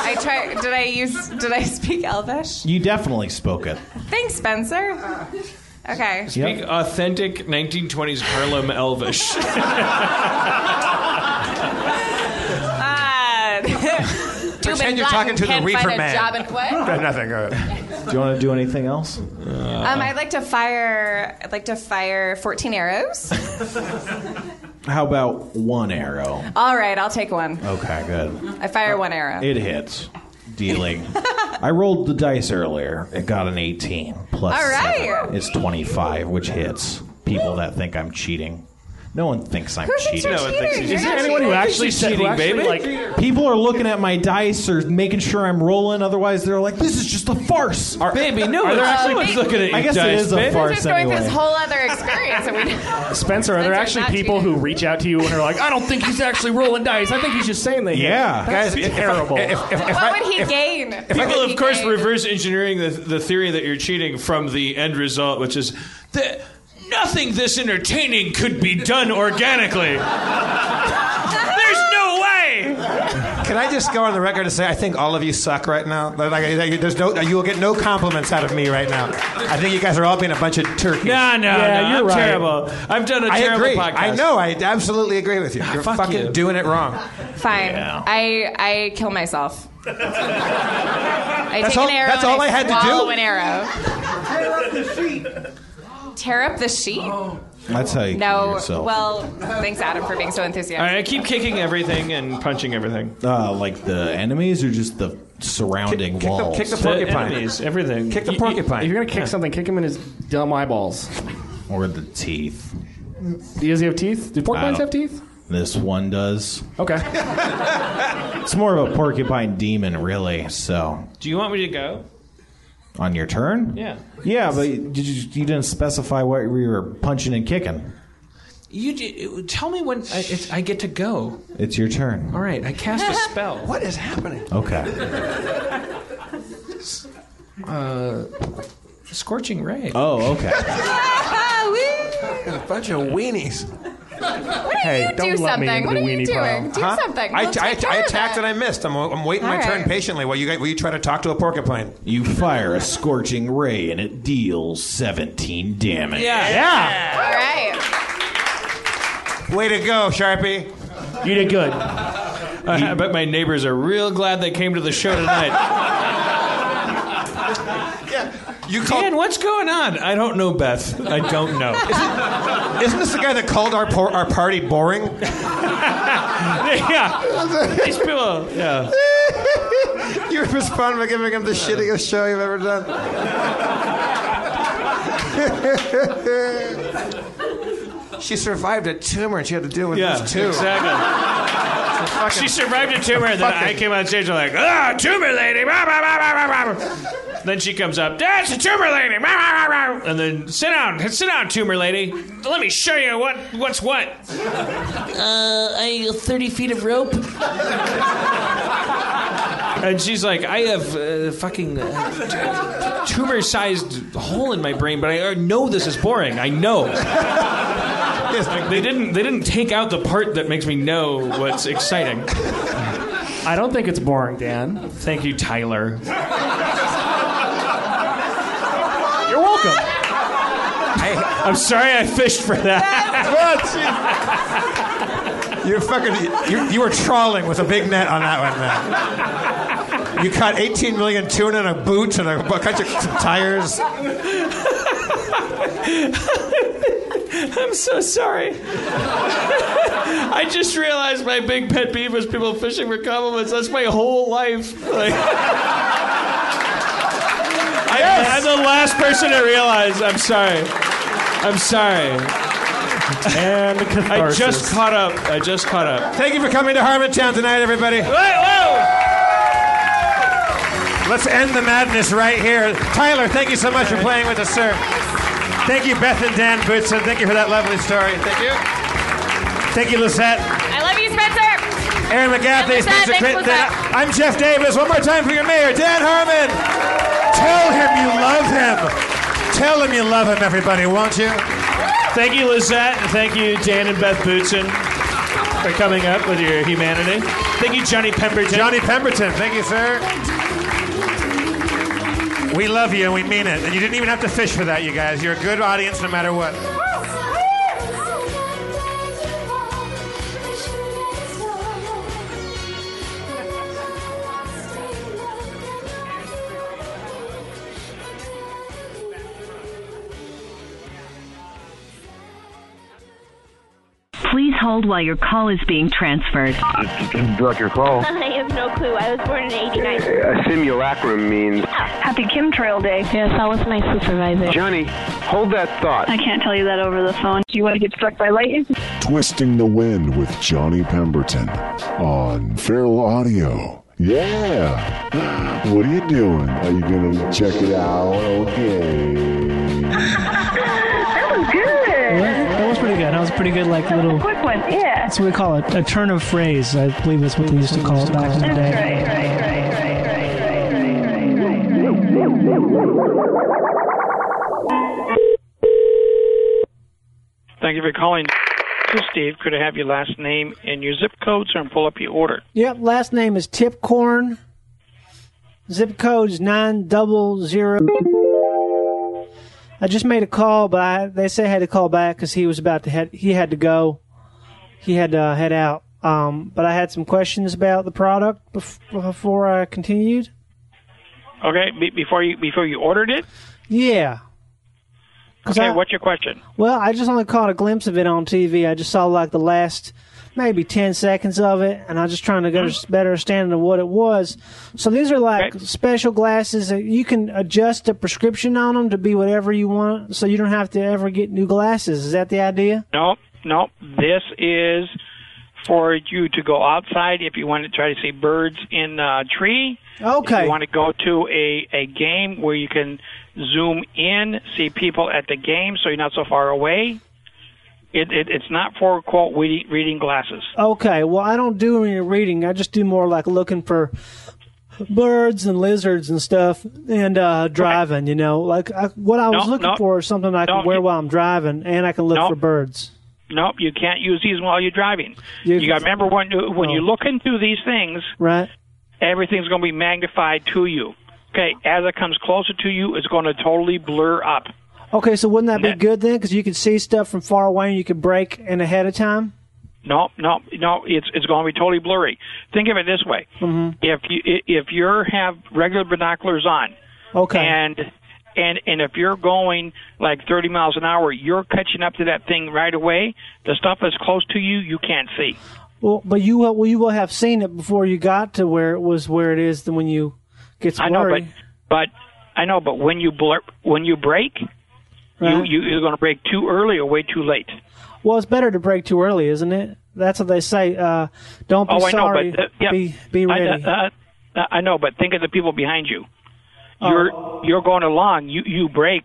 I try. Did I use? Did I speak Elvish? You definitely spoke it. Thanks, Spencer. Okay. Speak authentic 1920s Harlem Elvish. [LAUGHS] Uh, Pretend you're talking to the reefer man. [LAUGHS] what? Nothing. Go ahead. Do you want to do anything else? Uh. Um, I'd like to fire. I'd like to fire 14 arrows. How about one arrow? All right, I'll take one. Okay, good. I fire one arrow. It hits. [LAUGHS] Dealing. I rolled the dice earlier. It got an 18 plus All right. seven is 25, which hits people that think I'm cheating. No one thinks I'm Who thinks cheating. you're No one cheating? thinks you're Is there cheating. anyone who I don't think actually she's cheating, baby? Like, people are looking at my dice or making sure I'm rolling. Otherwise, they're like, "This is just a farce." baby, no Are there one's- actually- no one's looking at I your guess dice, it is a babe. Going farce through anyway. this whole other experience, and [LAUGHS] we. Spencer, are there actually people who reach out to you and are like, I don't think he's actually rolling dice. I think he's just saying they hit." Yeah. That's Guys, if- terrible. What would he gain? What People, would of he course, gain? reverse engineering the, the theory that you're cheating from the end result, which is that nothing this entertaining could be done organically. There's no way. Can I just go on the record and say I think all of you suck right now? Like, like, there's no, you will get no compliments out of me right now. I think you guys are all being a bunch of turkeys. No, no, Yeah, no. you're I'm right. terrible. I've done a I terrible agree. podcast. I know. I absolutely agree with Ah, you. You're fuck fucking you. doing it wrong. Fine. I I kill myself. I That's take all- an arrow. that's and all I had to do? swallow an arrow. Tear up the sheet. That's how you kill no. yourself. Well, thanks, Adam, for being so All right, enthusiastic. I keep kicking everything and punching everything. uh, like the enemies or just the surrounding walls. enemies, everything. Kick the porcupine. If you're gonna kick Yeah. something, kick him in his dumb eyeballs. or the teeth. Does he have teeth? Do porcupines I have don't- teeth? This one does. Okay. [LAUGHS] It's more of a porcupine demon, really. So, Do you want me to go? on your turn? Yeah. Yeah, but you, you didn't specify what we were punching and kicking. You d- tell me when I, it's, I get to go. It's your turn. All right, I [LAUGHS] cast a spell. What is happening? Okay. Uh, scorching ray. Oh, okay. A bunch of weenies. Why don't you do something? What are you doing? Do something. I, We'll I, take I care of attacked it. and I missed. I'm, I'm waiting All my turn right. patiently while you guys, while you try to talk to a porcupine. You fire a scorching ray and it deals 17 damage. Yeah. All right. Way to go, Sharpie. You did good. [LAUGHS] I bet my neighbors are real glad they came to the [LAUGHS] show tonight. You called. Dan, what's going on? I don't know, Beth. I [LAUGHS] don't know. Isn't this the guy that called our por- our party boring? yeah. These people. Yeah. you you respond by giving him the shittiest show you've ever done? she survived a tumor and she had to deal with Yeah, this too. exactly. Fucking- she survived a tumor, and then Fucking- I came on stage and like, ah, tumor lady. rah, rah, rah, rah, rah, rah." Then she comes up, that's a tumor lady. rah, rah, rah, rah." And then sit down, sit down, tumor lady. Let me show you what what's what. Uh, I thirty feet of rope. [LAUGHS] And she's like, I have a fucking uh, t- tumor-sized hole in my brain, but I uh, know this is boring. I know. [LAUGHS] Like, they didn't. They didn't take out the part that makes me know what's exciting. I don't think it's boring, Dan. Thank you, Tyler. You're welcome. I, I'm sorry I fished for that. You're fucking. You, you were trawling with a big net on that one, man. You caught 18 million tuna and a boot and a bu- bunch of tires. I'm so sorry. I just realized my big pet peeve was people fishing for compliments. That's my whole life. Like, I, I'm the last person to realize. I'm sorry. I'm sorry. And I just caught up. I just caught up. Thank you for coming to Harmontown tonight, everybody. Let's end the madness right here. Tyler, thank you so much for playing with us, sir. Thank you, Beth and Dan Bootson. Thank you for that lovely story. Thank you. Thank you, Lisette. I love you, Spencer. Aaron McGathy, Thanks, Lisette. Spencer Thanks, Clinton. Lisette. I'm Jeff Davis. One more time for your mayor, Dan Harmon. Tell him you love him. Tell him you love him, everybody, won't you? Thank you, Lizette, and thank you, Dan and Beth Bootson, for coming up with your humanity. Thank you, Johnny Pemberton. Johnny Pemberton, thank you, sir. We love you and we mean it. And you didn't even have to fish for that, you guys. You're a good audience no matter what. Please hold while your call is being transferred. Block your call. [LAUGHS] I have no clue. I was born in 89. A simulacrum means. Happy chemtrail day. Yes, I was my supervisor. Johnny, hold that thought. can't tell you that over the phone. Do you want to get struck by lightning? [LAUGHS] Twisting the Wind with Johnny Pemberton on Feral Audio. Yeah. [SIGHS] What are you doing? Are you going to check it out? Okay. That was good. That was pretty good. That was a pretty good, like little. Quick one, yeah. That's what we call it, a turn of phrase. I believe that's what they used to call it back in the day. Thank you for calling. This is Steve. Could I have your last name and your zip code so I can pull up your order? Yep, last name is Tipcorn. Zip code's nine double zero. I just made a call, but I, they say I had to call back because he was about to head. He had to go. He had to uh, head out. Um, but I had some questions about the product bef- before I continued. Okay, be- before you before you ordered it. Yeah. 'Cause Okay, I- what's your question? Well, I just only caught a glimpse of it on TV. I just saw like the last maybe 10 seconds of it, and I was just trying to get a s- better understanding of what it was. So these are like special glasses that you can adjust the prescription on them to be whatever you want, so you don't have to ever get new glasses. Is that the idea? No, no. This is for you to go outside if you want to try to see birds in a tree. If Okay. you want to go to a, a game where you can zoom in, see people at the game so you're not so far away. It, it, it's not for, quote, reading, reading glasses. Okay, well, I don't do any reading. I just do more like looking for birds and lizards and stuff and uh driving you know like I, what i was No, looking no. for is something i can No, wear you- while i'm driving and i can look No. for birds Nope, you can't use these while you're driving. You- You, got to remember when, you- when you look into these things, right everything's going to be magnified to you. Okay, as it comes closer to you, it's going to totally blur up. Okay, so wouldn't that be good then? Because you could see stuff from far away and you could break in ahead of time. No, no, no. It's it's going to be totally blurry. Think of it this way: Mm-hmm. if you if you have regular binoculars on, okay, and and and if you're going like 30 miles an hour, you're catching up to that thing right away. The stuff that's close to you, you can't see. Well, but you will, well, you will have seen it before you got to where it was where it is than when you gets I know, but worried. but I know, but when you blur, when you break, you, Right. you you're going to break too early or way too late. Well, it's better to break too early, isn't it? That's what they say. Uh, don't be oh, I sorry. know, but uh, yeah, be, be ready. I, uh, uh, I know, but think of the people behind you. Oh. You're you're going along. You you break.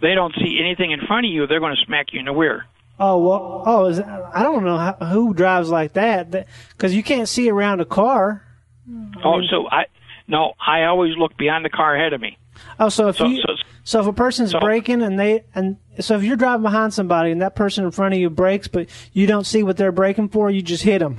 They don't see anything in front of you. They're going to smack you in the rear. oh well. Oh, is, I don't know how, who drives like that because you can't see around a car. Mm-hmm. Oh, so I no. I always look beyond the car ahead of me. Oh, so if So- you, so- so, if a person's braking and they and so if you're driving behind somebody and that person in front of you brakes, but you don't see what they're braking for, you just hit [LAUGHS] Oh, them.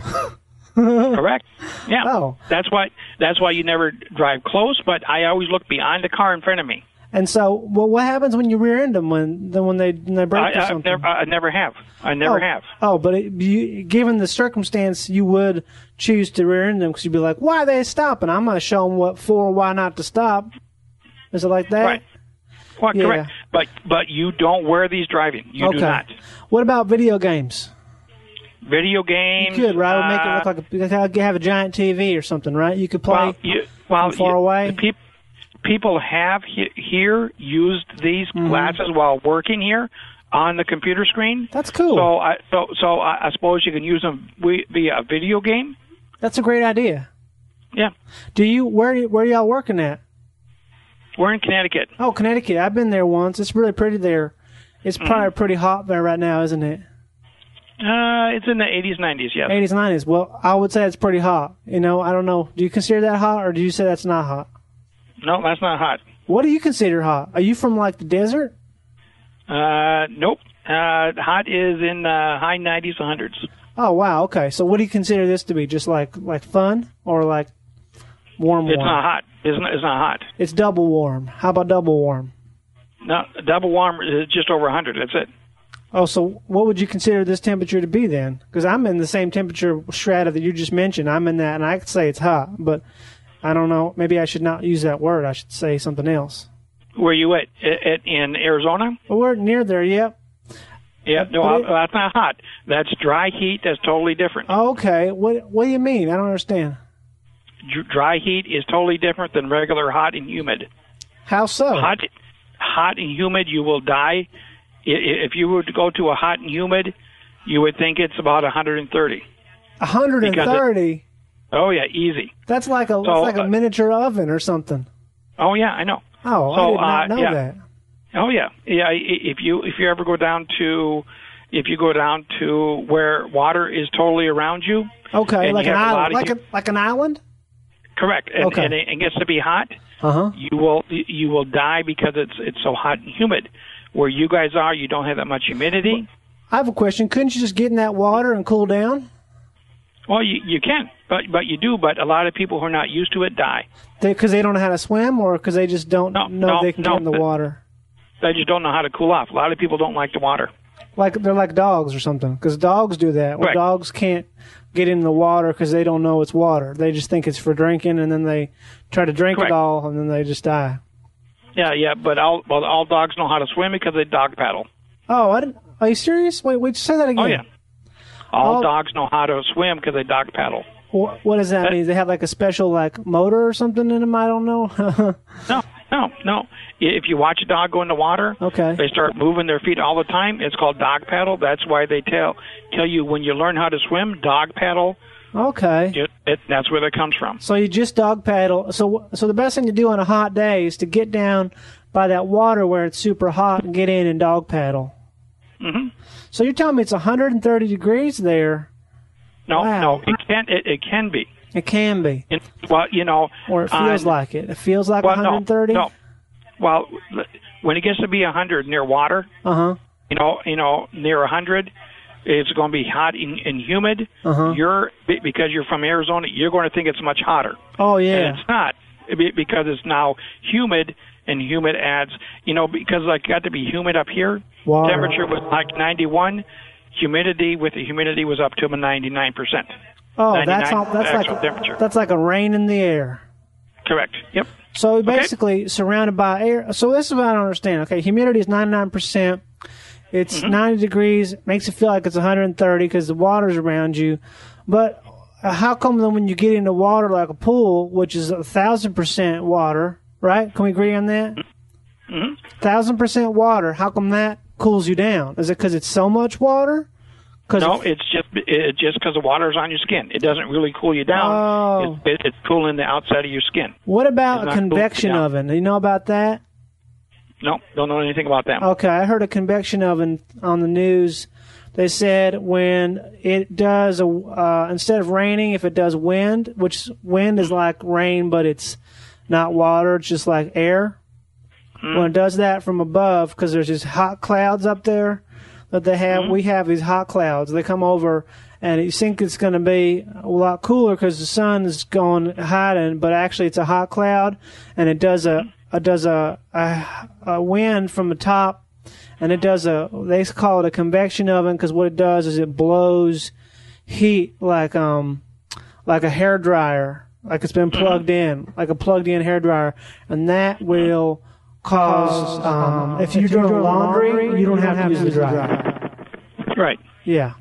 Correct. Yeah. That's why that's why you never drive close. But I always look beyond the car in front of me. And so, well, what happens when you rear end them when then when they when they brake I, or I something? never I never have. I never oh, have. Oh, but it, you, given the circumstance, you would choose to rear end them because you'd be like, "Why are they stopping? I'm gonna show them what for, why not to stop." Is it like that? Right. Well, Yeah. correct. But but you don't wear these driving. You okay. do not. What about video games? Video games. You could, right? It would make it uh, look like a, you could have a giant TV or something, right? You could play. Well, you, well, from far you- away? peop- people have he- here used these Mm-hmm. glasses while working here on the computer screen. That's cool. So, I, so, so I, I suppose you can use them wi- via a video game. That's a great idea. Yeah. Do you where where y'all working at? We're in Connecticut. Oh, Connecticut. I've been there once. It's really pretty there. It's Mm-hmm. probably pretty hot there right now, isn't it? Uh, it's in the 80s, 90s. Yes. 80s, 90s. Well, I would say it's pretty hot. You know, I don't know. Do you consider that hot or do you say that's not hot? No, that's not hot. What do you consider hot? Are you from like the desert? Uh, nope. Uh, hot is in the high 90s, 100s. Oh, wow. Okay. So what do you consider this to be? Just like like fun or like warm It's warm? not hot. It's not, it's not hot. It's double warm. How about double warm? No, double warm is just over 100. That's it. Oh, so what would you consider this temperature to be then? Because I'm in the same temperature strata that you just mentioned. I'm in that, and I could say it's hot, but I don't know. Maybe I should not use that word. I should say something else. Where you at? at, at in Arizona? But we're near there, yep. Yeah, no, But I- it- that's not hot. That's dry heat. That's totally different. Okay. What What do you mean? I don't understand. Dr- Dry heat is totally different than regular hot and humid. How so? Hot, hot and humid, you will die. I- i- If you were to go to a hot and humid, you would think it's about 130. A hundred and thirty. Oh yeah, easy. That's like a So, that's like a uh, miniature oven or something. Oh yeah, I know. Oh, I so, did not uh, know yeah. that. Oh yeah, yeah. i- If you if you ever go down to if you go down to where water is totally around you, Okay, And like you an have a lot island, of like you- a, like an island. correct, and, Okay. and it it gets to be hot, Uh huh. you will you will die because it's it's so hot and humid. Where you guys are, you don't have that much humidity. I have a question. Couldn't you just get in that water and cool down? Well, you you can, but but you do. But a lot of people who are not used to it die. Because they, don't know how to swim, or because they just don't know no, they can no. get in the water. They just don't know how to cool off. A lot of people don't like the water. Like they're like dogs or something. Because dogs do that. Where Right. dogs can't get in the water because they don't know it's water. They just think it's for drinking, and then they try to drink Correct. it all, and then they just die. Yeah, yeah. But all well, all dogs know how to swim because they dog paddle. Oh, I didn't, are you serious? Wait, wait, say that again. Oh yeah. All All- dogs know how to swim because they dog paddle. What, what does that Uh, mean? They have like a special like motor or something in them. I don't know. [LAUGHS] No, no, no. If you watch a dog go in the water, Okay. they start moving their feet all the time. It's called dog paddle. That's why they tell tell you when you learn how to swim, dog paddle. okay. It, it, that's where that comes from. So you just dog paddle. So so the best thing to do on a hot day is to get down by that water where it's super hot and get in and dog paddle. hmm So you're telling me it's 130 degrees there? No, Wow. no, it can it, it can be. It can be, It, well, you know, or it feels on- like it. It feels like well, no, 130. No, well, l- when it gets to be hundred near water, Uh huh. you know, you know, near hundred, it's going to be hot and, and humid. Uh-huh. You're be- because you're from Arizona, you're going to think it's much hotter. Oh And yeah. it's not be- because it's now humid, and humid adds, you know, because I got to be humid up here. Water. Temperature was like 91. Humidity with the humidity was up to 99 percent. Oh, that's 99 all, that's actual like temperature. that's like a rain in the air. Correct. Yep. So basically, surrounded by air. So this is what I don't understand. Okay, humidity is 99%. Mm-hmm. It's 90 degrees, makes it feel like it's 130 because the water's around you. But uh, how come then when you get into water like a pool, which is a thousand percent water, right? Can we agree on that? Mm-hmm. Thousand percent water. How come that cools you down? Is it because it's so much water? Cause no, it's just it's just because the water's on your skin. It doesn't really cool you down. Oh. It's, it's cooling the outside of your skin. What about It's a not cooling you convection down. oven? Do you know about that? No, don't know anything about that. Okay, I heard a convection oven on the news. They said when it does a uh, instead of raining, if it does wind, which wind is like rain, but it's not water; it's just like air. When it does that from above, because there's these hot clouds up there that they have, we have these hot clouds. They come over, and you think it's going to be a lot cooler because the sun is going hiding, but actually it's a hot cloud, and it does a it does a, a a wind from the top, and it does a they call it a convection oven because what it does is it blows heat like um like a hair dryer, like it's been Mm-hmm. plugged in, like a plugged in hair dryer, and that will cause um, if you're doing laundry, you don't have to use the dryer. Right. Yeah.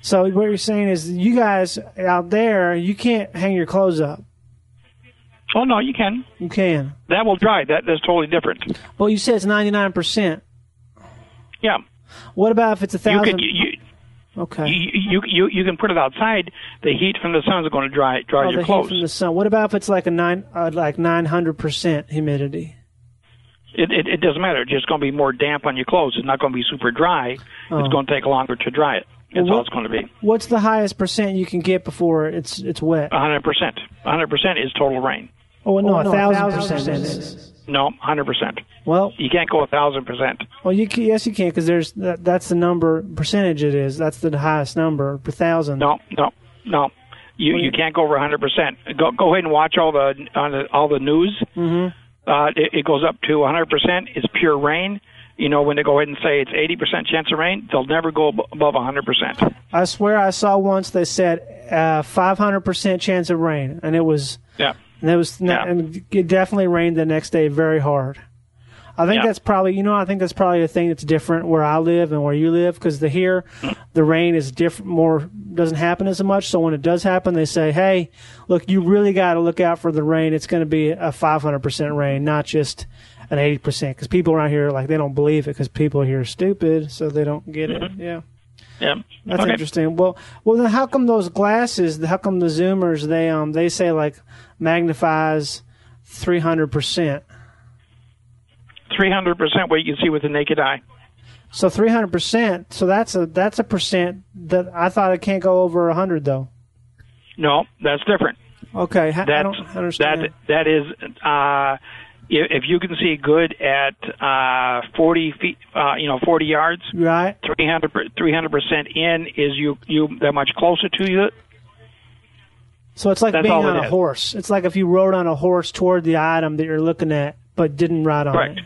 So what you're saying is you guys out there, you can't hang your clothes up. Oh no, you can. You can. That will dry. That that's totally different. Well, you said it's 99 percent. Yeah. What about if it's a You thousand? could you, you, okay. you you you you can put it outside. The heat from the sun is going to dry dry Oh, the your heat clothes. from the sun. What about if it's like a nine, uh, like 900 percent humidity? It, it it doesn't matter. It's just going to be more damp on your clothes. It's not going to be super dry. Oh. It's going to take longer to dry it. That's Well, all it's going to be. What's the highest percent you can get before it's it's wet? 100%. 100% is total rain. Oh no, Oh, a no, a thousand thousand percent percent. is. No, 100%. Well, you can't go a 1000%. Well, you can, yes you can because there's that, that's the number percentage it is. That's the highest number per thousand. No, no, no. You you can't go over 100%. Go go ahead and watch all the on the, all the news. Mm-hmm. Uh, it, it goes up to 100%. It's pure rain. You know when they go ahead and say it's 80% chance of rain, they'll never go ab- above 100%. I swear I saw once they said uh, five hundred percent chance of rain, and it was Yeah. and it was Yeah. and it definitely rained the next day very hard. I think Yeah. that's probably you know I think that's probably a thing that's different where I live and where you live because the here the rain is different more doesn't happen as much so when it does happen they say hey look you really got to look out for the rain it's going to be a 500% rain not just an 80% because people around here like they don't believe it because people here are stupid so they don't get it yeah Yeah. that's Okay. interesting. Well, well, then how come those glasses? How come the zoomers? They um they say like magnifies three hundred percent. 300% what you can see with the naked eye. So three hundred percent. So that's a that's a percent that I thought it can't go over hundred though. No, that's different. Okay, ha- I That's- don't understand. That is, uh, if, if you can see good at uh, 40 feet, uh, you know, 40 yards, right? 300 percent in is you you that much closer to you. So it's like that's being all on it a is. horse. It's like if you rode on a horse toward the item that you're looking at, but didn't ride on Correct. it.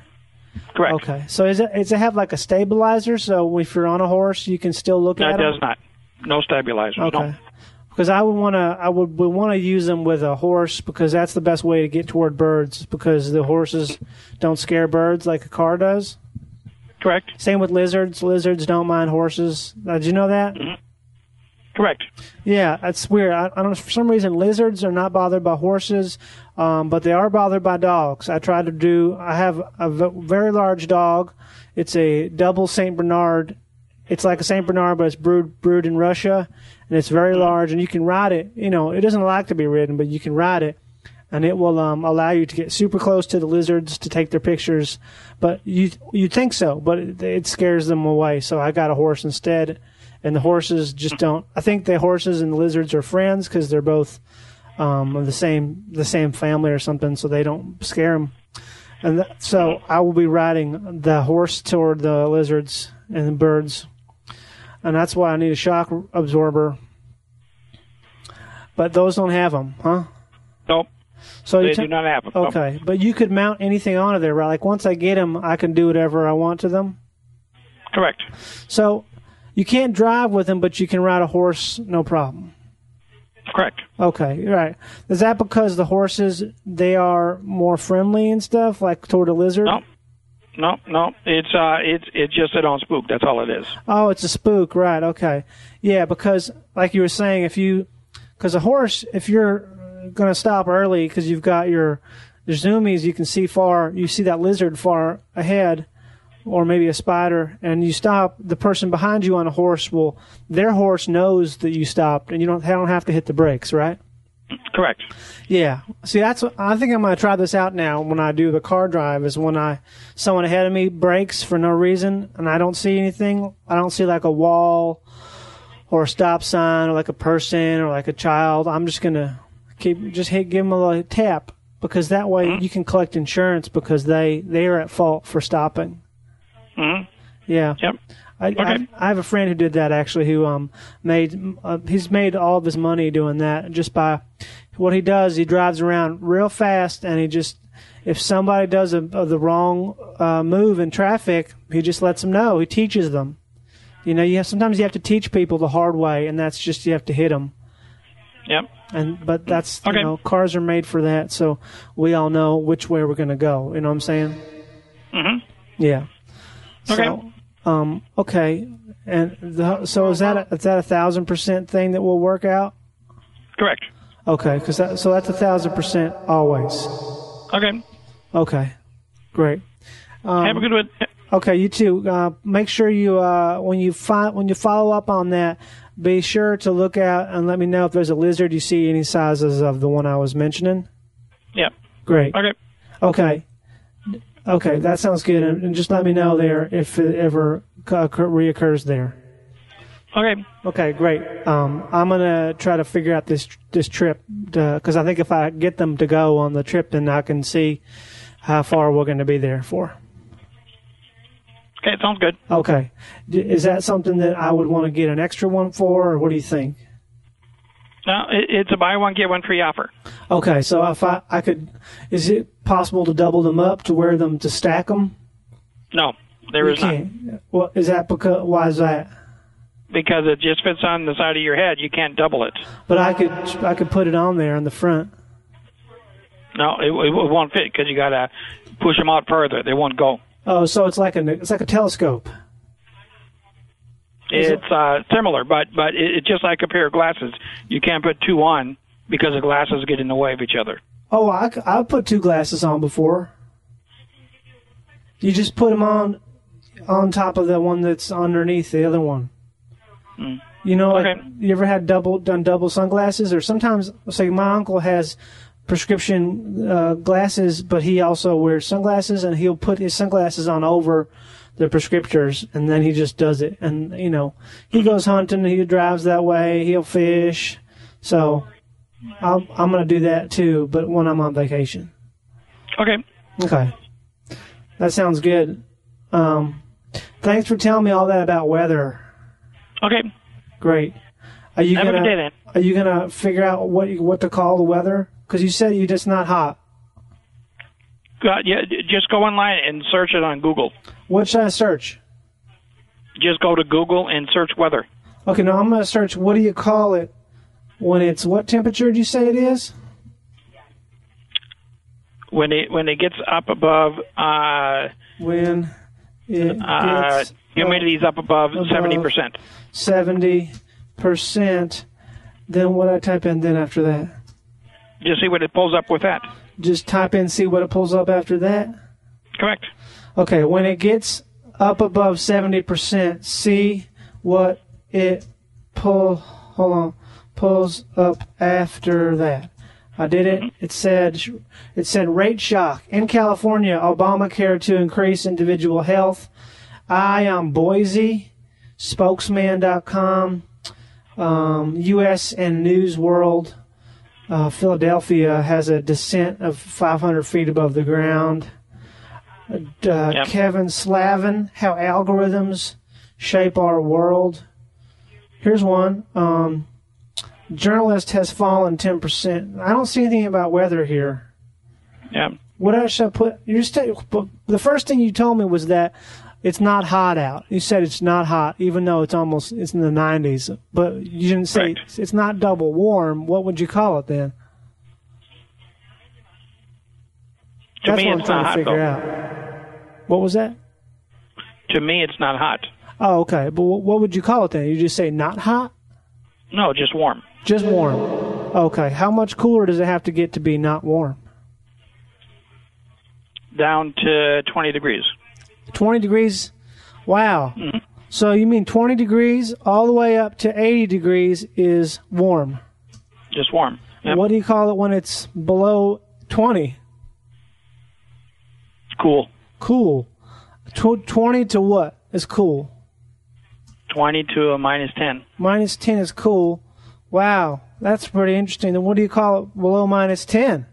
Correct. Okay. So is it does it have like a stabilizer? So if you're on a horse, you can still look That at it. does not. No stabilizers. Okay. No. Because I would want to, I would, would want to use them with a horse because that's the best way to get toward birds because the horses don't scare birds like a car does. Correct. Same with lizards. Lizards don't mind horses. Uh, did you know that? Mm-hmm. Correct. Yeah, that's weird. I, I don't. For some reason, lizards are not bothered by horses, um, but they are bothered by dogs. I try to do. I have a v- very large dog. It's a double Saint Bernard. It's like a Saint Bernard, but it's brewed brewed in Russia, and it's very large. And you can ride it. You know, it doesn't like to be ridden, but you can ride it, and it will um, allow you to get super close to the lizards to take their pictures. But you you think so, but it, it scares them away. So I got a horse instead and the horses just don't. I think the horses and the lizards are friends because they're both um, of the same the same family or something, so they don't scare them. And th- so I will be riding the horse toward the lizards and the birds, and that's why I need a shock absorber. But those don't have them, huh? Nope. So you they ta- do not have them. Okay, but you could mount anything onto there, right? Like once I get them, I can do whatever I want to them. Correct. So you can't drive with them, but you can ride a horse, no problem. Correct. Okay, you're right. Is that because the horses they are more friendly and stuff, like toward a lizard? No. No, no. It's uh, it's it's just they don't spook. That's all it is. Oh, it's a spook, right? Okay, yeah, because like you were saying, if you Because a horse, if you're going to stop early because you've got your, your zoomies, you can see far, you see that lizard far ahead, or maybe a spider, and you stop. The person behind you on a horse will, their horse knows that you stopped, and you don't, they don't have to hit the brakes, right? Correct. Yeah. See, that's. what- I think I'm going to try this out now. When I do the car drive, is when I someone ahead of me brakes for no reason, and I don't see anything. I don't see like a wall, or a stop sign, or like a person, or like a child. I'm just going to keep just hit give them a little tap because that way you can collect insurance because they they are at fault for stopping. Mhm. Yeah. Yep. I, Okay. I, I have a friend who did that actually, who um made uh, he's made all of his money doing that just by what he does. He drives around real fast, and he just if somebody does a, a, the wrong uh, move in traffic, he just lets them know. He teaches them. You know, you have sometimes you have to teach people the hard way, and that's just you have to hit them. Yep. And but that's you know cars are made for that, so we all know which way we're gonna go. You know what I'm saying? Mm-hmm. Yeah. Okay. So, um, okay. And the, so is that a, is that a thousand percent thing that will work out? Correct. Okay, because that, so that's a thousand percent always. Okay. Okay, great. Um, Have a good one. Okay, you too. Uh, make sure you uh, when you find when you follow up on that, be sure to look out and let me know if there's a lizard you see any sizes of the one I was mentioning. Yep. Great. Okay. Okay. Okay, that sounds good. And and just let me know there if it ever co- occur- reoccurs there. Okay. Okay, great. Um, I'm gonna try to figure out this this trip because I think if I get them to go on the trip, then I can see how far we're going to be there for. Okay. Sounds good. Okay, D- is that something that I would want to get an extra one for, or what do you think? No, it, it's a buy one get one free offer. Okay, so if I I could, is it possible to double them up to wear them to stack them? No, there You is not can't. Well, is that because why is that? because it just fits on the side of your head. You can't double it. But I could I could put it on there in the front. No, it, it won't fit because you gotta push them out further. They won't go. Oh, so it's like a it's like a telescope. Is It's uh, similar, but but it, it's just like a pair of glasses. You can't put two on because the glasses get in the way of each other. Oh, I, c- I put two glasses on before. You just put them on on top of the one that's underneath the other one. Mm. You know, like, you ever had double done double sunglasses, or sometimes, say, my uncle has prescription uh, glasses, but he also wears sunglasses, and he'll put his sunglasses on over the prescriptors, and then he just does it. And you know, he goes hunting, he drives that way, he'll fish, so. I'm, I'm going to do that too, but when I'm on vacation. Okay. Okay. That sounds good. Um, thanks for telling me all that about weather. Okay. Great. Are you Have a gonna, good day, then. Are you going to figure out what you, what to call the weather? Because you said you just not hot. Go, Uh, yeah, j- just go online and search it on Google. What should I search? Just go to Google and search weather. Okay, no, I'm going to search what do you call it when it's what temperature did you say it is? When it when it gets up above, uh, When it uh, gets humidity's up above seventy percent. 70%, then what I type in then after that? Just see what it pulls up with that. just type in see what it pulls up after that Correct. okay when it gets up above 70% see what it pull hold on pulls up after that i did it it said it said rate shock in california obamacare to increase individual health i am boise spokesman.com um, us and news world uh, Philadelphia has a descent of 500 feet above the ground. Uh, Kevin Slavin, How Algorithms Shape Our World. Here's one. Um, journalist has fallen 10%. I don't see anything about weather here. Yeah. What else should I put? You're sta- but the first thing you told me was that it's not hot out. You said it's not hot, even though it's almost it's in the 90s. But you didn't say it's, it's not double warm. What would you call it then? To That's me, what I'm it's trying not to hot figure though. What was that? To me, it's not hot. Oh, okay. But wh- what would you call it then? You just say not hot, No, just warm. just warm. Okay, how much cooler does it have to get to be not warm? down to 20 degrees. 20 degrees. Wow. So you mean 20 degrees all the way up to 80 degrees is warm. Just warm. What do you call it when it's below 20? Cool. Cool. Tw- 20 to what is cool? 20 to a minus 10. Minus 10 is cool. Wow. That's pretty interesting. Then what do you call it below minus 10?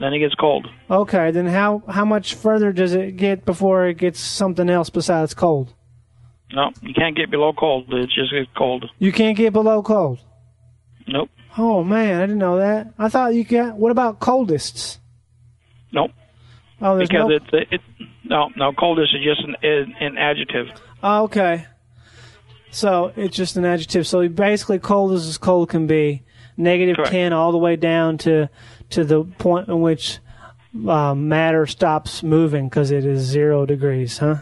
Then it gets cold. Okay, then how, how much further does it get before it gets something else besides cold? No, you can't get below cold. It just gets cold. You can't get below cold. Nope. Oh man, I didn't know that. I thought you could. What about coldests? Nope. Oh, there's because no. it's it, no no coldest is just an, an, an adjective. Oh, okay. So it's just an adjective. So basically, cold is as cold can be. Negative Correct. ten all the way down to to the point in which uh, matter stops moving because it is zero degrees, huh?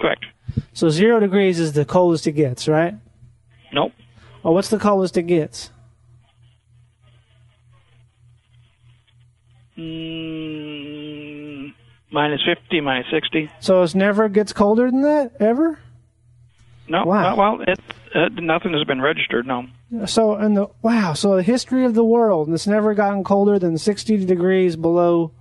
Correct. So zero degrees is the coldest it gets, right? Nope. Well, what's the coldest it gets? Mm, minus 50, minus 60. So it's never gets colder than that ever. No. Wow. uh, well, it, uh, nothing has been registered. No. So and the wow, so the history of the world, and it's never gotten colder than sixty degrees below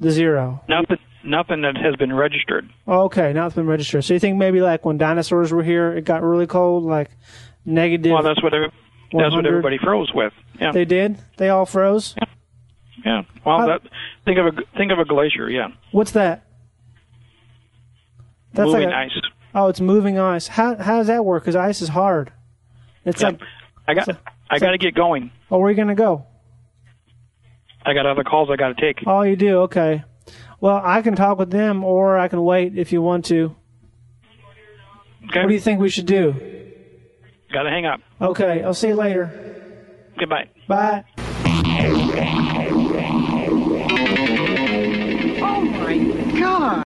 the zero. Nothing. Nothing that has been registered. Okay, now it's been registered. So you think maybe like when dinosaurs were here, it got really cold, like negative. Well, that's what every, that's what 100. everybody froze with. Yeah. They did. They all froze. Yeah. Well, that, think of a think of a glacier. Yeah. What's that? Moving a- ice. Oh, it's moving ice. How how does that work? Because ice is hard. It's Yeah. like I got I got to get going. oh, where are you gonna go? I got other calls I got to take. Oh, you do. Okay. Well, I can talk with them, or I can wait if you want to. Okay. What do you think we should do? Got to hang up. Okay, I'll see you later. Goodbye. Bye.